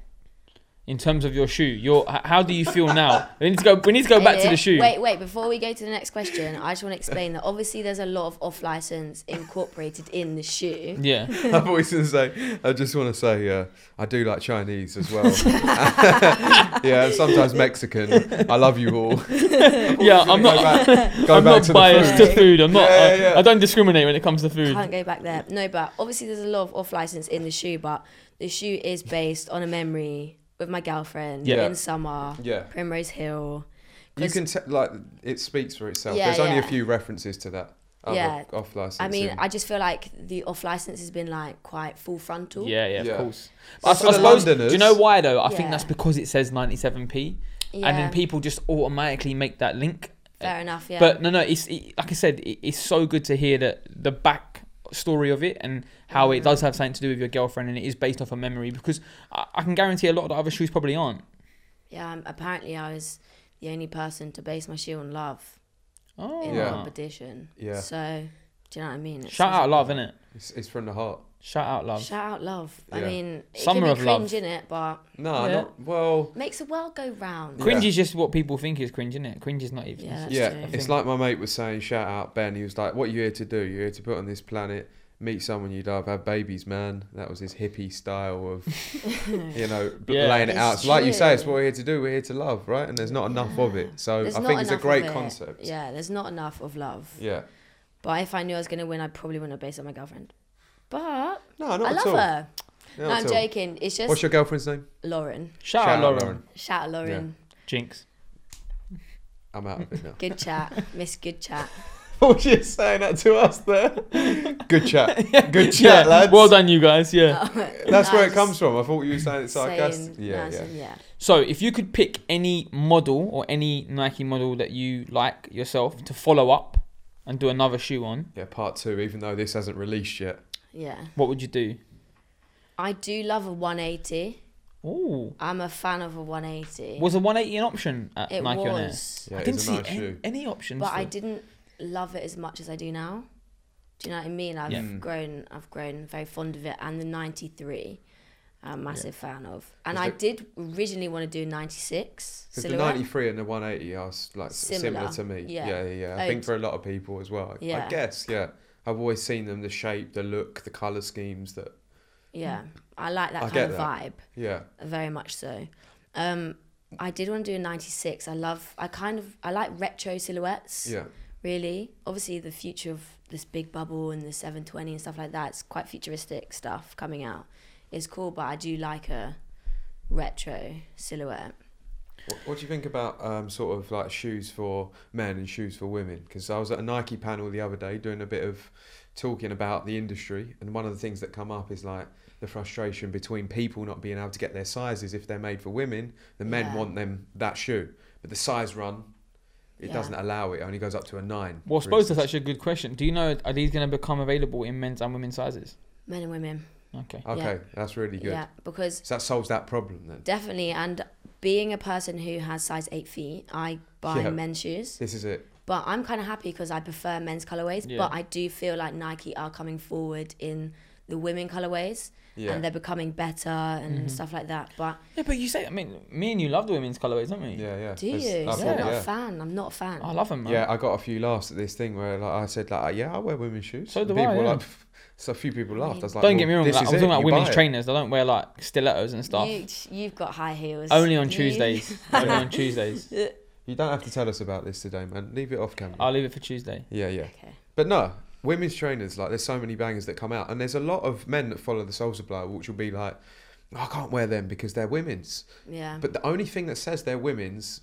Speaker 2: In terms of your shoe, your h- how do you feel now? We need to go. We need to go back to the
Speaker 3: Elliot,
Speaker 2: shoe.
Speaker 3: Wait, wait. Before we go to the next question, I just want to explain that obviously there's a lot of off license incorporated in the shoe.
Speaker 2: Yeah.
Speaker 1: I've always going to say, I just want to say, uh, I do like Chinese as well. yeah, sometimes Mexican. I love you all.
Speaker 2: Yeah. I'm
Speaker 1: Go back,
Speaker 2: not.
Speaker 1: go
Speaker 2: I'm
Speaker 1: back
Speaker 2: not
Speaker 1: to
Speaker 2: biased
Speaker 1: the
Speaker 2: to food. I'm not.
Speaker 1: Yeah,
Speaker 2: uh,
Speaker 1: yeah, yeah.
Speaker 2: I don't discriminate when it comes to food.
Speaker 3: Can't go back there. No, but obviously there's a lot of off license in the shoe, but the shoe is based on a memory with my girlfriend
Speaker 1: Yeah.
Speaker 3: in summer,
Speaker 1: food. Yeah.
Speaker 3: Primrose Hill.
Speaker 1: You
Speaker 3: 'Cause-
Speaker 1: can tell, like, it speaks for itself.
Speaker 3: Yeah,
Speaker 1: There's only a
Speaker 3: yeah.
Speaker 1: few references to that.
Speaker 3: Yeah.
Speaker 1: Off license.
Speaker 3: I mean, I just feel like the off license has been like quite full frontal.
Speaker 2: Yeah, yeah,
Speaker 1: Yeah.
Speaker 2: of course.
Speaker 1: So
Speaker 2: I, I
Speaker 1: for the
Speaker 2: suppose, do you
Speaker 1: Londoners-
Speaker 2: know why though? I think
Speaker 3: Yeah.
Speaker 2: that's because it says 97p, and
Speaker 3: Yeah,
Speaker 2: then people just automatically make that link.
Speaker 3: fair enough. Yeah,
Speaker 2: But no, no, it's it, like I said, it, it's so good to hear that the back story of it and how
Speaker 3: Mm.
Speaker 2: it does have something to do with your girlfriend and it is based off a memory because I, I can guarantee a lot of the other shoes probably aren't.
Speaker 3: yeah. Um, apparently, I was the only person to base my shoe on love
Speaker 2: Oh,
Speaker 3: in
Speaker 1: Yeah.
Speaker 3: the competition.
Speaker 1: Yeah.
Speaker 3: So, do you know what I mean? It's
Speaker 2: shout
Speaker 3: just-
Speaker 2: out love, innit?
Speaker 1: it's, it's from the heart.
Speaker 2: Shout out love.
Speaker 3: Shout out love. I
Speaker 1: Yeah.
Speaker 3: mean, it
Speaker 2: Summer
Speaker 3: can
Speaker 2: of
Speaker 3: be
Speaker 2: love.
Speaker 3: cringe in it, but
Speaker 1: No,
Speaker 2: Yeah.
Speaker 1: not well.
Speaker 3: makes the world go round.
Speaker 1: Yeah.
Speaker 2: Cringe is just what people think is cringe, innit? Cringe is not even.
Speaker 3: Yeah,
Speaker 2: it's-
Speaker 3: that's
Speaker 1: Yeah,
Speaker 3: true.
Speaker 2: I
Speaker 1: it's
Speaker 2: think-
Speaker 1: like my mate was saying. Shout out Ben. He was like, "What are you here to do? You're here to put on this planet, meet someone you love, have babies, man." That was his hippie style of, you know, b-
Speaker 2: Yeah.
Speaker 1: laying it out.
Speaker 3: It's
Speaker 1: So like you say, it's
Speaker 3: true.
Speaker 1: what we're here to do. We're here to love, right? And there's not enough of it. So
Speaker 3: There's
Speaker 1: I
Speaker 3: not
Speaker 1: think it's a
Speaker 3: enough of
Speaker 1: great
Speaker 3: it.
Speaker 1: concept.
Speaker 3: Yeah, there's not enough of love.
Speaker 1: Yeah.
Speaker 3: But if I knew I was going to win, I probably wouldn't have based it on my girlfriend. But
Speaker 1: No, not
Speaker 3: I
Speaker 1: at
Speaker 3: love
Speaker 1: all.
Speaker 3: her.
Speaker 1: Not
Speaker 3: no,
Speaker 1: at
Speaker 3: I'm
Speaker 1: all.
Speaker 3: joking. It's just
Speaker 1: What's your girlfriend's name?
Speaker 3: Lauren.
Speaker 2: Shout, out Lauren.
Speaker 3: Shout out Lauren.
Speaker 2: Jinx.
Speaker 1: I'm out of it now.
Speaker 3: Good chat. Miss good chat.
Speaker 1: what were you saying that to us there? Good chat. Good chat,
Speaker 2: yeah.
Speaker 1: lads.
Speaker 2: Well done, you guys. Yeah.
Speaker 1: That's where it
Speaker 3: Oh, Nice.
Speaker 1: comes from. I thought you were saying it sarcastic.
Speaker 3: Saying
Speaker 1: Yeah,
Speaker 3: nice
Speaker 1: yeah.
Speaker 3: and yeah.
Speaker 2: So, if you could pick any model or any Nike model that you like yourself to follow up and do another shoe on,
Speaker 1: Yeah, part two, even though this hasn't released yet.
Speaker 3: Yeah.
Speaker 2: what would you do?
Speaker 3: I do love a 180.
Speaker 2: Ooh,
Speaker 3: I'm a fan of a 180.
Speaker 2: was a 180 an option at
Speaker 3: it
Speaker 2: Nike on air?
Speaker 3: was.
Speaker 1: Yeah,
Speaker 2: I
Speaker 1: it
Speaker 2: didn't
Speaker 1: is a
Speaker 2: see
Speaker 1: nice
Speaker 2: any,
Speaker 1: shoe.
Speaker 2: any options.
Speaker 3: But I
Speaker 2: for-
Speaker 3: didn't love it as much as I do now. Do you know what I mean? I've
Speaker 2: Yeah.
Speaker 1: Mm.
Speaker 3: grown. I've grown very fond of it. And the '93, I'm a massive fan of. And
Speaker 1: Is
Speaker 3: I
Speaker 1: it-
Speaker 3: did originally want to do '96
Speaker 1: Because the
Speaker 3: silhouette.
Speaker 1: 93 and the 180 are s- like similar,
Speaker 3: Similar,
Speaker 1: similar to me.
Speaker 3: yeah.
Speaker 1: Yeah, yeah, yeah. I
Speaker 3: Oh,
Speaker 1: think
Speaker 3: d-
Speaker 1: for a lot of people as well. I- I
Speaker 3: Yeah.
Speaker 1: guess, yeah. I've always seen them the shape, the look, the colour schemes that,
Speaker 3: Yeah, I like that
Speaker 1: I get
Speaker 3: kind of
Speaker 1: yeah.
Speaker 3: vibe very much. So, um, I did want to do a '96. I love. I kind of. I like retro silhouettes.
Speaker 1: Yeah.
Speaker 3: Really, obviously, the future of this big bubble and the 720 and stuff like that. It's quite futuristic stuff coming out. It's cool, but I do like a retro silhouette.
Speaker 1: What, what do you think about um, sort of like shoes for men and shoes for women? Because I was at a Nike panel the other day doing a bit of talking about the industry, and one of the things that come up is like the frustration between people not being able to get their sizes if they're made for women. The men
Speaker 3: Yeah.
Speaker 1: want them that shoe, but the size run, it
Speaker 3: Yeah.
Speaker 1: doesn't allow it. It only goes up to a nine.
Speaker 2: Well, I
Speaker 1: for
Speaker 2: suppose that's
Speaker 1: instance.
Speaker 2: actually a good question. Do you know are these going to become available in men's and women's sizes?
Speaker 3: Men and women.
Speaker 2: Okay.
Speaker 1: Okay, that's really good.
Speaker 3: Yeah, because
Speaker 1: So that solves that problem then.
Speaker 3: definitely, and being a person who has size eight feet, I buy
Speaker 1: Yeah.
Speaker 3: men's shoes.
Speaker 1: This is it.
Speaker 3: But I'm kind of happy because I prefer men's colorways.
Speaker 2: Yeah.
Speaker 3: But I do feel like Nike are coming forward in the women colorways,
Speaker 1: Yeah.
Speaker 3: and they're becoming better and
Speaker 2: Mhm.
Speaker 3: stuff like that. But
Speaker 2: Yeah, but you say, I mean, me and you love the women's colourways, don't we?
Speaker 1: yeah, yeah.
Speaker 3: do you?
Speaker 1: That's-
Speaker 3: See,
Speaker 1: that's
Speaker 3: I'm
Speaker 2: thought,
Speaker 1: what-
Speaker 3: not
Speaker 1: yeah.
Speaker 3: a fan. I'm not a fan.
Speaker 2: I love them, man.
Speaker 1: Yeah, I got a few laughs at this thing where like, I said like, yeah, I wear women's shoes.
Speaker 2: So
Speaker 1: And
Speaker 2: do
Speaker 1: people
Speaker 2: I,
Speaker 1: were
Speaker 2: yeah.
Speaker 1: Like, so a few people laughed. I was like,
Speaker 2: Don't get me
Speaker 1: well,
Speaker 2: wrong.
Speaker 1: this
Speaker 2: Like, I'm
Speaker 1: is
Speaker 2: talking
Speaker 1: it,
Speaker 2: about
Speaker 1: you
Speaker 2: women's
Speaker 1: buy it.
Speaker 2: trainers. They don't wear like stilettos and stuff.
Speaker 3: You, you've got high heels.
Speaker 2: Only on
Speaker 3: You-
Speaker 2: Tuesdays. Only on Tuesdays.
Speaker 1: You don't have to tell us about this today, man. Leave it off camera.
Speaker 2: I'll leave it for Tuesday.
Speaker 1: yeah, yeah.
Speaker 3: Okay.
Speaker 1: But no, women's trainers, like, there's so many bangers that come out. And there's a lot of men that follow the Soul Supply, which will be like, "Oh, I can't wear them because they're women's.
Speaker 3: Yeah.
Speaker 1: But the only thing that says they're women's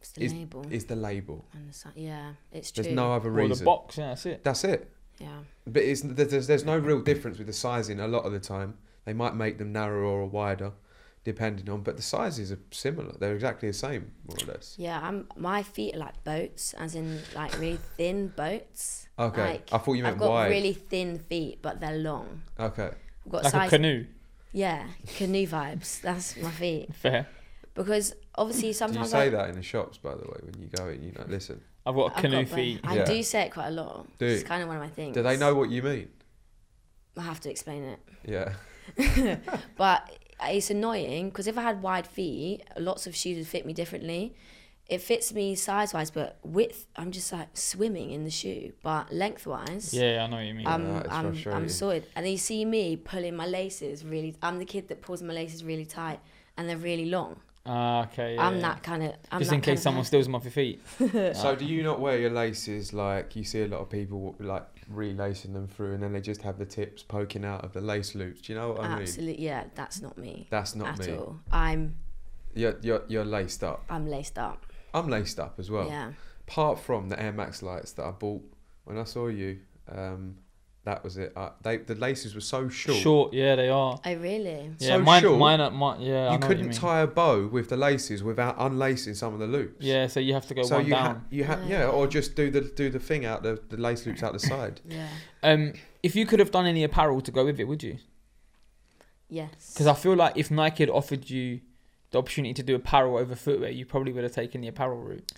Speaker 3: it's the label.
Speaker 1: is the label.
Speaker 3: and the si- yeah, it's true.
Speaker 1: There's no other
Speaker 2: Or the
Speaker 1: reason.
Speaker 2: box. Yeah, that's it.
Speaker 1: That's it.
Speaker 3: Yeah.
Speaker 1: But it's, there- there's, there's no real difference with the sizing a lot of the time. They might make them narrower or wider, depending on, but the sizes are similar. They're exactly the same, more or less.
Speaker 3: Yeah, I'm. My feet are like boats, as in like really thin boats.
Speaker 1: Okay.
Speaker 3: Like,
Speaker 1: I thought you meant
Speaker 3: I've got
Speaker 1: wide.
Speaker 3: really thin feet, but they're long.
Speaker 1: Okay.
Speaker 3: I've got
Speaker 2: Like
Speaker 3: size.
Speaker 2: a canoe.
Speaker 3: yeah, canoe vibes. That's my feet.
Speaker 2: Fair.
Speaker 3: Because obviously
Speaker 1: Do you
Speaker 3: sometimes
Speaker 1: say
Speaker 3: I,
Speaker 1: that in the shops, by the way, when you go in? You know, listen.
Speaker 2: I've got a
Speaker 3: I've
Speaker 2: canoe
Speaker 3: got-
Speaker 2: feet.
Speaker 3: I
Speaker 1: Yeah.
Speaker 3: do say it quite a lot.
Speaker 1: Do
Speaker 3: it's
Speaker 1: you?
Speaker 3: kind of one of my things.
Speaker 1: Do they know what you mean?
Speaker 3: I have to explain it,
Speaker 1: Yeah.
Speaker 3: but it's annoying because if I had wide feet, lots of shoes would fit me differently. It fits me size wise, but width, I'm just like swimming in the shoe. But lengthwise,
Speaker 2: Yeah, I know what you mean.
Speaker 1: Um,
Speaker 3: I'm,
Speaker 1: that is
Speaker 3: I'm,
Speaker 1: frustrating.
Speaker 3: I'm sorted. And then you see me pulling my laces really. I'm the kid that pulls my laces really tight and they're really long.
Speaker 2: Ah, okay. yeah,
Speaker 3: I'm
Speaker 2: yeah.
Speaker 3: that kind of. I'm
Speaker 2: Just
Speaker 3: that
Speaker 2: in
Speaker 3: kind
Speaker 2: case
Speaker 3: of
Speaker 2: someone steals them off your feet.
Speaker 1: So do you not wear your laces like you see a lot of people wa- like relacing them through and then they just have the tips poking out of the lace loops? Do you know what I mean?
Speaker 3: Absolutely, yeah. That's not me
Speaker 1: That's not
Speaker 3: at
Speaker 1: me.
Speaker 3: all. I'm
Speaker 1: You're, you're, you're laced up.
Speaker 3: I'm laced up.
Speaker 1: I'm laced up as well.
Speaker 3: yeah,
Speaker 1: Apart from the Air Max lights that I bought when I saw you, um, that was it. I, they, the laces were so short.
Speaker 2: Short. yeah, they are.
Speaker 3: I really.
Speaker 2: Yeah,
Speaker 1: So
Speaker 2: mine,
Speaker 1: short,
Speaker 2: mine, are- mine, yeah. I
Speaker 1: you
Speaker 2: know
Speaker 1: couldn't
Speaker 2: what you mean.
Speaker 1: tie a bow with the laces without unlacing some of the loops.
Speaker 2: Yeah, so you have to go
Speaker 1: So
Speaker 2: one
Speaker 1: you
Speaker 2: down.
Speaker 1: ha- you ha- yeah,
Speaker 3: Yeah.
Speaker 1: or just do the do the thing out the, the lace loops out the side.
Speaker 3: Yeah.
Speaker 2: Um, if you could have done any apparel to go with it, would you?
Speaker 3: Yes.
Speaker 2: Because I feel like if Nike had offered you the opportunity to do apparel over footwear, you probably would have taken the apparel route.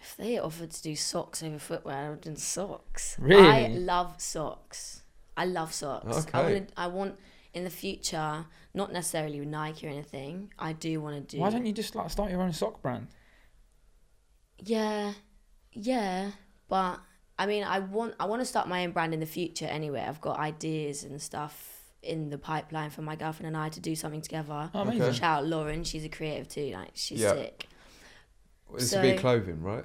Speaker 3: if they offered to do socks over footwear, I would have done socks.
Speaker 2: Really?
Speaker 3: I love socks. I love socks. I
Speaker 1: Okay.
Speaker 3: want. I want in the future, not necessarily with Nike or anything. I do want to do.
Speaker 2: Why don't you just like start your own sock brand?
Speaker 3: Yeah, yeah, but I mean, I want I want to start my own brand in the future anyway. I've got ideas and stuff in the pipeline for my girlfriend and I to do something together.
Speaker 2: Oh,
Speaker 1: Okay.
Speaker 2: amazing.
Speaker 3: Shout out Lauren, she's a creative too. Like she's
Speaker 1: Yeah.
Speaker 3: sick.
Speaker 1: This would be
Speaker 3: So-
Speaker 1: clothing, right?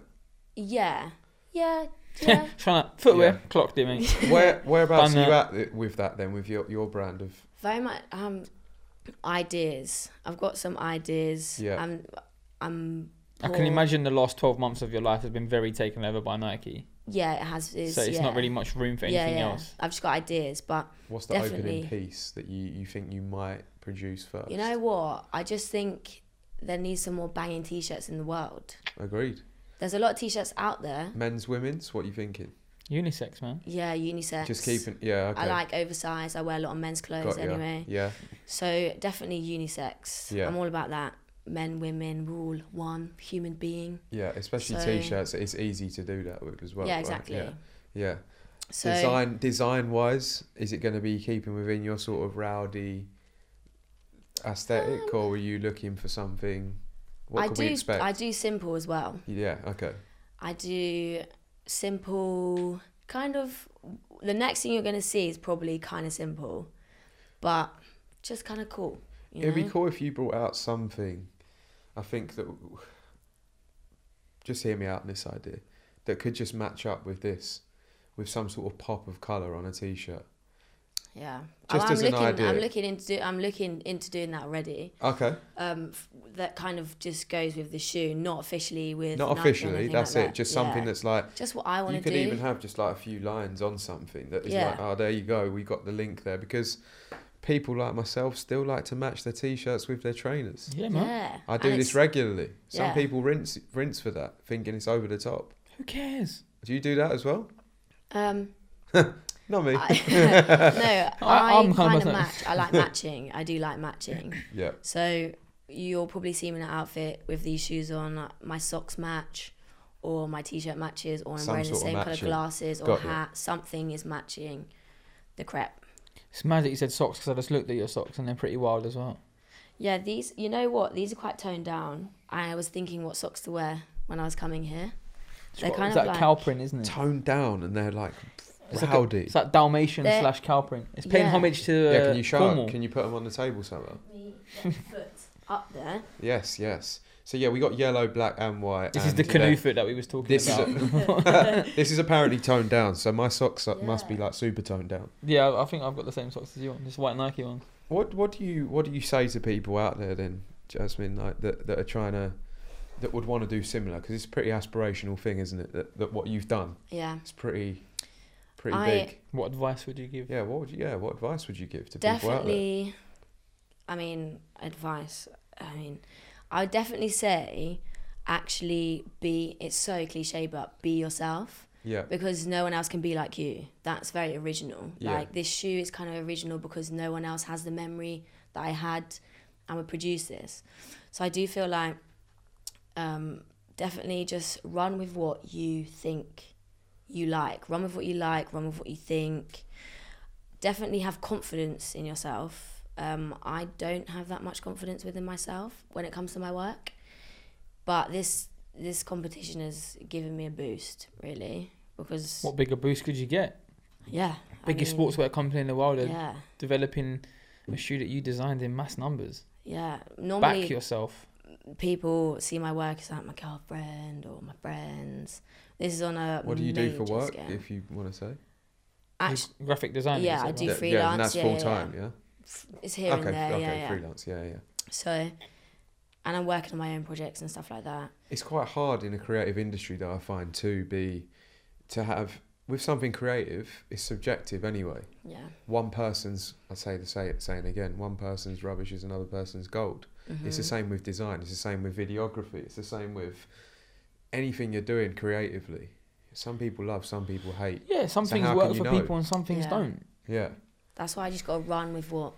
Speaker 3: Yeah, yeah, yeah.
Speaker 2: Trying to footwear,
Speaker 1: Yeah.
Speaker 2: clocked it, mate.
Speaker 1: Where whereabouts
Speaker 2: Done
Speaker 1: are you at th- with that then? With your, your brand of
Speaker 3: Very much um, ideas. I've got some ideas.
Speaker 1: Yeah.
Speaker 3: I'm, I'm.
Speaker 2: I can
Speaker 3: poor.
Speaker 2: imagine the last 12 months of your life has been very taken over by Nike.
Speaker 3: Yeah, it has. It's,
Speaker 2: so it's
Speaker 3: yeah.
Speaker 2: not really much room for anything
Speaker 3: yeah, yeah.
Speaker 2: else.
Speaker 3: I've just got ideas, but
Speaker 1: what's the opening
Speaker 3: Definitely.
Speaker 1: piece that you, you think you might produce first?
Speaker 3: You know what? I just think there needs some more banging t-shirts in the world.
Speaker 1: agreed.
Speaker 3: There's a lot of t-shirts out there.
Speaker 1: Men's, women's. What are you thinking?
Speaker 2: Unisex, man.
Speaker 3: Yeah, unisex.
Speaker 1: Just keeping. Yeah. Okay.
Speaker 3: I like oversized. I wear a lot of men's clothes
Speaker 1: ya.
Speaker 3: anyway.
Speaker 1: Yeah.
Speaker 3: So definitely unisex.
Speaker 1: Yeah.
Speaker 3: I'm all about that. Men, women, rule one, human being.
Speaker 1: Yeah. Especially
Speaker 3: So-
Speaker 1: t-shirts. It's easy to do that with as well.
Speaker 3: yeah,
Speaker 1: right?
Speaker 3: exactly.
Speaker 1: Yeah. yeah.
Speaker 3: So
Speaker 1: design design wise, is it going to be keeping within your sort of rowdy aesthetic, or were you looking for something? What
Speaker 3: Um, I
Speaker 1: can
Speaker 3: do
Speaker 1: we expect?
Speaker 3: I do simple as well.
Speaker 1: yeah. Okay.
Speaker 3: I do simple kind of the next thing you're gonna see is probably kinda simple. But just kinda cool. You
Speaker 1: It'd
Speaker 3: know?
Speaker 1: be cool if you brought out something. I think that. Just hear me out on this idea. That could just match up with this, with some sort of pop of color on a t-shirt.
Speaker 3: Yeah. Oh,
Speaker 1: Just
Speaker 3: I'm
Speaker 1: as an
Speaker 3: looking, I'm
Speaker 1: idea.
Speaker 3: looking into do, I'm looking into doing that already.
Speaker 1: Okay,
Speaker 3: Um, f- that kind of just goes with the shoe, not officially with
Speaker 1: not
Speaker 3: Nike or
Speaker 1: officially.
Speaker 3: anything
Speaker 1: That's
Speaker 3: like
Speaker 1: it.
Speaker 3: that.
Speaker 1: Just
Speaker 3: Yeah.
Speaker 1: something that's like
Speaker 3: just what I
Speaker 1: you
Speaker 3: want to
Speaker 1: could
Speaker 3: do.
Speaker 1: even have just like a few lines on something that is like,
Speaker 3: Yeah.
Speaker 1: oh, there you go, we got the link there because people like myself still like to match their t-shirts with their trainers.
Speaker 2: Yeah, man.
Speaker 3: yeah,
Speaker 1: I do
Speaker 3: And
Speaker 1: this
Speaker 3: it's-
Speaker 1: regularly. Some
Speaker 3: yeah.
Speaker 1: people rinse rinse for that, thinking it's over the top.
Speaker 2: Who cares?
Speaker 1: Do you do that as well?
Speaker 3: um,
Speaker 1: Not me.
Speaker 3: I, no, I,
Speaker 2: I'm kind
Speaker 3: kind
Speaker 2: of myself.
Speaker 3: of match. I like matching. I do like matching.
Speaker 1: yeah.
Speaker 3: So you'll probably see me in an outfit with these shoes on. My socks match, or my t-shirt matches, or I'm
Speaker 1: Some
Speaker 3: wearing the
Speaker 1: sort of
Speaker 3: same color
Speaker 1: matching.
Speaker 3: glasses or
Speaker 1: Got you.
Speaker 3: hat. Something is matching the crep.
Speaker 2: It's mad that you said socks because I just looked at your socks and they're pretty wild as well.
Speaker 3: Yeah, these. You know what? These are quite toned down. I was thinking what socks to wear when I was coming here. They're
Speaker 2: It's got-
Speaker 3: kind
Speaker 2: it's
Speaker 3: of
Speaker 2: that
Speaker 3: like-
Speaker 2: cow print, isn't it?
Speaker 1: Toned down, and they're like
Speaker 2: It's like a-
Speaker 1: rowdy.
Speaker 2: It's that Dalmatian
Speaker 3: They're-
Speaker 2: slash cow print. It's paying
Speaker 3: Yeah.
Speaker 2: homage to uh,
Speaker 1: yeah, can you show?
Speaker 2: Cornwall.
Speaker 1: It? Can you put them on the table somewhere?
Speaker 3: Up there.
Speaker 1: Yes, yes. So yeah, we got yellow, black, and white.
Speaker 2: This is
Speaker 1: and
Speaker 2: the canoe
Speaker 1: they're-
Speaker 2: foot that we was talking
Speaker 1: This is
Speaker 2: about.
Speaker 1: a, this is apparently toned down. So my socks are, must be
Speaker 3: Yeah.
Speaker 1: like super toned down.
Speaker 2: yeah, I- I think I've got the same socks as you on. Just white Nike ones.
Speaker 1: What what do you what do you say to people out there then, Jasmine, like that, that are trying to that would want to do similar? Because it's a pretty aspirational thing, isn't it? That, that what you've done,
Speaker 3: Yeah.
Speaker 1: it's pretty pretty
Speaker 3: I-
Speaker 1: big.
Speaker 2: What advice would you give?
Speaker 1: Yeah. What would you, yeah? What advice would you give to people out there?
Speaker 3: definitely i mean advice i mean i would definitely say actually be it's so cliche but be yourself
Speaker 1: Yeah.
Speaker 3: because no one else can be like you that's very original
Speaker 1: Yeah.
Speaker 3: like this shoe is kind of original because no one else has the memory that i had and would produce this so i do feel like um, definitely just run with what you think you like run with what you like run with what you think definitely have confidence in yourself. Um, I don't have that much confidence within myself when it comes to my work, but this this competition has given me a boost, really, because
Speaker 2: What bigger boost could you get?
Speaker 3: yeah, I
Speaker 2: Biggest
Speaker 3: mean,
Speaker 2: sportswear company in the world are
Speaker 3: Yeah,
Speaker 2: developing a shoe that you designed in mass numbers.
Speaker 3: yeah.
Speaker 2: Back
Speaker 3: Normally,
Speaker 2: yourself.
Speaker 3: people see my work as like my girlfriend or my friends. This is on a
Speaker 1: What do you do for
Speaker 3: major
Speaker 1: work,
Speaker 3: scale.
Speaker 1: if you want to say?
Speaker 2: You
Speaker 3: Actu-
Speaker 2: graphic design.
Speaker 3: Yeah, I do
Speaker 1: Yeah, yeah,
Speaker 3: freelance,
Speaker 1: and that's
Speaker 3: yeah,
Speaker 1: full
Speaker 3: yeah,
Speaker 1: time. Yeah.
Speaker 3: it's here
Speaker 1: Okay.
Speaker 3: and there,
Speaker 1: okay.
Speaker 3: yeah, yeah.
Speaker 1: Freelance. Yeah. Yeah.
Speaker 3: So, and I'm working on my own projects and stuff like that.
Speaker 1: It's quite hard in a creative industry that I find to be to have with something creative. It's subjective anyway.
Speaker 3: Yeah.
Speaker 1: one person's I say the say it saying again, one person's rubbish is another person's gold. It's the
Speaker 3: Mhm.
Speaker 1: same with design, it's the same with videography, it's the same with anything you're doing creatively. Some people love, some people hate.
Speaker 2: Yeah, some
Speaker 1: So
Speaker 2: things
Speaker 1: how
Speaker 2: work
Speaker 1: can you
Speaker 2: for
Speaker 1: know?
Speaker 2: people and some things
Speaker 3: Yeah.
Speaker 2: don't.
Speaker 1: Yeah.
Speaker 3: That's why I just got to run with what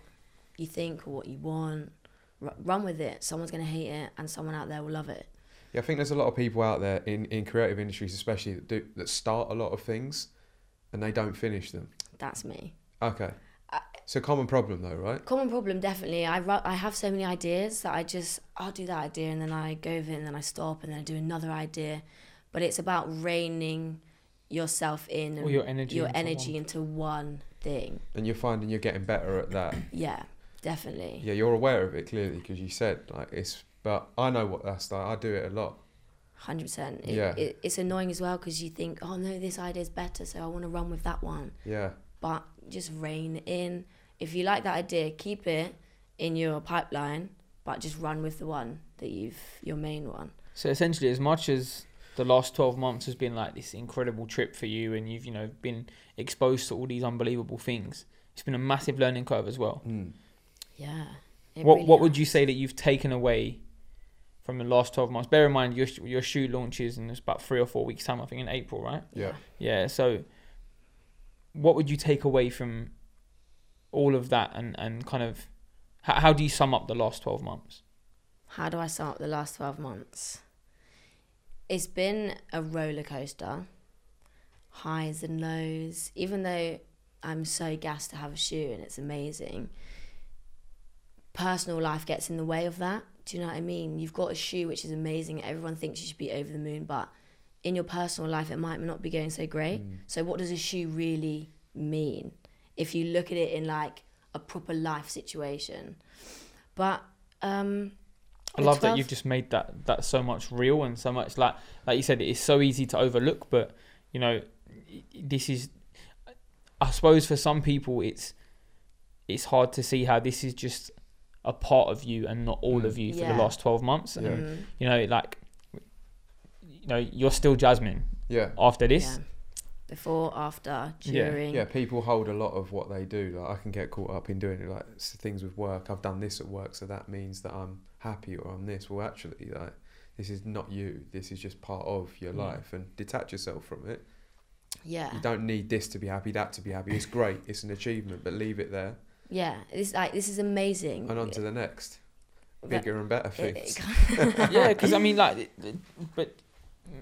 Speaker 3: you think or what you want. R- run with it. Someone's going to hate it and someone out there will love it.
Speaker 1: Yeah, I think there's a lot of people out there in, in creative industries especially that do that start a lot of things and they don't finish them.
Speaker 3: That's me.
Speaker 1: Okay.
Speaker 3: I-
Speaker 1: It's a common problem though, right?
Speaker 3: Common problem, definitely. I, ru- I have so many ideas that I just, I'll do that idea and then I go with it and then I stop and then I do another idea. But it's about reining yourself in
Speaker 2: Or your energy.
Speaker 3: your
Speaker 2: into
Speaker 3: energy into one thing.
Speaker 1: And you're finding you're getting better at that.
Speaker 3: Yeah, definitely.
Speaker 1: Yeah, you're aware of it clearly because you said like it's but I know what that's like. I do it a lot.
Speaker 3: Hundred percent.
Speaker 1: Yeah.
Speaker 3: It, it, it's annoying as well because you think, oh no, this idea is better, so I want to run with that one.
Speaker 1: Yeah.
Speaker 3: but just rein it in. If you like that idea, keep it in your pipeline, but just run with the one that you've your main one.
Speaker 2: So essentially, as much as the last 12 months has been like this incredible trip for you and you've, you know, been exposed to all these unbelievable things, it's been a massive learning curve as well.
Speaker 1: Mm.
Speaker 3: Yeah. It
Speaker 2: what
Speaker 3: really
Speaker 2: what would
Speaker 3: has.
Speaker 2: you say that you've taken away from the last 12 months? Bear in mind, your, sh- your shoe launches in about three or four weeks' time, I think in April, right?
Speaker 1: Yeah.
Speaker 2: Yeah, so what would you take away from all of that and, and kind of how, how do you sum up the last 12 months?
Speaker 3: How do I sum up the last twelve months? It's been a roller coaster, highs and lows. Even though I'm so gassed to have a shoe and it's amazing, personal life gets in the way of that. Do you know what I mean? You've got a shoe which is amazing. Everyone thinks you should be over the moon, but in your personal life, it might not be going so great.
Speaker 1: Mm.
Speaker 3: So, what does a shoe really mean if you look at it in like a proper life situation? But um,
Speaker 2: I
Speaker 3: the
Speaker 2: love that
Speaker 3: 12
Speaker 2: you've just made that that so much real and so much like like you said it is so easy to overlook but you know i- this is I suppose for some people it's it's hard to see how this is just a part of you and not all of you for
Speaker 3: Yeah.
Speaker 2: the last 12 months
Speaker 1: Yeah.
Speaker 2: and
Speaker 3: mm,
Speaker 2: you know like you know you're still Jasmine
Speaker 1: Yeah.
Speaker 2: after this
Speaker 3: yeah. before, after,
Speaker 2: Yeah,
Speaker 3: during.
Speaker 1: Yeah, people hold a lot of what they do. Like I can get caught up in doing it, like s- things with work. I've done this at work, so that means that I'm happy or I'm this. Well, actually, like this is not you. This is just part of your
Speaker 2: Yeah.
Speaker 1: life, and detach yourself from it.
Speaker 3: yeah.
Speaker 1: You don't need this to be happy, that to be happy. It's great. It's an achievement, but leave it there
Speaker 3: Yeah. This like this is amazing.
Speaker 1: and on to the next
Speaker 3: But
Speaker 1: bigger and better
Speaker 3: it-
Speaker 1: things.
Speaker 3: it can't-
Speaker 2: yeah, because I mean, like, it- it- but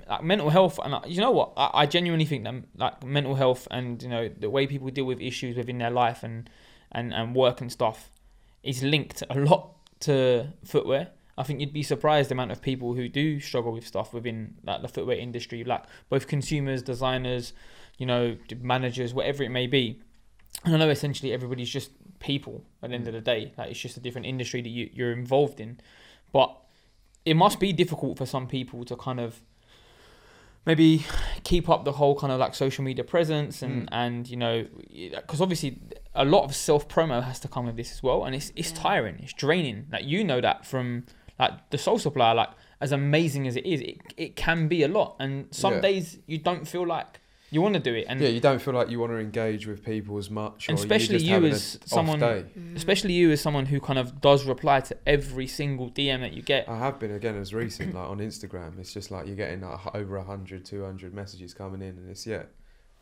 Speaker 2: like mental health, and like, you know what, I, I genuinely think that like mental health and you know the way people deal with issues within their life and and and work and stuff is linked a lot to footwear. I think you'd be surprised the amount of people who do struggle with stuff within like the footwear industry, like both consumers, designers, you know, managers, whatever it may be. And I know essentially everybody's just people at the end of the day. Like it's just a different industry that you, you're involved in. But it must be difficult for some people to kind of maybe keep up the whole kind of like social media presence and
Speaker 1: Mm.
Speaker 2: and you know because obviously a lot of self promo has to come with this as well and it's it's
Speaker 3: Yeah.
Speaker 2: tiring it's draining like you know that from like the soul supplier like as amazing as it is it, it can be a lot and some
Speaker 1: Yeah.
Speaker 2: days you don't feel like you want to do it and
Speaker 1: yeah, you don't feel like you want to engage with people as much,
Speaker 2: And
Speaker 1: or you're
Speaker 2: especially
Speaker 1: just
Speaker 2: you
Speaker 1: having a
Speaker 2: as
Speaker 1: off
Speaker 2: someone-
Speaker 1: Day.
Speaker 3: Mm.
Speaker 2: especially you as someone who kind of does reply to every single DM that you get.
Speaker 1: I have been again as recent, like on Instagram. It's just like you're getting like, h- over 100, 200 messages coming in, and it's yeah.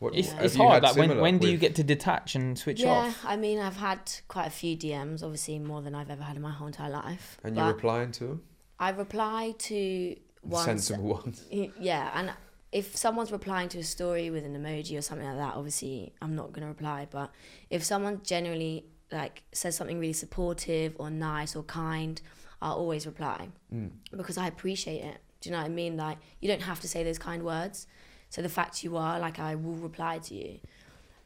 Speaker 1: What,
Speaker 2: It's,
Speaker 1: have
Speaker 2: it's
Speaker 1: you
Speaker 2: hard.
Speaker 1: had
Speaker 2: Like when,
Speaker 1: similar
Speaker 2: when do you
Speaker 1: with-
Speaker 2: get to detach and switch
Speaker 3: yeah,
Speaker 2: off?
Speaker 3: I mean, I've had quite a few DMs, obviously more than I've ever had in my whole entire life.
Speaker 1: And
Speaker 3: but
Speaker 1: you're replying to them?
Speaker 3: I reply to once,
Speaker 1: Sensible ones.
Speaker 3: yeah, and if someone's replying to a story with an emoji or something like that, obviously I'm not gonna reply. But if someone generally like says something really supportive or nice or kind, I'll always reply
Speaker 1: Mm.
Speaker 3: because I appreciate it. Do you know what I mean? Like you don't have to say those kind words. So the fact you are, like I will reply to you.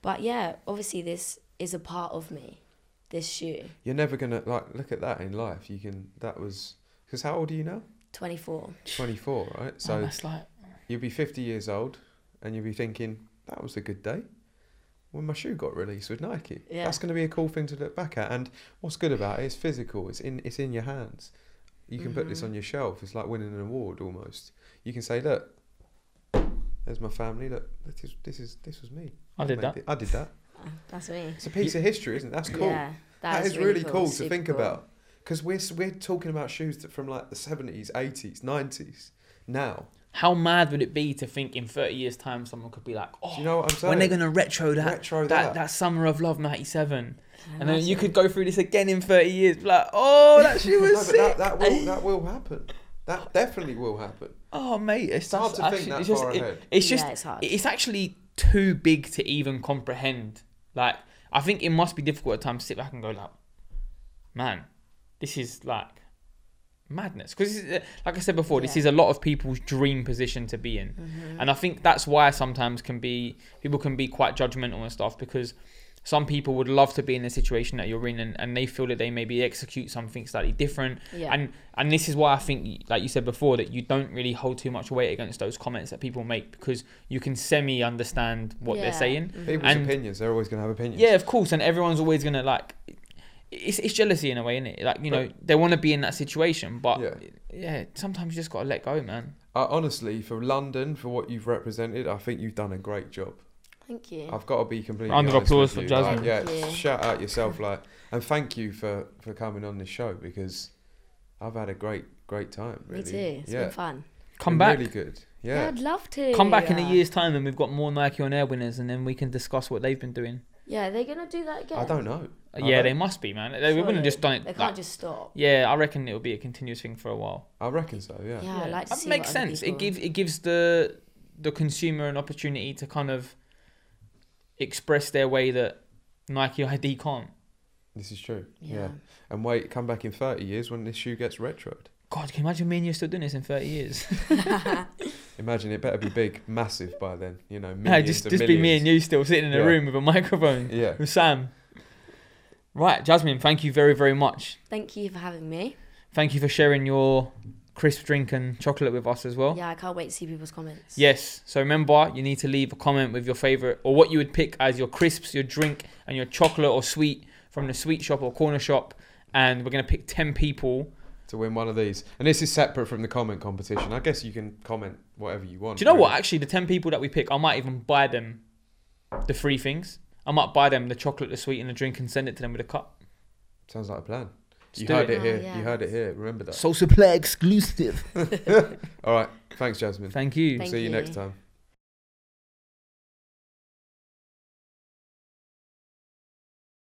Speaker 3: But yeah, obviously this is a part of me. This shoe,
Speaker 1: You're never gonna like look at that in life. You can that was because how old are you now?
Speaker 3: 24.
Speaker 1: 24, right?
Speaker 2: So
Speaker 1: So
Speaker 2: that's like
Speaker 1: you'll be 50 years old, and you'll be thinking that was a good day when my shoe got released with Nike.
Speaker 3: Yeah.
Speaker 1: That's going to be a cool thing to look back at. And what's good about it? It's physical. It's in it's in your hands. You can put this
Speaker 3: Mhm.
Speaker 1: on your shelf. It's like winning an award almost. You can say, look. There's my family. Look, this is this is this was me.
Speaker 2: I did
Speaker 1: made
Speaker 2: that.
Speaker 1: thi- I did that.
Speaker 2: Uh,
Speaker 3: Oh, That's me.
Speaker 1: It's a piece of history, isn't it? That's cool.
Speaker 3: Yeah,
Speaker 1: that is really cool, to
Speaker 3: super
Speaker 1: think about because we're s- we're talking about shoes that from like the seventies, eighties, nineties. Now,
Speaker 2: How mad would it be to think in 30 years' time someone could be like, oh,
Speaker 1: do you know what I'm saying?
Speaker 2: when they're gonna retro that
Speaker 1: retro
Speaker 2: that,
Speaker 1: that,
Speaker 2: that summer of love '97,
Speaker 3: Can
Speaker 2: and then you
Speaker 3: imagine?
Speaker 2: could go through this again in 30 years, be like, oh, that shit was
Speaker 1: No, but
Speaker 2: sick.
Speaker 1: that, that will that will happen. That definitely will happen.
Speaker 2: oh, mate, it's,
Speaker 1: It's hard
Speaker 2: that's
Speaker 1: to think
Speaker 2: actually-
Speaker 1: that
Speaker 2: it's just,
Speaker 1: far
Speaker 2: it-
Speaker 1: ahead.
Speaker 2: it's just
Speaker 3: yeah, it's hard.
Speaker 2: it's actually too big to even comprehend. Like, I think it must be difficult at times to sit back and go, like, man, this is like madness. Because, uh, like I said before, this
Speaker 3: Yeah. Mm-hmm.
Speaker 2: is a lot of people's dream position to be in. And I think that's why sometimes can be people can be quite judgmental and stuff because some people would love to be in the situation that you're in and, and they feel that they maybe execute something slightly different
Speaker 3: yeah.
Speaker 2: and and this is why I think, like you said before, that you don't really hold too much weight against those comments that people make because you can semi understand what they're
Speaker 3: Yeah.
Speaker 2: saying.
Speaker 3: Mhm.
Speaker 1: People's
Speaker 2: And-
Speaker 1: opinions, they're always going to have opinions.
Speaker 2: Yeah, of course, and everyone's always gonna like. It's, it's jealousy in a way, isn't it? Like you know, they want to be in that situation, but yeah.
Speaker 1: Yeah.
Speaker 2: sometimes you just gotta let go, man.
Speaker 1: I, Uh, honestly, for London, for what you've represented, I think you've done a great job.
Speaker 3: Thank you.
Speaker 1: I've got to be completely.
Speaker 2: Round of
Speaker 1: honest
Speaker 2: applause
Speaker 1: with
Speaker 2: for
Speaker 1: you.
Speaker 2: Jasmine.
Speaker 1: Like, yeah,
Speaker 3: Thank you.
Speaker 1: shout out yourself, like, and thank you for for coming on this show because I've had a great great time. Really.
Speaker 3: Me too. It's
Speaker 1: yeah,
Speaker 3: been fun.
Speaker 2: Come
Speaker 1: Been
Speaker 2: back,
Speaker 1: Really good.
Speaker 3: Yeah.
Speaker 1: Yeah.
Speaker 3: I'd love to.
Speaker 2: come back in a year's time, and we've got more Nike on Air winners, and then we can discuss what they've been doing.
Speaker 3: Yeah, they're gonna do that again.
Speaker 1: I don't know. I
Speaker 2: yeah,
Speaker 1: don't-
Speaker 2: they must be, man. They wouldn't have just done it.
Speaker 3: They can't
Speaker 2: like-
Speaker 3: just stop.
Speaker 2: yeah, I reckon it'll be a continuous thing for a while.
Speaker 1: I reckon so. Yeah.
Speaker 3: Yeah, I like to
Speaker 2: that
Speaker 3: see
Speaker 2: makes
Speaker 3: what other
Speaker 2: sense. It
Speaker 3: people-
Speaker 2: gives it gives the the consumer an opportunity to kind of express their way that Nike ID can't.
Speaker 1: This is true. Yeah.
Speaker 3: Yeah.
Speaker 1: And wait, come back in thirty years when this shoe gets retroed.
Speaker 2: God, can you imagine me and you still doing this in thirty years?
Speaker 1: Imagine it better be big, massive by then. You know,
Speaker 2: Hey,
Speaker 1: millions
Speaker 2: just
Speaker 1: of
Speaker 2: just be me and you still sitting in a
Speaker 1: Yeah.
Speaker 2: room with a microphone
Speaker 1: Yeah.
Speaker 2: with Sam. Right, Jasmine, thank you very very much.
Speaker 3: Thank you for having me.
Speaker 2: Thank you for sharing your crisp drink and chocolate with us as well.
Speaker 3: Yeah, I can't wait to see people's comments.
Speaker 2: Yes. So remember, you need to leave a comment with your favorite or what you would pick as your crisps, your drink, and your chocolate or sweet from the sweet shop or corner shop. And we're gonna pick ten people.
Speaker 1: to win one of these. And this is separate from the comment competition. I guess you can comment whatever you want.
Speaker 2: Do you know
Speaker 1: really.
Speaker 2: what? Actually, the ten people that we pick, I might even buy them the free things. I might buy them the chocolate, the sweet, and the drink, and send it to them with a cup.
Speaker 1: Sounds like a plan.
Speaker 2: Let's
Speaker 1: you
Speaker 2: do
Speaker 1: heard
Speaker 2: it.
Speaker 1: it, here.
Speaker 3: Oh, yeah.
Speaker 1: You heard it here. Remember that.
Speaker 2: So supply exclusive.
Speaker 1: All right. Thanks, Jasmine.
Speaker 2: Thank you.
Speaker 3: Thank
Speaker 1: See you
Speaker 3: you.
Speaker 1: next time.